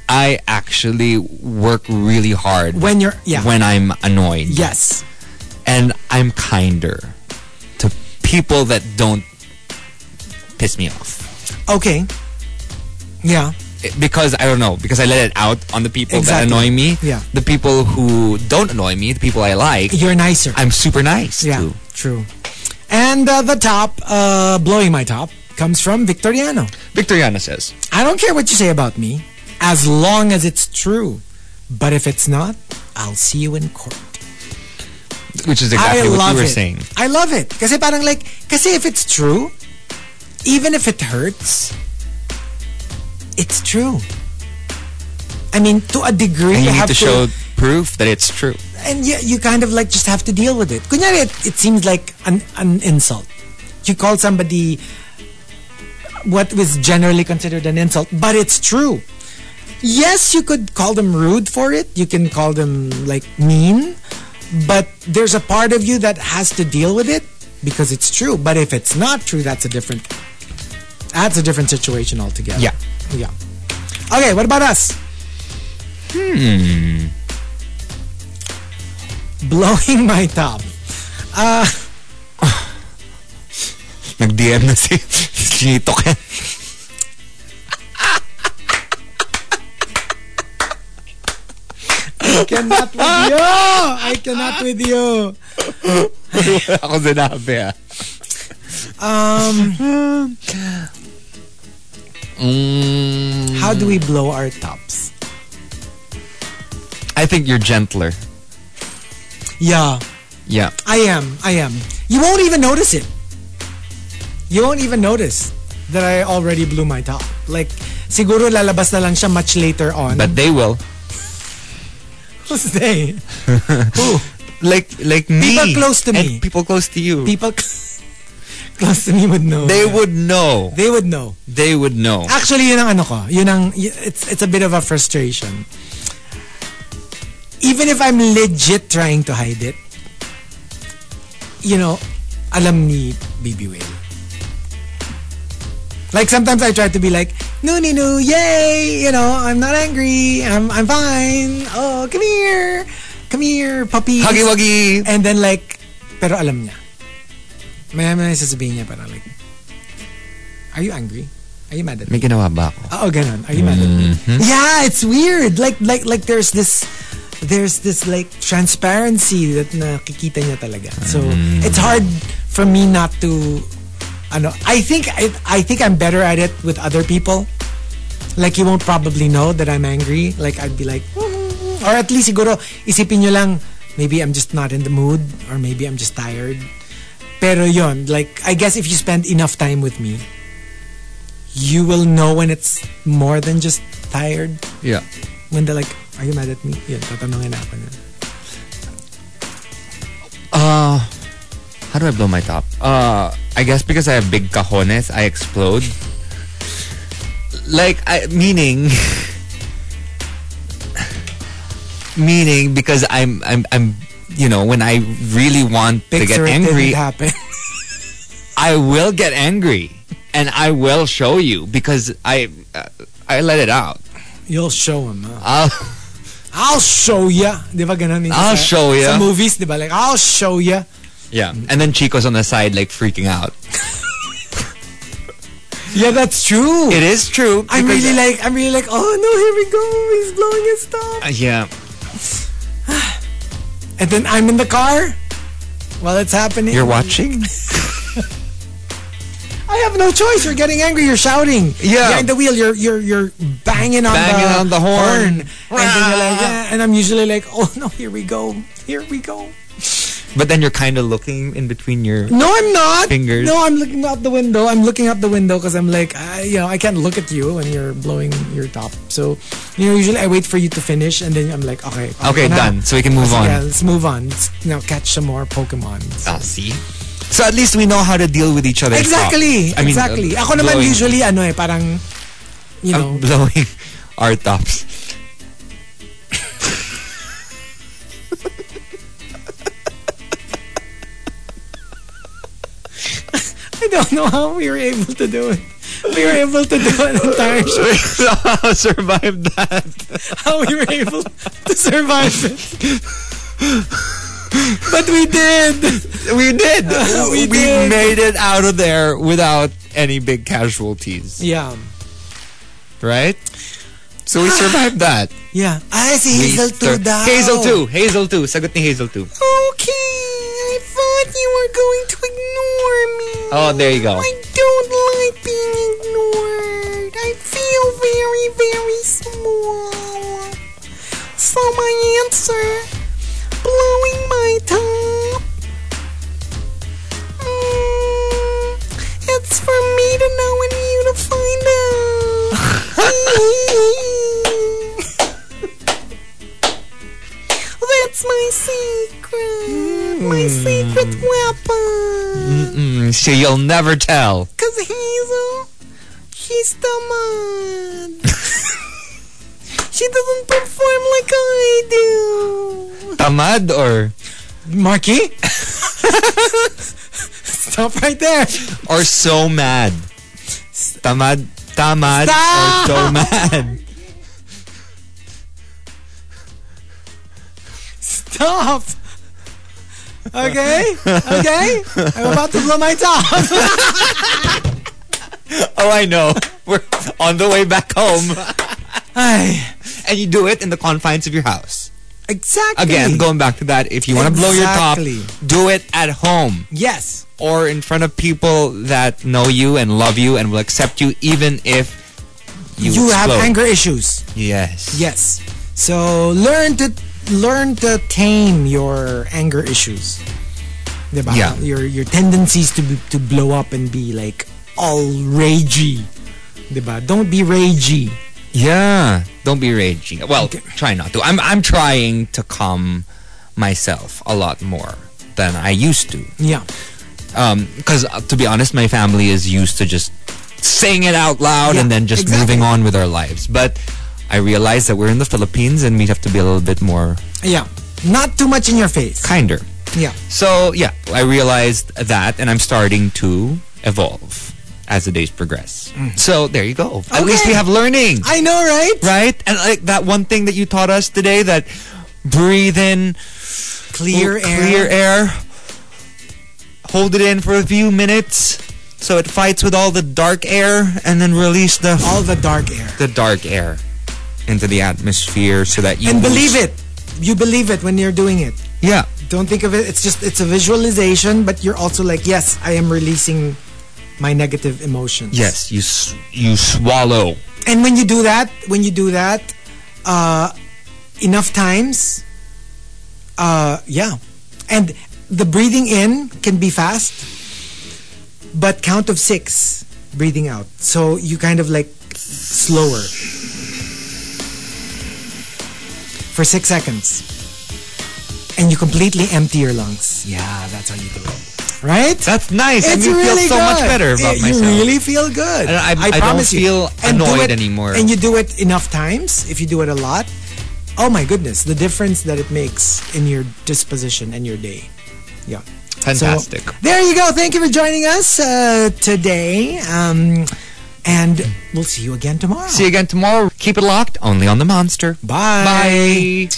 Speaker 4: I actually work really hard
Speaker 3: When you're, yeah.
Speaker 4: when I'm annoyed.
Speaker 3: yes.
Speaker 4: and I'm kinder to people that don't piss me off
Speaker 3: Okay. Yeah.
Speaker 4: It- because I don't know because I let it out on the people
Speaker 3: Exactly.
Speaker 4: that annoy me.
Speaker 3: Yeah.
Speaker 4: the people who don't annoy me, the people I like,
Speaker 3: You're nicer.
Speaker 4: I'm super nice
Speaker 3: yeah.
Speaker 4: to.
Speaker 3: True. And uh, the top, uh, blowing my top, comes from Victoriano.
Speaker 4: Victoriana says,
Speaker 3: I don't care what you say about me, as long as it's true. But if it's not, I'll see you in court.
Speaker 4: which is
Speaker 3: I
Speaker 4: exactly what
Speaker 3: love
Speaker 4: you were
Speaker 3: it.
Speaker 4: saying.
Speaker 3: I love it. Kasi parang like, kasi if it's true, even if it hurts, it's true. I mean, to a degree,
Speaker 4: And you need
Speaker 3: have
Speaker 4: to show proof that it's true.
Speaker 3: and you, you kind of like just have to deal with it. Kunyari, it, it seems like an, an insult. You call somebody what was generally considered an insult, but it's true. Yes, you could call them rude for it. You can call them like mean, but there's a part of you that has to deal with it because it's true. But if it's not true, that's a different that's a different situation altogether.
Speaker 4: Yeah.
Speaker 3: Yeah. Okay, what about us? Hmm. [laughs] Blowing my top.
Speaker 4: Nag-DM na si [laughs] Chinito Ken.
Speaker 3: Cannot with you. I cannot with you.
Speaker 4: Wala akong sinabi ah. Um,
Speaker 3: How do we blow our tops?
Speaker 4: I think you're gentler.
Speaker 3: Yeah,
Speaker 4: Yeah.
Speaker 3: I am. I am. You won't even notice it. You won't even notice that I already blew my top. Like, siguro lalabas na lang siya much later on. [laughs]
Speaker 4: But they will.
Speaker 3: Who's they?
Speaker 4: like like me.
Speaker 3: People close to
Speaker 4: and
Speaker 3: me.
Speaker 4: People close to you.
Speaker 3: People [laughs] close to me would know.
Speaker 4: They would know.
Speaker 3: They would know.
Speaker 4: They would know.
Speaker 3: Actually, yun ang ano ko. Yun ang, y- it's, it's a bit of a frustration. Even if I'm legit trying to hide it, you know, alam ni BB Whale. Like sometimes I try to be like, no, no, no, yay! You know, I'm not angry. I'm, I'm fine. Oh, come here. Come here, puppy.
Speaker 4: Huggy wuggy.
Speaker 3: And then like, pero alam niya. Maya maya sasabihin niya parang like, Are you angry? Are you mad at me?
Speaker 4: May ginawa ba ako?
Speaker 3: Oo, ganun. Oh, Are you mad at me? Yeah, it's weird. Like, like, like there's this, there's this like transparency that nakikita niya talaga. So, it's hard for me not to, ano, I think, I, I think I'm better at it with other people. Like, you won't probably know that I'm angry. Like, I'd be like, "Mm." or at least siguro, isipin nyo lang, maybe I'm just not in the mood, or maybe I'm just tired. Pero yon, like, I guess if you spend enough time with me, you will know when it's more than just tired.
Speaker 4: Yeah.
Speaker 3: When they're like, are you mad at me? Yun, tatanungin ako na.
Speaker 4: Uh, how do I blow my top? Uh, I guess because I have big cajones, I explode. Like, I, meaning, [laughs] meaning because I'm, I'm, I'm, you know, when I really want to get
Speaker 3: Picture it
Speaker 4: angry,
Speaker 3: didn't happen. [laughs]
Speaker 4: I will get angry, and I will show you because I, uh, I let it out.
Speaker 3: You'll show him, huh?
Speaker 4: I'll, [laughs]
Speaker 3: I'll show ya. Di ba ganun? yung
Speaker 4: I'll
Speaker 3: sa-
Speaker 4: show ya.
Speaker 3: Sa movies, di ba? Like, I'll show ya.
Speaker 4: yeah, and then Chico's on the side, like freaking out.
Speaker 3: Yeah, that's true.
Speaker 4: It is true.
Speaker 3: I'm
Speaker 4: because-
Speaker 3: really like, I'm really like, oh no, here we go. He's blowing his top.
Speaker 4: Uh, yeah.
Speaker 3: And then I'm in the car while it's happening.
Speaker 4: You're watching.
Speaker 3: I have no choice. You're getting angry. You're shouting.
Speaker 4: Yeah.
Speaker 3: Behind the wheel, you're you're you're banging on
Speaker 4: Banging
Speaker 3: the
Speaker 4: on the horn.
Speaker 3: And then you're like, yeah. And I'm usually like, oh no, here we go, here we go.
Speaker 4: But then you're kind of looking in between your.
Speaker 3: No, I'm not.
Speaker 4: Fingers.
Speaker 3: No, I'm looking out the window. I'm looking out the window because I'm like, I, you know, I can't look at you when you're blowing your top. So, you know, usually I wait for you to finish and then I'm like, okay,
Speaker 4: Okay,
Speaker 3: na.
Speaker 4: done. So we can move on.
Speaker 3: Yeah, let's move on. Let's, you know, catch some more Pokemon.
Speaker 4: Ah, see? So at least we know how to deal with each other.
Speaker 3: Exactly.
Speaker 4: I mean,
Speaker 3: exactly.
Speaker 4: uh,
Speaker 3: Ako naman
Speaker 4: blowing-
Speaker 3: usually ano eh, parang you
Speaker 4: uh,
Speaker 3: know,
Speaker 4: blowing [laughs] our tops.
Speaker 3: I don't know how we were able to do it. We were able to do an entire show.
Speaker 4: [laughs] Somehow survived that.
Speaker 3: How we were able to survive it. But we did.
Speaker 4: [laughs]
Speaker 3: Uh,
Speaker 4: We did.
Speaker 3: [laughs] We did.
Speaker 4: made it out of there without any big casualties,
Speaker 3: Yeah.
Speaker 4: right? So we survived that.
Speaker 3: Yeah. Ah, si Ah. Hazel
Speaker 4: We
Speaker 3: 2
Speaker 4: sur-
Speaker 3: daw.
Speaker 4: Hazel 2. Hazel 2. Sagot ni Hazel 2.
Speaker 3: Okay. I thought you were going to ignore me.
Speaker 4: Oh, there you go.
Speaker 3: I don't like being ignored. I feel very, very small. So my answer, blowing my top. Mm, it's for me to know and you to find
Speaker 4: [laughs]
Speaker 3: out. [laughs] That's my secret. My secret weapon.
Speaker 4: Mm, so you'll never tell.
Speaker 3: Cause Hazel, she's the [laughs] man. she doesn't perform like I do.
Speaker 4: Tamad or
Speaker 3: Marky? Stop right there.
Speaker 4: or so mad. Tamad, tamad or so mad.
Speaker 3: Stop. Okay? Okay? I'm about to blow my top.
Speaker 4: Oh, I know. [laughs] We're on the way back home.
Speaker 3: [laughs] Ay,
Speaker 4: and you do it in the confines of your house.
Speaker 3: exactly.
Speaker 4: Again, going back to that, if you want to blow your top,
Speaker 3: Exactly.
Speaker 4: do it at home
Speaker 3: Yes.
Speaker 4: or in front of people that know you and love you and will accept you, even if you,
Speaker 3: You have
Speaker 4: explode.
Speaker 3: anger issues.
Speaker 4: Yes.
Speaker 3: Yes. So learn to learn to tame your anger issues. Diba?
Speaker 4: Yeah.
Speaker 3: Your your tendencies to be, to blow up and be like all ragey. Diba? Don't be ragey.
Speaker 4: Yeah. Don't be raging. Well, try not to. I'm I'm trying to calm myself a lot more than I used to.
Speaker 3: Yeah.
Speaker 4: because uh to be honest, my family is used to just saying it out loud
Speaker 3: Yeah,
Speaker 4: and then just
Speaker 3: exactly.
Speaker 4: moving on with our lives. But I realize that we're in the Philippines and we have to be a little bit more
Speaker 3: Yeah. Not too much in your face.
Speaker 4: kinder.
Speaker 3: Yeah.
Speaker 4: So yeah, I realized that, and I'm starting to evolve as the days progress. So there you go. At least
Speaker 3: Mm. Okay.
Speaker 4: we have learning
Speaker 3: I know, right?
Speaker 4: right? And like that one thing that you taught us today that breathe in
Speaker 3: Clear air.
Speaker 4: clear air, hold it in for a few minutes so it fights with all the dark air, and then release the
Speaker 3: All the dark air.
Speaker 4: the dark air into the atmosphere so that you
Speaker 3: And
Speaker 4: lose-
Speaker 3: believe it. You believe it when you're doing it.
Speaker 4: Yeah,
Speaker 3: Don't think of it. It's just it's a visualization, but you're also like, yes, I am releasing my negative emotions.
Speaker 4: yes, you s- you swallow.
Speaker 3: And when you do that, when you do that, uh, enough times, uh, yeah. And the breathing in can be fast, but count of six breathing out. So you kind of like slower for six seconds. And you completely empty your lungs. Yeah, that's how you do it. Right?
Speaker 4: That's nice. and
Speaker 3: It's
Speaker 4: you
Speaker 3: really
Speaker 4: feel so
Speaker 3: good.
Speaker 4: much better about
Speaker 3: you
Speaker 4: myself.
Speaker 3: really feel good.
Speaker 4: And I- I don't
Speaker 3: promise you.
Speaker 4: feel
Speaker 3: And do it-
Speaker 4: annoyed anymore.
Speaker 3: And you do it enough times. If you do it a lot, oh my goodness, the difference that it makes in your disposition and your day. Yeah. So,
Speaker 4: Fantastic.
Speaker 3: there you go. Thank you for joining us uh, today. Um, and we'll see you again tomorrow.
Speaker 4: See you again tomorrow. Keep it locked only on the monster.
Speaker 3: Bye.
Speaker 4: Bye.